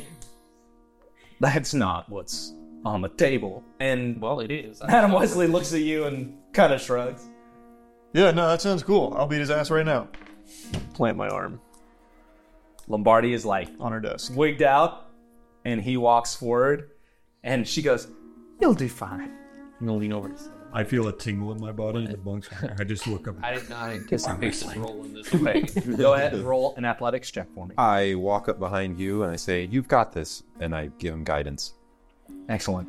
[SPEAKER 14] That's not what's on the table. And
[SPEAKER 4] well, it is.
[SPEAKER 14] Madam Wesley looks at you and kind of shrugs.
[SPEAKER 7] Yeah, no, that sounds cool. I'll beat his ass right now. Plant my arm
[SPEAKER 14] Lombardi is like
[SPEAKER 7] on her desk,
[SPEAKER 14] wigged out, and he walks forward, and she goes,
[SPEAKER 1] "You'll do fine."
[SPEAKER 4] I'm gonna lean over. to
[SPEAKER 3] I feel a tingle in my body. The bunks. I just look up.
[SPEAKER 4] I did not anticipate this rolling this way.
[SPEAKER 14] Wait, go ahead and roll an athletics check for me.
[SPEAKER 5] I walk up behind you and I say, You've got this. And I give him guidance.
[SPEAKER 1] Excellent.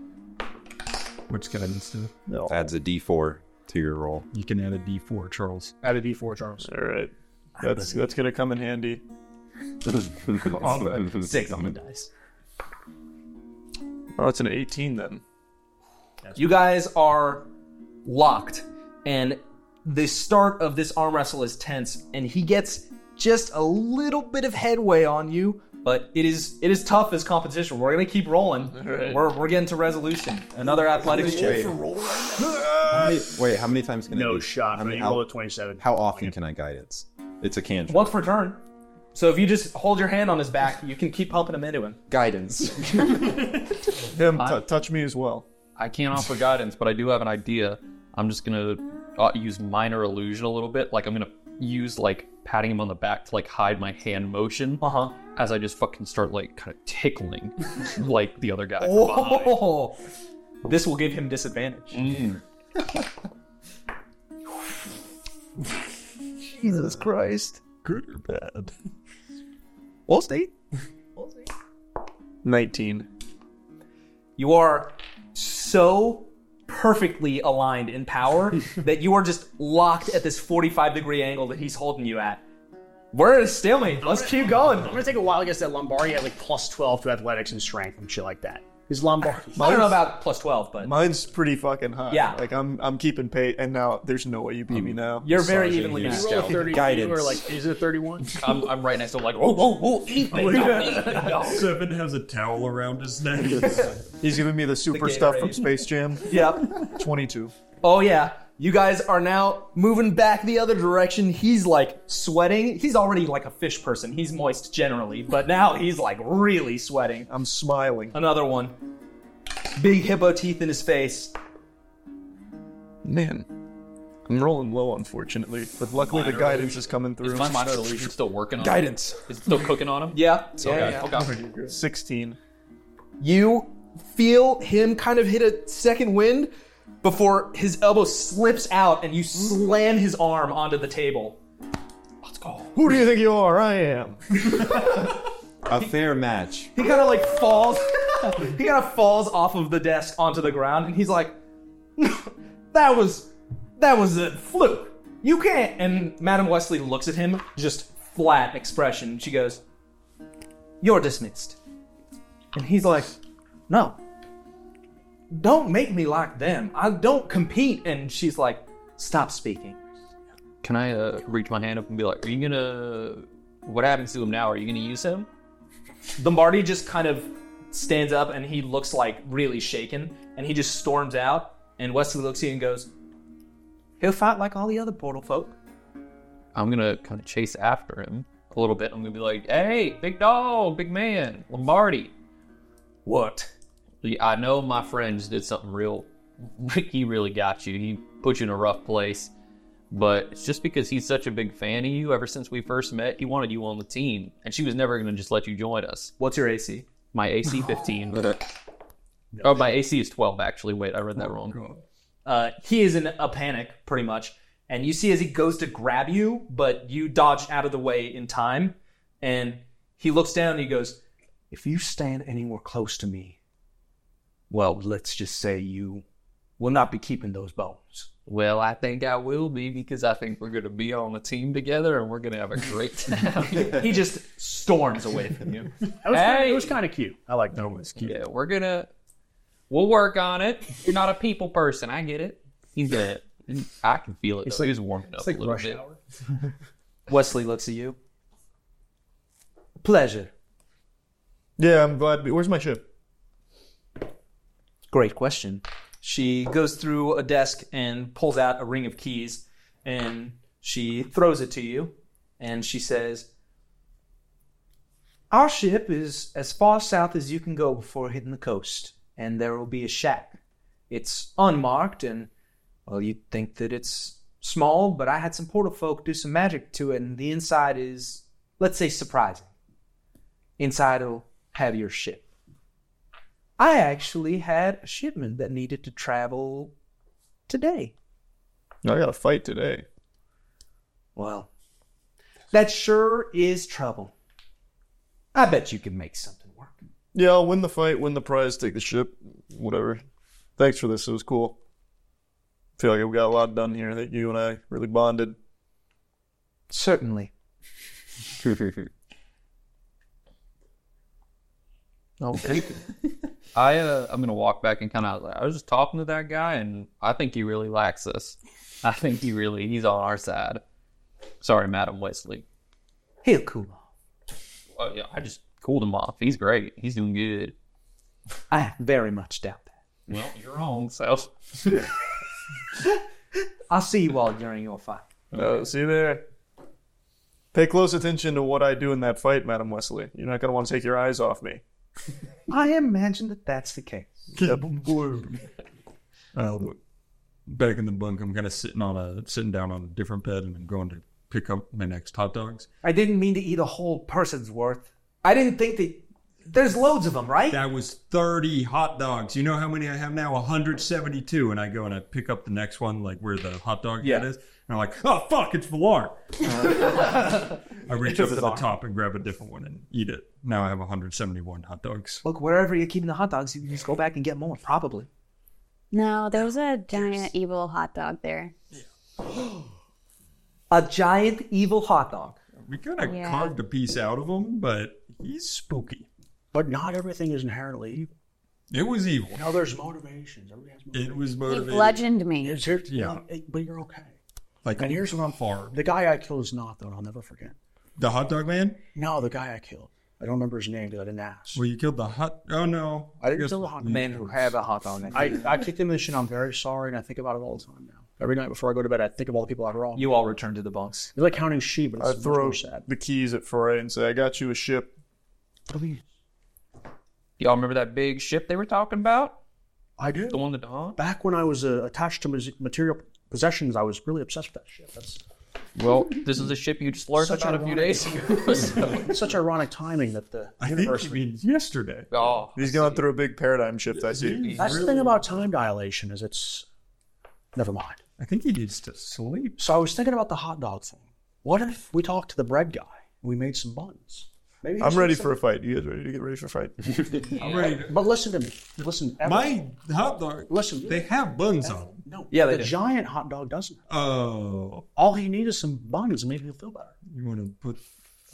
[SPEAKER 3] Which guidance do?
[SPEAKER 5] Adds a d4 to your roll.
[SPEAKER 15] You can add a D4, Charles.
[SPEAKER 11] Add a D4, Charles.
[SPEAKER 7] All right. That's that's gonna come in handy.
[SPEAKER 15] On the- six on the
[SPEAKER 7] dice. Oh, it's an 18 then.
[SPEAKER 1] You guys are locked, and the start of this arm wrestle is tense, and he gets just a little bit of headway on you, but it is it is tough as competition. We're gonna keep rolling.
[SPEAKER 5] right.
[SPEAKER 1] We're we're getting to resolution. Another athletics check.
[SPEAKER 5] How many- wait, how many times can I?
[SPEAKER 1] No
[SPEAKER 5] do-
[SPEAKER 1] shot,
[SPEAKER 5] How many?
[SPEAKER 1] man. You rolled
[SPEAKER 5] how-
[SPEAKER 1] a 27.
[SPEAKER 5] How often can I guidance? It's a cantrip.
[SPEAKER 1] Once per turn. So if you just hold your hand on his back, you can keep pumping him into him.
[SPEAKER 5] Guidance.
[SPEAKER 7] Him, t- touch me as well.
[SPEAKER 4] I can't offer guidance, but I do have an idea. I'm just gonna uh, use minor illusion a little bit. Like I'm gonna use like patting him on the back to like hide my hand motion. Uh
[SPEAKER 1] huh.
[SPEAKER 4] As I just fucking start like kind of tickling, like the other guy. from behind.
[SPEAKER 1] Oh, this will give him disadvantage.
[SPEAKER 9] Jesus Christ. Good or bad? All state?
[SPEAKER 7] 19.
[SPEAKER 1] You are so perfectly aligned in power that you are just locked at this 45 degree angle that he's holding you at. We're in a stalemate. Let's keep going. I'm
[SPEAKER 2] gonna take a while against that Lombardi at like plus twelve to athletics and strength and shit like that. His Lombardi.
[SPEAKER 1] I don't know about plus 12, but
[SPEAKER 7] Mine's pretty fucking high.
[SPEAKER 1] Yeah.
[SPEAKER 7] Like I'm I'm keeping pace, and now there's no way you beat me now.
[SPEAKER 1] You're very evenly matched.
[SPEAKER 2] Roll a 30 Or like, is it a thirty-one?
[SPEAKER 4] I'm, I'm right next to him, like,
[SPEAKER 1] Oh,
[SPEAKER 4] whoa, whoa, whoa, eat me, eat me, dog.
[SPEAKER 3] Seven has a towel around his neck.
[SPEAKER 7] He's giving me the super stuff from Space Jam.
[SPEAKER 1] Yep.
[SPEAKER 7] 22.
[SPEAKER 1] Oh yeah. You guys are now moving back the other direction. He's like sweating. He's already like a fish person. He's moist generally, but now he's like really sweating.
[SPEAKER 7] I'm smiling.
[SPEAKER 1] Another one. Big hippo teeth in his face.
[SPEAKER 7] Man. I'm rolling low, unfortunately, but luckily the
[SPEAKER 4] Minor
[SPEAKER 7] guidance
[SPEAKER 4] illusion.
[SPEAKER 7] is coming through.
[SPEAKER 4] Is my minor illusion still working on
[SPEAKER 7] Guidance.
[SPEAKER 4] Him? Is it still cooking on him?
[SPEAKER 1] Yeah.
[SPEAKER 4] So,
[SPEAKER 1] yeah,
[SPEAKER 4] okay.
[SPEAKER 1] yeah.
[SPEAKER 4] Okay.
[SPEAKER 7] 16.
[SPEAKER 1] You feel him kind of hit a second wind before his elbow slips out and you slam his arm onto the table.
[SPEAKER 7] Who do you think you are? I am.
[SPEAKER 5] A fair match.
[SPEAKER 1] He kind of like falls. he kind of falls off of the desk onto the ground, and he's like, "That was, that was a fluke. You can't." And Madame Wesley looks at him, just flat expression. She goes, "You're dismissed." And he's like, "No, don't make me like them. I don't compete." And she's like, "Stop speaking."
[SPEAKER 4] Can I uh, reach my hand up and be like, "Are you gonna? What happens to him now? Are you gonna use him?"
[SPEAKER 1] Lombardi just kind of stands up and he looks like really shaken and he just storms out and Wesley looks at you and goes, He'll fight like all the other portal folk.
[SPEAKER 4] I'm gonna kind of chase after him a little bit. I'm gonna be like, "Hey, big dog, big man, Lombardi."
[SPEAKER 1] What?
[SPEAKER 4] I know my friends did something real. he really got you. He put you in a rough place. But it's just because he's such a big fan of you. Ever since we first met, he wanted you on the team, and she was never gonna just let you join us.
[SPEAKER 1] What's your AC?
[SPEAKER 4] My AC 15. oh, my AC is 12 actually. Wait, I read that wrong.
[SPEAKER 1] Uh, he is in a panic, pretty much. And you see as he goes to grab you, but you dodge out of the way in time. And he looks down and he goes,
[SPEAKER 10] If you stand anywhere close to me, well, let's just say you will not be keeping those bones.
[SPEAKER 4] Well, I think I will be because I think we're going to be on the team together and we're going to have a great time.
[SPEAKER 1] he just storms away from you.
[SPEAKER 2] It was, kinda, it was kind of cute. I like that. was cute.
[SPEAKER 4] Yeah, we're going to we'll work on it. You're not a people person. I get it. He's going to I can feel it.
[SPEAKER 1] It's
[SPEAKER 4] It's
[SPEAKER 1] like-
[SPEAKER 4] he was warming up
[SPEAKER 1] it's like
[SPEAKER 4] a little
[SPEAKER 1] rush
[SPEAKER 4] bit.
[SPEAKER 1] Wesley looks at you. Pleasure.
[SPEAKER 7] Yeah, I'm glad. Where's my ship?
[SPEAKER 1] Great question. She goes through a desk and pulls out a ring of keys and she throws it to you and she says,
[SPEAKER 16] Our ship is as far south as you can go before hitting the coast, and there will be a shack. It's unmarked, and well, you'd think that it's small, but I had some portal folk do some magic to it, and the inside is, let's say, surprising. Inside will have your ship. I actually had a shipment that needed to travel today.
[SPEAKER 7] I got a fight today.
[SPEAKER 16] Well, that sure is trouble. I bet you can make something.
[SPEAKER 7] Yeah, I'll win the fight, win the prize, take the ship, whatever. Thanks for this. It was cool. feel like we got a lot done here that you and I really bonded.
[SPEAKER 1] Certainly.
[SPEAKER 4] Oh, Okay. I uh, I'm gonna walk back and kind of I was just talking to that guy and I think he really likes us. I think he really he's on our side. Sorry, Madam Wesley.
[SPEAKER 1] He'll cool off.
[SPEAKER 4] Well, yeah, I just cooled him off. He's great. He's doing good.
[SPEAKER 1] I very much doubt that.
[SPEAKER 4] Well, you're wrong, so
[SPEAKER 1] I'll see you all during your fight.
[SPEAKER 7] No, Oh, see there. Pay close attention to what I do in that fight, Madam Wesley. You're not gonna want to take your eyes off me.
[SPEAKER 1] I imagine that that's the case.
[SPEAKER 3] Uh, back in the bunk, I'm kind of sitting on a sitting down on a different bed, and I'm going to pick up my next hot dogs.
[SPEAKER 1] I didn't mean to eat a whole person's worth. I didn't think that there's loads of them, right?
[SPEAKER 3] That was 30 hot dogs. You know how many I have now? 172. And I go and I pick up the next one, like where the hot dog
[SPEAKER 1] Yeah.
[SPEAKER 3] head is, and I'm like, oh fuck, it's Valar. I reach up to the
[SPEAKER 1] Bizarre.
[SPEAKER 3] top and grab a different one and eat it. Now I have 171 hot dogs.
[SPEAKER 1] Look, wherever you're keeping the hot dogs, you can just go back and get more, probably.
[SPEAKER 8] No, there was a giant evil hot dog there.
[SPEAKER 1] A giant evil hot dog.
[SPEAKER 3] We kind of
[SPEAKER 8] Yeah.
[SPEAKER 3] carved a piece out of him, but he's spooky.
[SPEAKER 2] But not everything is inherently evil.
[SPEAKER 3] It was evil.
[SPEAKER 2] No, there's motivations. Everybody has
[SPEAKER 3] It was
[SPEAKER 8] He
[SPEAKER 3] motivated.
[SPEAKER 8] bludgeoned me.
[SPEAKER 2] Here's, here's,
[SPEAKER 3] Yeah.
[SPEAKER 2] no, it- but you're okay.
[SPEAKER 3] Like
[SPEAKER 2] and here's what I'm for. The guy I killed is not, though, and I'll never forget.
[SPEAKER 3] The hot dog man?
[SPEAKER 2] No, the guy I killed. I don't remember his name because I didn't ask.
[SPEAKER 3] Well, you killed the hot. Oh no!
[SPEAKER 2] I didn't kill the hot dog.
[SPEAKER 1] had a hot dog.
[SPEAKER 2] I, I kicked him in the shin. I'm very sorry, and I think about it all the time now. Every night before I go to bed, I think of all the people I've wronged.
[SPEAKER 1] You all return to the bunks.
[SPEAKER 2] It's like counting sheep, but it's
[SPEAKER 7] I
[SPEAKER 2] much
[SPEAKER 7] throw
[SPEAKER 2] more sad.
[SPEAKER 7] the keys at Foray and say, I got you a ship.
[SPEAKER 4] Y'all remember that big ship they were talking about?
[SPEAKER 2] I do.
[SPEAKER 4] The one that Don?
[SPEAKER 2] Back when I was uh, attached to mus- material possessions, I was really obsessed with that shit. That's
[SPEAKER 4] Well, this is a ship you just learned
[SPEAKER 2] Such
[SPEAKER 4] about a few days ago. so-
[SPEAKER 2] such ironic timing that the
[SPEAKER 7] I
[SPEAKER 2] universe.
[SPEAKER 7] think he means yesterday.
[SPEAKER 4] Oh,
[SPEAKER 7] He's going through a big paradigm shift, I see.
[SPEAKER 2] That's the thing about time dilation is it's. Never mind.
[SPEAKER 3] I think he needs to sleep.
[SPEAKER 2] So I was thinking about the hot dog thing. What if we talked to the bread guy? and We made some buns. Maybe
[SPEAKER 7] I'm ready for a fight. You guys ready to get ready for a fight?
[SPEAKER 3] I'm ready. to-
[SPEAKER 2] But listen to me. Listen.
[SPEAKER 3] My hot dog.
[SPEAKER 2] Listen.
[SPEAKER 3] They have buns on. them.
[SPEAKER 2] No.
[SPEAKER 3] Yeah, they
[SPEAKER 2] the
[SPEAKER 3] do.
[SPEAKER 2] giant hot dog doesn't.
[SPEAKER 3] Oh,
[SPEAKER 2] All he needs is some buns, and maybe he'll feel better.
[SPEAKER 3] you want to put?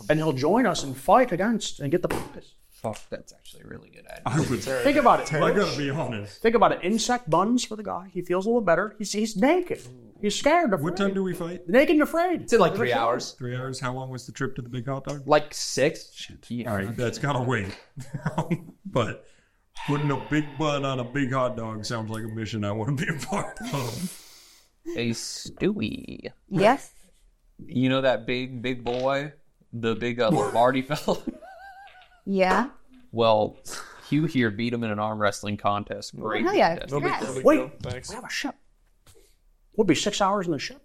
[SPEAKER 2] And he'll join us and fight against and get the bonus.
[SPEAKER 4] Fuck, that's actually a really good idea.
[SPEAKER 3] I would.
[SPEAKER 2] Think about it.
[SPEAKER 3] I gotta be honest.
[SPEAKER 2] Think about it. Insect buns for the guy. He feels a little better. He's, he's naked. He's scared. Afraid.
[SPEAKER 3] What time do we fight?
[SPEAKER 2] Naked and afraid. It's
[SPEAKER 17] in like three hours.
[SPEAKER 3] Three hours. How long was the trip to the big hot dog?
[SPEAKER 17] Like six.
[SPEAKER 3] All right, that's gotta wait. but putting a big bun on a big hot dog sounds like a mission I want to be a part of.
[SPEAKER 4] Hey, Stewie.
[SPEAKER 8] Yes.
[SPEAKER 4] You know that big, big boy? The big uh, Lombardi fella?
[SPEAKER 8] Yeah.
[SPEAKER 4] Well, Hugh here beat him in an arm wrestling contest. Great.
[SPEAKER 8] Hell yeah,
[SPEAKER 4] contest.
[SPEAKER 8] congrats. No big
[SPEAKER 2] Wait. We have a ship. We'll be six hours in the ship.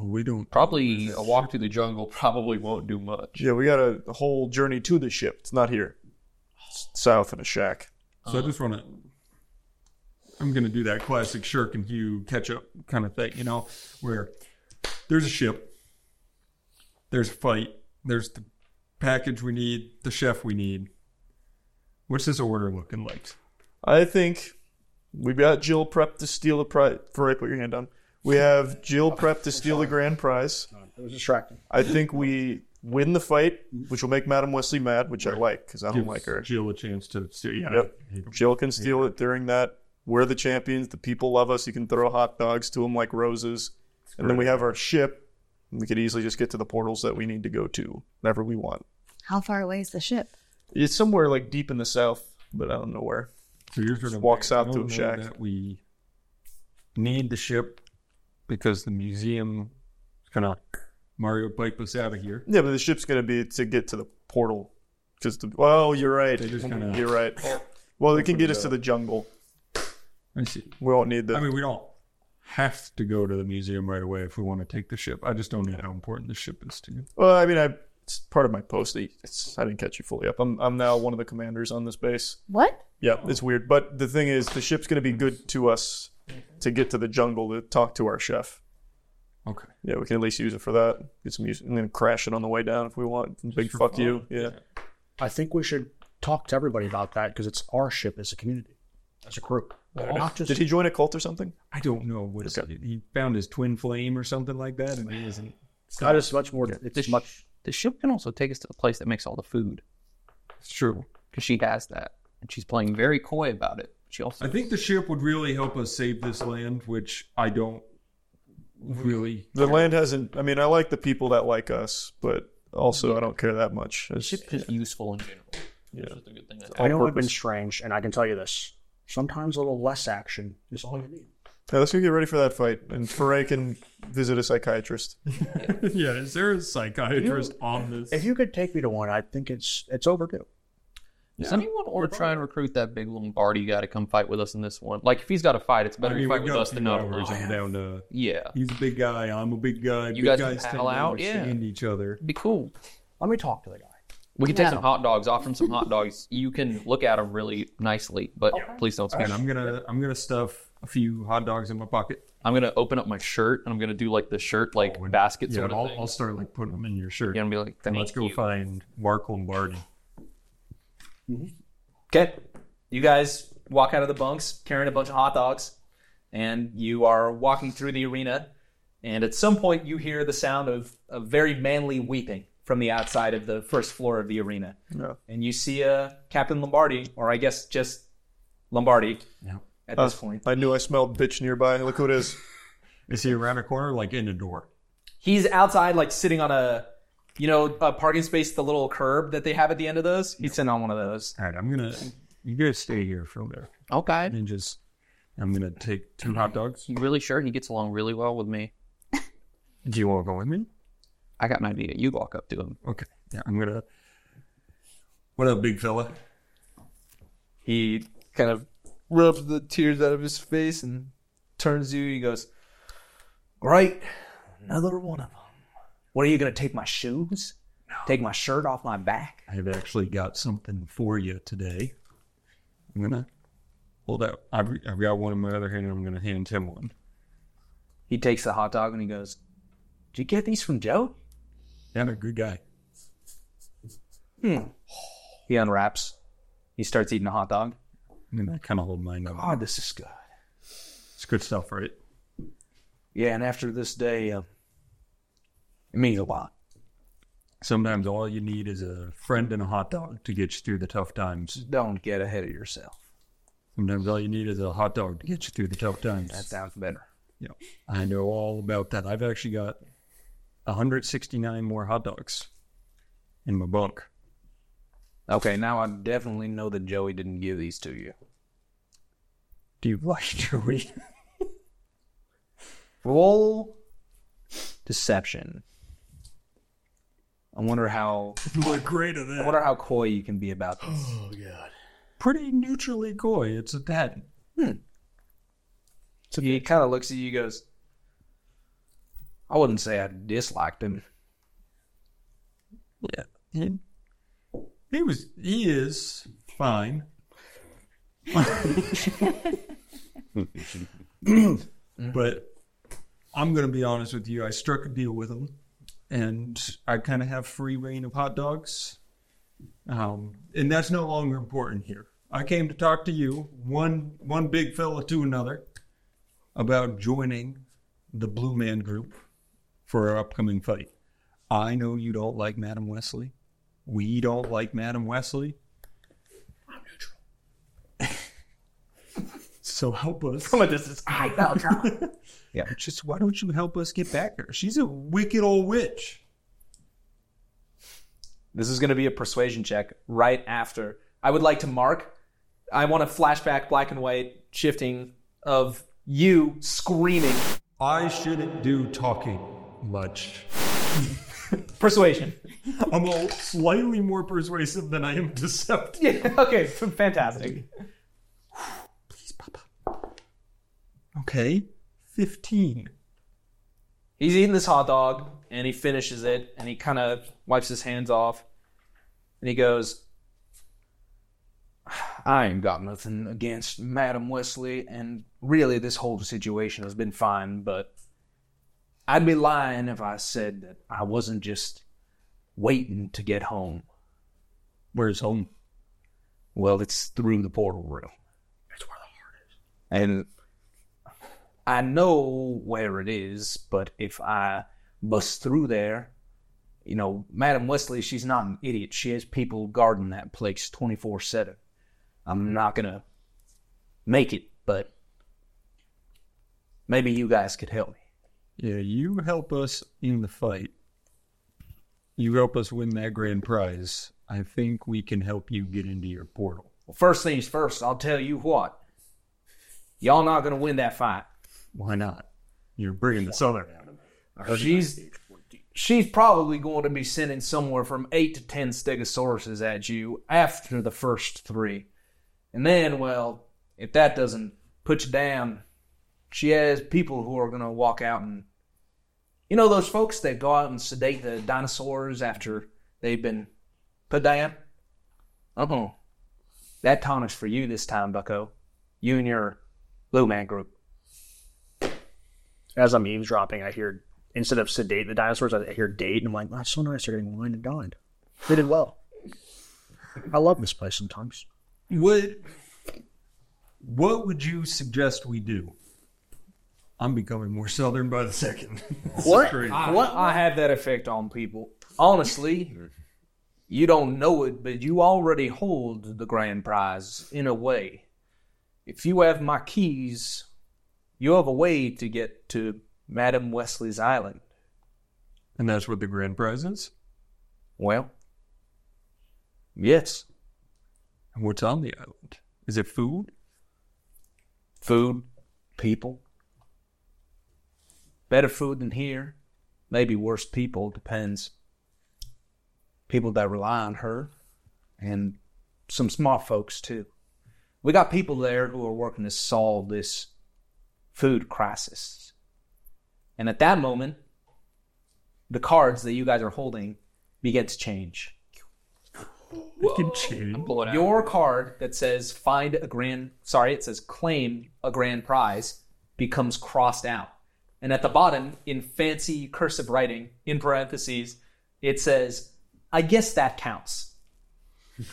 [SPEAKER 3] we don't.
[SPEAKER 4] Probably a walk through the jungle probably won't do much.
[SPEAKER 7] Yeah, we got a whole journey to the ship. It's not here. It's south in a shack.
[SPEAKER 3] So I just want to. I'm going to do that classic Shirk and Hugh catch up kind of thing, you know, where there's a ship, there's a fight, there's the package we need, the chef we need. What's this order looking like?
[SPEAKER 7] I think we've got Jill prepped to steal a prize. Foray, put your hand down. We have Jill prepped to steal the grand prize.
[SPEAKER 2] It was distracting.
[SPEAKER 7] I think we win the fight, which will make Madam Wesley mad, which I like because I don't
[SPEAKER 3] Gives
[SPEAKER 7] like her.
[SPEAKER 3] Jill a chance to see. Yeah.
[SPEAKER 7] Yep. Jill can steal it during that. We're the champions. The people love us. You can throw hot dogs to them like roses. And then we have our ship. And we could easily just get to the portals that we need to go to whenever we want.
[SPEAKER 8] How far away is the ship?
[SPEAKER 7] It's somewhere like deep in the south, but I don't know where.
[SPEAKER 3] So you're sort
[SPEAKER 7] Just
[SPEAKER 3] of
[SPEAKER 7] walk
[SPEAKER 3] like,
[SPEAKER 7] south
[SPEAKER 3] I
[SPEAKER 7] to a
[SPEAKER 3] don't know
[SPEAKER 7] shack.
[SPEAKER 3] That we need the ship because the museum is going to Mario pipe us out of here.
[SPEAKER 7] Yeah, but the ship's gonna be to get to the portal. Because the well, you're right.
[SPEAKER 3] They just kinda-
[SPEAKER 7] You're right. Well, it can get us to the jungle.
[SPEAKER 3] I see.
[SPEAKER 7] We won't need the.
[SPEAKER 3] I mean, we don't have to go to the museum right away if we want to take the ship. I just don't know how important the ship is to you.
[SPEAKER 7] Well, I mean, I it's part of my post. that you- It's, I didn't catch you fully up. I'm I'm now one of the commanders on this base.
[SPEAKER 8] What?
[SPEAKER 7] Yeah, it's weird. But the thing is, the ship's gonna be good to us to get to the jungle to talk to our chef.
[SPEAKER 3] Okay.
[SPEAKER 7] Yeah, we can at least use it for that. Get some use, and then crash it on the way down if we want. Big
[SPEAKER 2] for
[SPEAKER 7] fuck
[SPEAKER 2] fun.
[SPEAKER 7] you. Yeah.
[SPEAKER 2] I think we should talk to everybody about that because it's our ship as a community. As a crew.
[SPEAKER 7] I don't know. Did he join a cult or something?
[SPEAKER 3] I don't know what it is. He found his twin flame or something like that, and he wasn't.
[SPEAKER 2] That is much more.
[SPEAKER 4] It's much. The ship can also take us to the place that makes all the food.
[SPEAKER 3] It's true
[SPEAKER 4] because she has that, and she's playing very coy about it. She also
[SPEAKER 3] I think the ship would really help us save this land, which I don't really.
[SPEAKER 7] The land hasn't. I mean, I like the people that like us, but also I don't care that much. It's,
[SPEAKER 4] ship is useful in general.
[SPEAKER 7] Yeah.
[SPEAKER 4] That's a good thing.
[SPEAKER 2] I know I've been strange, and I can tell you this. Sometimes a little less action is all you need.
[SPEAKER 7] Yeah, let's go get ready for that fight, and Foray can visit a psychiatrist.
[SPEAKER 3] yeah, is there a psychiatrist on this?
[SPEAKER 2] If you could take me to one, I think it's it's overdue.
[SPEAKER 4] Does anyone or try and recruit that big Lombardi guy to come fight with us in this one? Like, if he's got a fight, it's better
[SPEAKER 3] I mean,
[SPEAKER 4] to
[SPEAKER 3] we
[SPEAKER 4] fight with
[SPEAKER 3] got
[SPEAKER 4] us than
[SPEAKER 3] two
[SPEAKER 4] not.
[SPEAKER 3] hours on down to-
[SPEAKER 4] yeah.
[SPEAKER 3] He's a big guy. I'm a big guy.
[SPEAKER 4] You
[SPEAKER 3] big
[SPEAKER 4] guys can
[SPEAKER 3] guys
[SPEAKER 4] pal
[SPEAKER 3] tend to
[SPEAKER 4] out,
[SPEAKER 3] understand each other.
[SPEAKER 4] Be cool.
[SPEAKER 2] Let me talk to the guy.
[SPEAKER 4] We can take
[SPEAKER 2] Yeah.
[SPEAKER 4] some hot dogs. Offer him some hot dogs. You can look at him really nicely, but please don't speak.
[SPEAKER 3] And I'm gonna I'm gonna stuff a few hot dogs in my pocket.
[SPEAKER 4] I'm gonna open up my shirt and I'm gonna do like the shirt Oh, like basket
[SPEAKER 3] Yeah,
[SPEAKER 4] sort of
[SPEAKER 3] I'll,
[SPEAKER 4] thing.
[SPEAKER 3] I'll start like putting them in your shirt.
[SPEAKER 4] Yeah, and be like,
[SPEAKER 3] And
[SPEAKER 4] "Thank
[SPEAKER 3] let's go
[SPEAKER 4] you."
[SPEAKER 3] find Mark Lombardi.
[SPEAKER 1] Okay. You guys walk out of the bunks carrying a bunch of hot dogs, and you are walking through the arena. And at some point, you hear the sound of, of very manly weeping from the outside of the first floor of the arena.
[SPEAKER 7] No.
[SPEAKER 1] And you see uh, Captain Lombardi, or I guess just Lombardi at this
[SPEAKER 7] Uh,
[SPEAKER 1] point.
[SPEAKER 7] I knew I smelled bitch nearby. Look who it is.
[SPEAKER 3] Is he around a corner, like in a door?
[SPEAKER 1] He's outside, like sitting on a, you know, a parking space, the little curb that they have at the end of those. He's sitting on one of those.
[SPEAKER 3] All right, I'm gonna you guys stay here for a minute.
[SPEAKER 4] Okay.
[SPEAKER 3] And just I'm gonna take two hot dogs.
[SPEAKER 4] You really sure he gets along really well with me?
[SPEAKER 3] Do you want to go with me?
[SPEAKER 4] I got an idea. You walk up to him.
[SPEAKER 3] Okay. Yeah, I'm gonna. What up, big fella?
[SPEAKER 1] He kind of rubs the tears out of his face and turns to you. He goes,
[SPEAKER 18] Great. Another one of them. What are you going to take my shoes? Take my shirt off my back?
[SPEAKER 3] I've actually got something for you today. I'm gonna hold out. I've, I've got one in my other hand, and I'm gonna hand him one.
[SPEAKER 18] He takes the hot dog and he goes, Did you get these from Joe?
[SPEAKER 3] Yeah, they're a good guy.
[SPEAKER 18] Hmm.
[SPEAKER 1] He unwraps. He starts eating a hot dog.
[SPEAKER 3] And then I kind of hold mine up.
[SPEAKER 18] God, Oh, this is good.
[SPEAKER 3] It's good stuff, right?
[SPEAKER 18] Yeah, and after this day, uh, it means a lot.
[SPEAKER 3] Sometimes all you need is a friend and a hot dog to get you through the tough times.
[SPEAKER 18] Don't get ahead of yourself.
[SPEAKER 3] Sometimes all you need is a hot dog to get you through the tough times.
[SPEAKER 18] That sounds better.
[SPEAKER 3] Yeah, I know all about that. I've actually got 169 more hot dogs in my bunk.
[SPEAKER 18] Okay, now I definitely know that Joey didn't give these to you.
[SPEAKER 3] Do you like Joey?
[SPEAKER 18] Roll deception. I wonder how.
[SPEAKER 3] We're great at
[SPEAKER 18] I wonder how coy you can be about this. Oh god.
[SPEAKER 3] Pretty neutrally coy. It's a tad.
[SPEAKER 18] So he kind of looks at you, goes, "I wouldn't say I disliked him.
[SPEAKER 3] Yeah. He, he was. He is fine. but I'm going to be honest with you. I struck a deal with him, and I kind of have free reign of hot dogs. Um, and that's no longer important here. I came to talk to you, one one big fella to another, about joining the Blue Man Group for our upcoming fight. I know you don't like Madam Wesley. We don't like Madam Wesley. So help us. From
[SPEAKER 1] a distance, I felt
[SPEAKER 3] yeah. Just why don't you help us get back there? She's a wicked old witch.
[SPEAKER 1] This is going to be a persuasion check right after. I would like to mark. I want a flashback, black and white, shifting of you screaming.
[SPEAKER 3] I shouldn't do talking much.
[SPEAKER 1] Persuasion.
[SPEAKER 3] I'm all slightly more persuasive than I am deceptive.
[SPEAKER 1] Yeah, okay, f- fantastic.
[SPEAKER 3] Okay. 15.
[SPEAKER 1] He's eating this hot dog and he finishes it and he kind of wipes his hands off and he goes,
[SPEAKER 18] I ain't got nothing against Madam Wesley, and really, this whole situation has been fine, but I'd be lying if I said that I wasn't just waiting to get home.
[SPEAKER 3] Where's home?
[SPEAKER 18] Well, it's through the portal room. It's where the
[SPEAKER 19] And I know where it is, but if I bust through there, you know, Madam Wesley, she's not an idiot. She has people guarding that place 24 7. I'm not going to make it, but maybe you guys could help me.
[SPEAKER 3] Yeah, you help us in the fight. You help us win that grand prize. I think we can help you get into your portal.
[SPEAKER 1] Well, first things first, I'll tell you what. Y'all not going to win that fight.
[SPEAKER 3] Why not? You're bringing the southern out of it.
[SPEAKER 1] She's she's probably going to be sending somewhere from eight to ten stegosauruses at you after the first three. And then, well, if that doesn't put you down, she has people who are going to walk out and. You know those folks that go out and sedate the dinosaurs after they've been put down? Uh huh. That tonic's for you this time, Bucko. You and your blue man group.
[SPEAKER 2] As I'm eavesdropping, I hear instead of sedate the dinosaurs, I hear date, and I'm like, that's so nice. They're getting wine and dined. They did well. I love this place sometimes.
[SPEAKER 3] Would what would you suggest we do? I'm becoming more southern by the second. This is
[SPEAKER 1] What?
[SPEAKER 3] crazy.
[SPEAKER 1] I, I have that effect on people. Honestly, you don't know it, but you already hold the grand prize in a way. If you have my keys, you have a way to get to Madame Wesley's island.
[SPEAKER 3] And that's what the grand prize is?
[SPEAKER 1] Well, yes.
[SPEAKER 3] And what's on the island? Is it food?
[SPEAKER 1] Food, people. Better food than here. Maybe worse people, depends. People that rely on her and some smart folks too. We got people there who are working to solve this food crisis. And at that moment, the cards that you guys are holding begin to change. Your card that says find a grand sorry, it says claim a grand prize becomes crossed out. And at the bottom, in fancy cursive writing, in parentheses, it says, I guess that counts.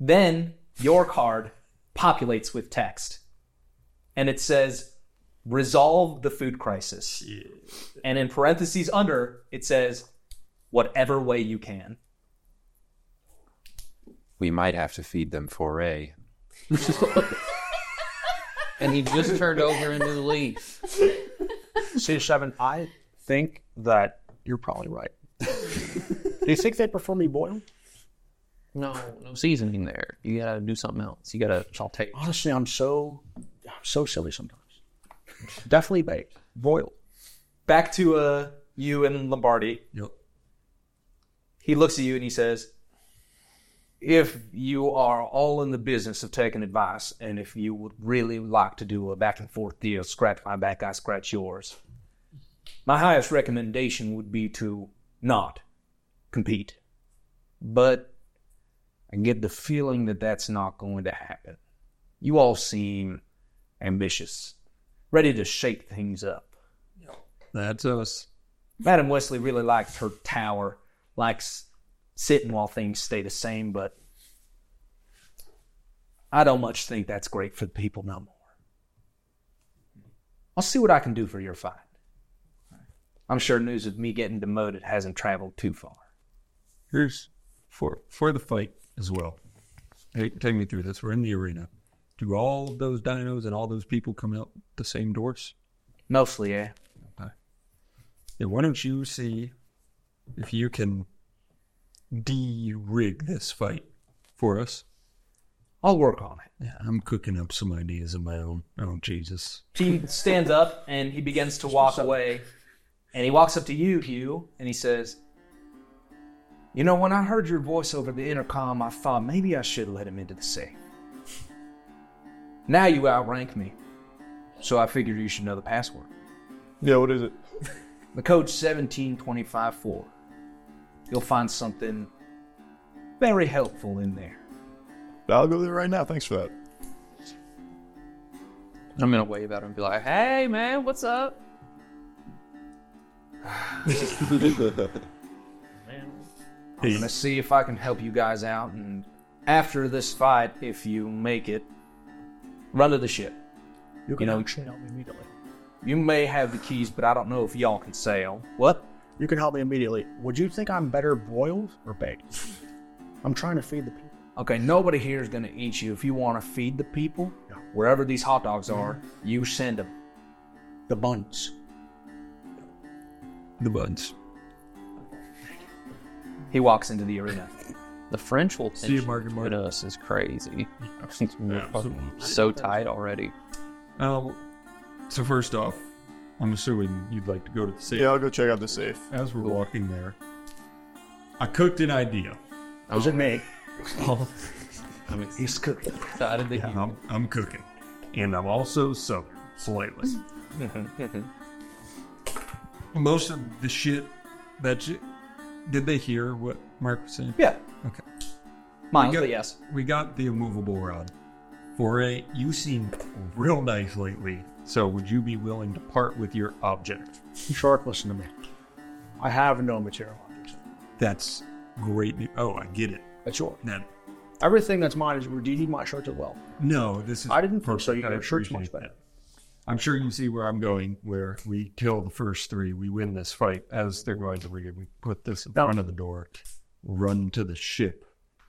[SPEAKER 1] then your card populates with text. And it says, resolve the food crisis. And in parentheses under, it says, whatever way you can.
[SPEAKER 5] We might have to feed them foray.
[SPEAKER 4] And he just turned over a new leaf.
[SPEAKER 2] See, Seven, I think that you're probably right. Do you think they prefer me boiled?
[SPEAKER 4] No, no seasoning there. You gotta do something else. You gotta saute.
[SPEAKER 2] Honestly, I'm so I'm so silly sometimes. Definitely baked, boiled.
[SPEAKER 20] Back to uh, you and Lombardi.
[SPEAKER 3] Yep.
[SPEAKER 20] He looks at you and he says,
[SPEAKER 1] if you are all in the business of taking advice and if you would really like to do a back and forth deal, scratch my back, I scratch yours, my highest recommendation would be to not compete. But I get the feeling that that's not going to happen. You all seem ambitious, ready to shake things up.
[SPEAKER 3] That's us.
[SPEAKER 1] Madam Wesley really likes her tower, likes sitting while things stay the same, but I don't much think that's great for the people no more. I'll see what I can do for your fight. I'm sure news of me getting demoted hasn't traveled too far.
[SPEAKER 3] Here's for for the fight as well. Hey, take me through this. We're in the arena. Do all of those dinos and all those people come out the same doors?
[SPEAKER 1] Mostly, eh? yeah.
[SPEAKER 3] Okay. Yeah, why don't you see if you can de-rig this fight for us?
[SPEAKER 1] I'll work on
[SPEAKER 3] it. Yeah, I'm cooking up some ideas of my own. Oh Jesus!
[SPEAKER 20] He stands up and he begins to walk away.
[SPEAKER 1] And he walks up to you, Hugh, and he says, You know, when I heard your voice over the intercom, I thought maybe I should let him into the safe. Now you outrank me, so I figured you should know the password.
[SPEAKER 7] Yeah, what is it?
[SPEAKER 1] The code 17254. You'll find something very helpful in there.
[SPEAKER 7] I'll go there right now. Thanks for that.
[SPEAKER 4] I'm gonna wave at him and be like, "Hey, man, what's up?"
[SPEAKER 1] I'm gonna see if I can help you guys out, and after this fight, if you make it, run to the ship.
[SPEAKER 21] You can actually help me immediately. You may have the keys, but I don't know if y'all can sail. What?
[SPEAKER 2] You can help me immediately. Would you think I'm better boiled or baked? I'm trying to feed the people.
[SPEAKER 21] Okay, nobody here is going to eat you. If you want to feed the people, wherever these hot dogs are, you send them.
[SPEAKER 2] The buns.
[SPEAKER 22] The buns.
[SPEAKER 21] He walks into the arena.
[SPEAKER 4] The French will
[SPEAKER 21] See you,
[SPEAKER 4] tension
[SPEAKER 21] Mark and Mark.
[SPEAKER 4] between us is crazy.
[SPEAKER 3] Absolutely.
[SPEAKER 4] We're fucking so tight already.
[SPEAKER 3] Um, so first off, I'm assuming you'd like to go to the safe.
[SPEAKER 7] Yeah, I'll go check out the safe.
[SPEAKER 3] As we're walking there, I cooked an idea.
[SPEAKER 2] Was it me? Oh.
[SPEAKER 3] I mean, he's cooking. Yeah, I'm, I'm cooking, and I'm also southern slightly. Most of the shit that you did they hear what Mark was saying?
[SPEAKER 23] Yeah.
[SPEAKER 3] Okay.
[SPEAKER 23] Mine,
[SPEAKER 3] We
[SPEAKER 23] but
[SPEAKER 3] got-
[SPEAKER 23] yes.
[SPEAKER 3] We got the immovable rod. For a, you seem real nice lately. So would you be willing to part with your object?
[SPEAKER 2] Shark, listen to me. I have no material.
[SPEAKER 3] That's great. new- Oh, I get it.
[SPEAKER 2] That's yours.
[SPEAKER 3] Then
[SPEAKER 2] Everything that's mine is redeemed my shirt as well.
[SPEAKER 3] no, this is.
[SPEAKER 2] I didn't think so.
[SPEAKER 3] perfect.
[SPEAKER 2] You-
[SPEAKER 3] I
[SPEAKER 2] Your shirt's much
[SPEAKER 3] appreciate
[SPEAKER 2] better.
[SPEAKER 3] that. I'm sure you see where I'm going. Where we kill the first three, we win this fight. As they're going to read, we put this in front of the door. Run to the ship.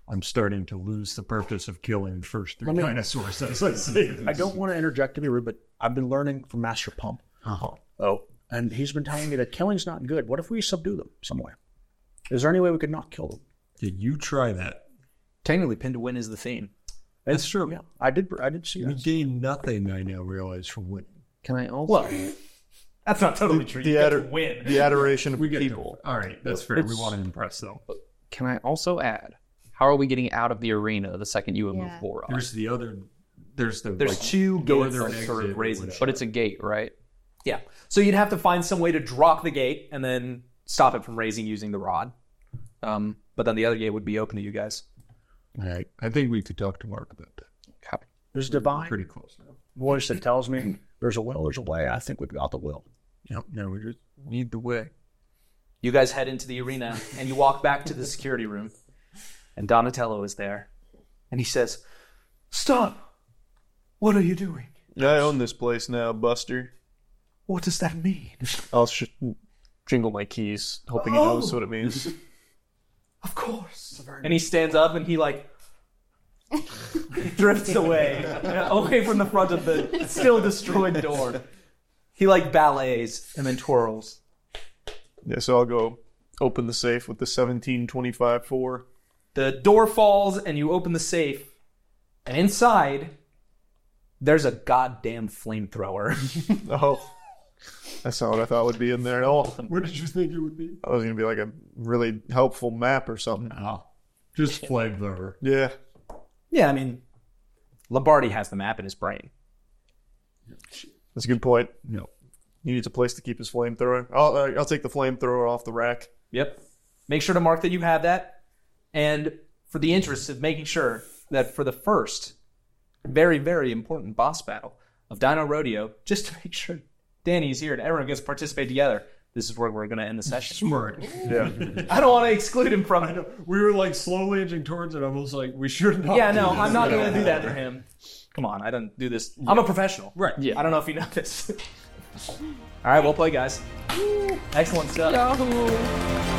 [SPEAKER 3] I'm starting to lose the purpose of killing the first three
[SPEAKER 2] Let me-
[SPEAKER 3] dinosaurs. As I say this.
[SPEAKER 2] I don't want to interject to be rude, but I've been learning from Master Pump.
[SPEAKER 3] Uh-huh.
[SPEAKER 2] Oh, and he's been telling me that killing's not good. What if we subdue them some way? Is there any way we could not kill them?
[SPEAKER 3] Did you try that?
[SPEAKER 21] Technically, pin to win is the theme.
[SPEAKER 3] That's true.
[SPEAKER 2] Yeah, I did. I did see
[SPEAKER 3] We gain nothing. I now realize from winning.
[SPEAKER 4] Can I also?
[SPEAKER 23] That's not totally true.
[SPEAKER 7] The,
[SPEAKER 23] you
[SPEAKER 7] ador-
[SPEAKER 23] get to win.
[SPEAKER 7] the adoration of
[SPEAKER 3] We get to-
[SPEAKER 7] people.
[SPEAKER 3] all right, that's fair.
[SPEAKER 4] It's-
[SPEAKER 3] We want to impress though.
[SPEAKER 4] Can I also add? How are we getting out of the arena the second you remove Horror?
[SPEAKER 3] There's the other. There's the.
[SPEAKER 4] There's
[SPEAKER 3] like,
[SPEAKER 4] two
[SPEAKER 3] northern
[SPEAKER 4] gates, like,
[SPEAKER 3] exit
[SPEAKER 4] sort of
[SPEAKER 3] or
[SPEAKER 4] raising
[SPEAKER 3] whatever.
[SPEAKER 4] but it's a gate, right?
[SPEAKER 1] Yeah. So you'd have to find some way to drop the gate and then stop it from raising using the rod. Um, but then the other gate would be open to you guys.
[SPEAKER 3] All right, I think we could talk to Mark about that.
[SPEAKER 2] There's a divine
[SPEAKER 3] pretty close now.
[SPEAKER 2] voice that tells me there's a will, there's a way. I think we've got the will.
[SPEAKER 3] Yep. Now we just need the way.
[SPEAKER 1] You guys head into the arena and you walk back to the security room. And Donatello is there. And he says,
[SPEAKER 23] Stop! What are you doing?
[SPEAKER 7] I own this place now, Buster.
[SPEAKER 23] What does that mean?
[SPEAKER 7] I'll sh- jingle my keys, hoping he knows what it
[SPEAKER 23] Oh.
[SPEAKER 7] means.
[SPEAKER 23] Of course.
[SPEAKER 1] And he stands up and he like drifts away, away from the front of the still destroyed door. He like ballets and then twirls.
[SPEAKER 7] yeah, so I'll go open the safe with the 1725 4.
[SPEAKER 1] The door falls and you open the safe, and inside there's a goddamn flamethrower.
[SPEAKER 7] oh, that's not what I thought would be in there at all.
[SPEAKER 3] What did you think it would be?
[SPEAKER 7] I was going to be like a really helpful map or something.
[SPEAKER 3] Oh, just flamethrower.
[SPEAKER 7] Yeah.
[SPEAKER 1] yeah, I mean, Lombardi has the map in his brain.
[SPEAKER 7] That's a good point.
[SPEAKER 3] No.
[SPEAKER 7] He needs a place to keep his flamethrower. I'll, uh, I'll take the flamethrower off the rack.
[SPEAKER 1] Yep. Make sure to mark that you have that. And for the interest of making sure that for the first, very, very important boss battle of Dino Rodeo, just to make sure Danny's here and everyone gets to participate together, this is where we're going to end the session.
[SPEAKER 3] Smart.
[SPEAKER 7] Yeah.
[SPEAKER 1] I don't want to exclude him from it.
[SPEAKER 3] We were like slowly edging towards it. I was like, we should not.
[SPEAKER 1] Yeah, no,
[SPEAKER 3] do this.
[SPEAKER 1] I'm not going to do that to him. Come on, I don't do this. I'm a professional. Right. Yeah. I don't know if you know this. All right, we'll play, guys. Excellent stuff.
[SPEAKER 23] Yahoo!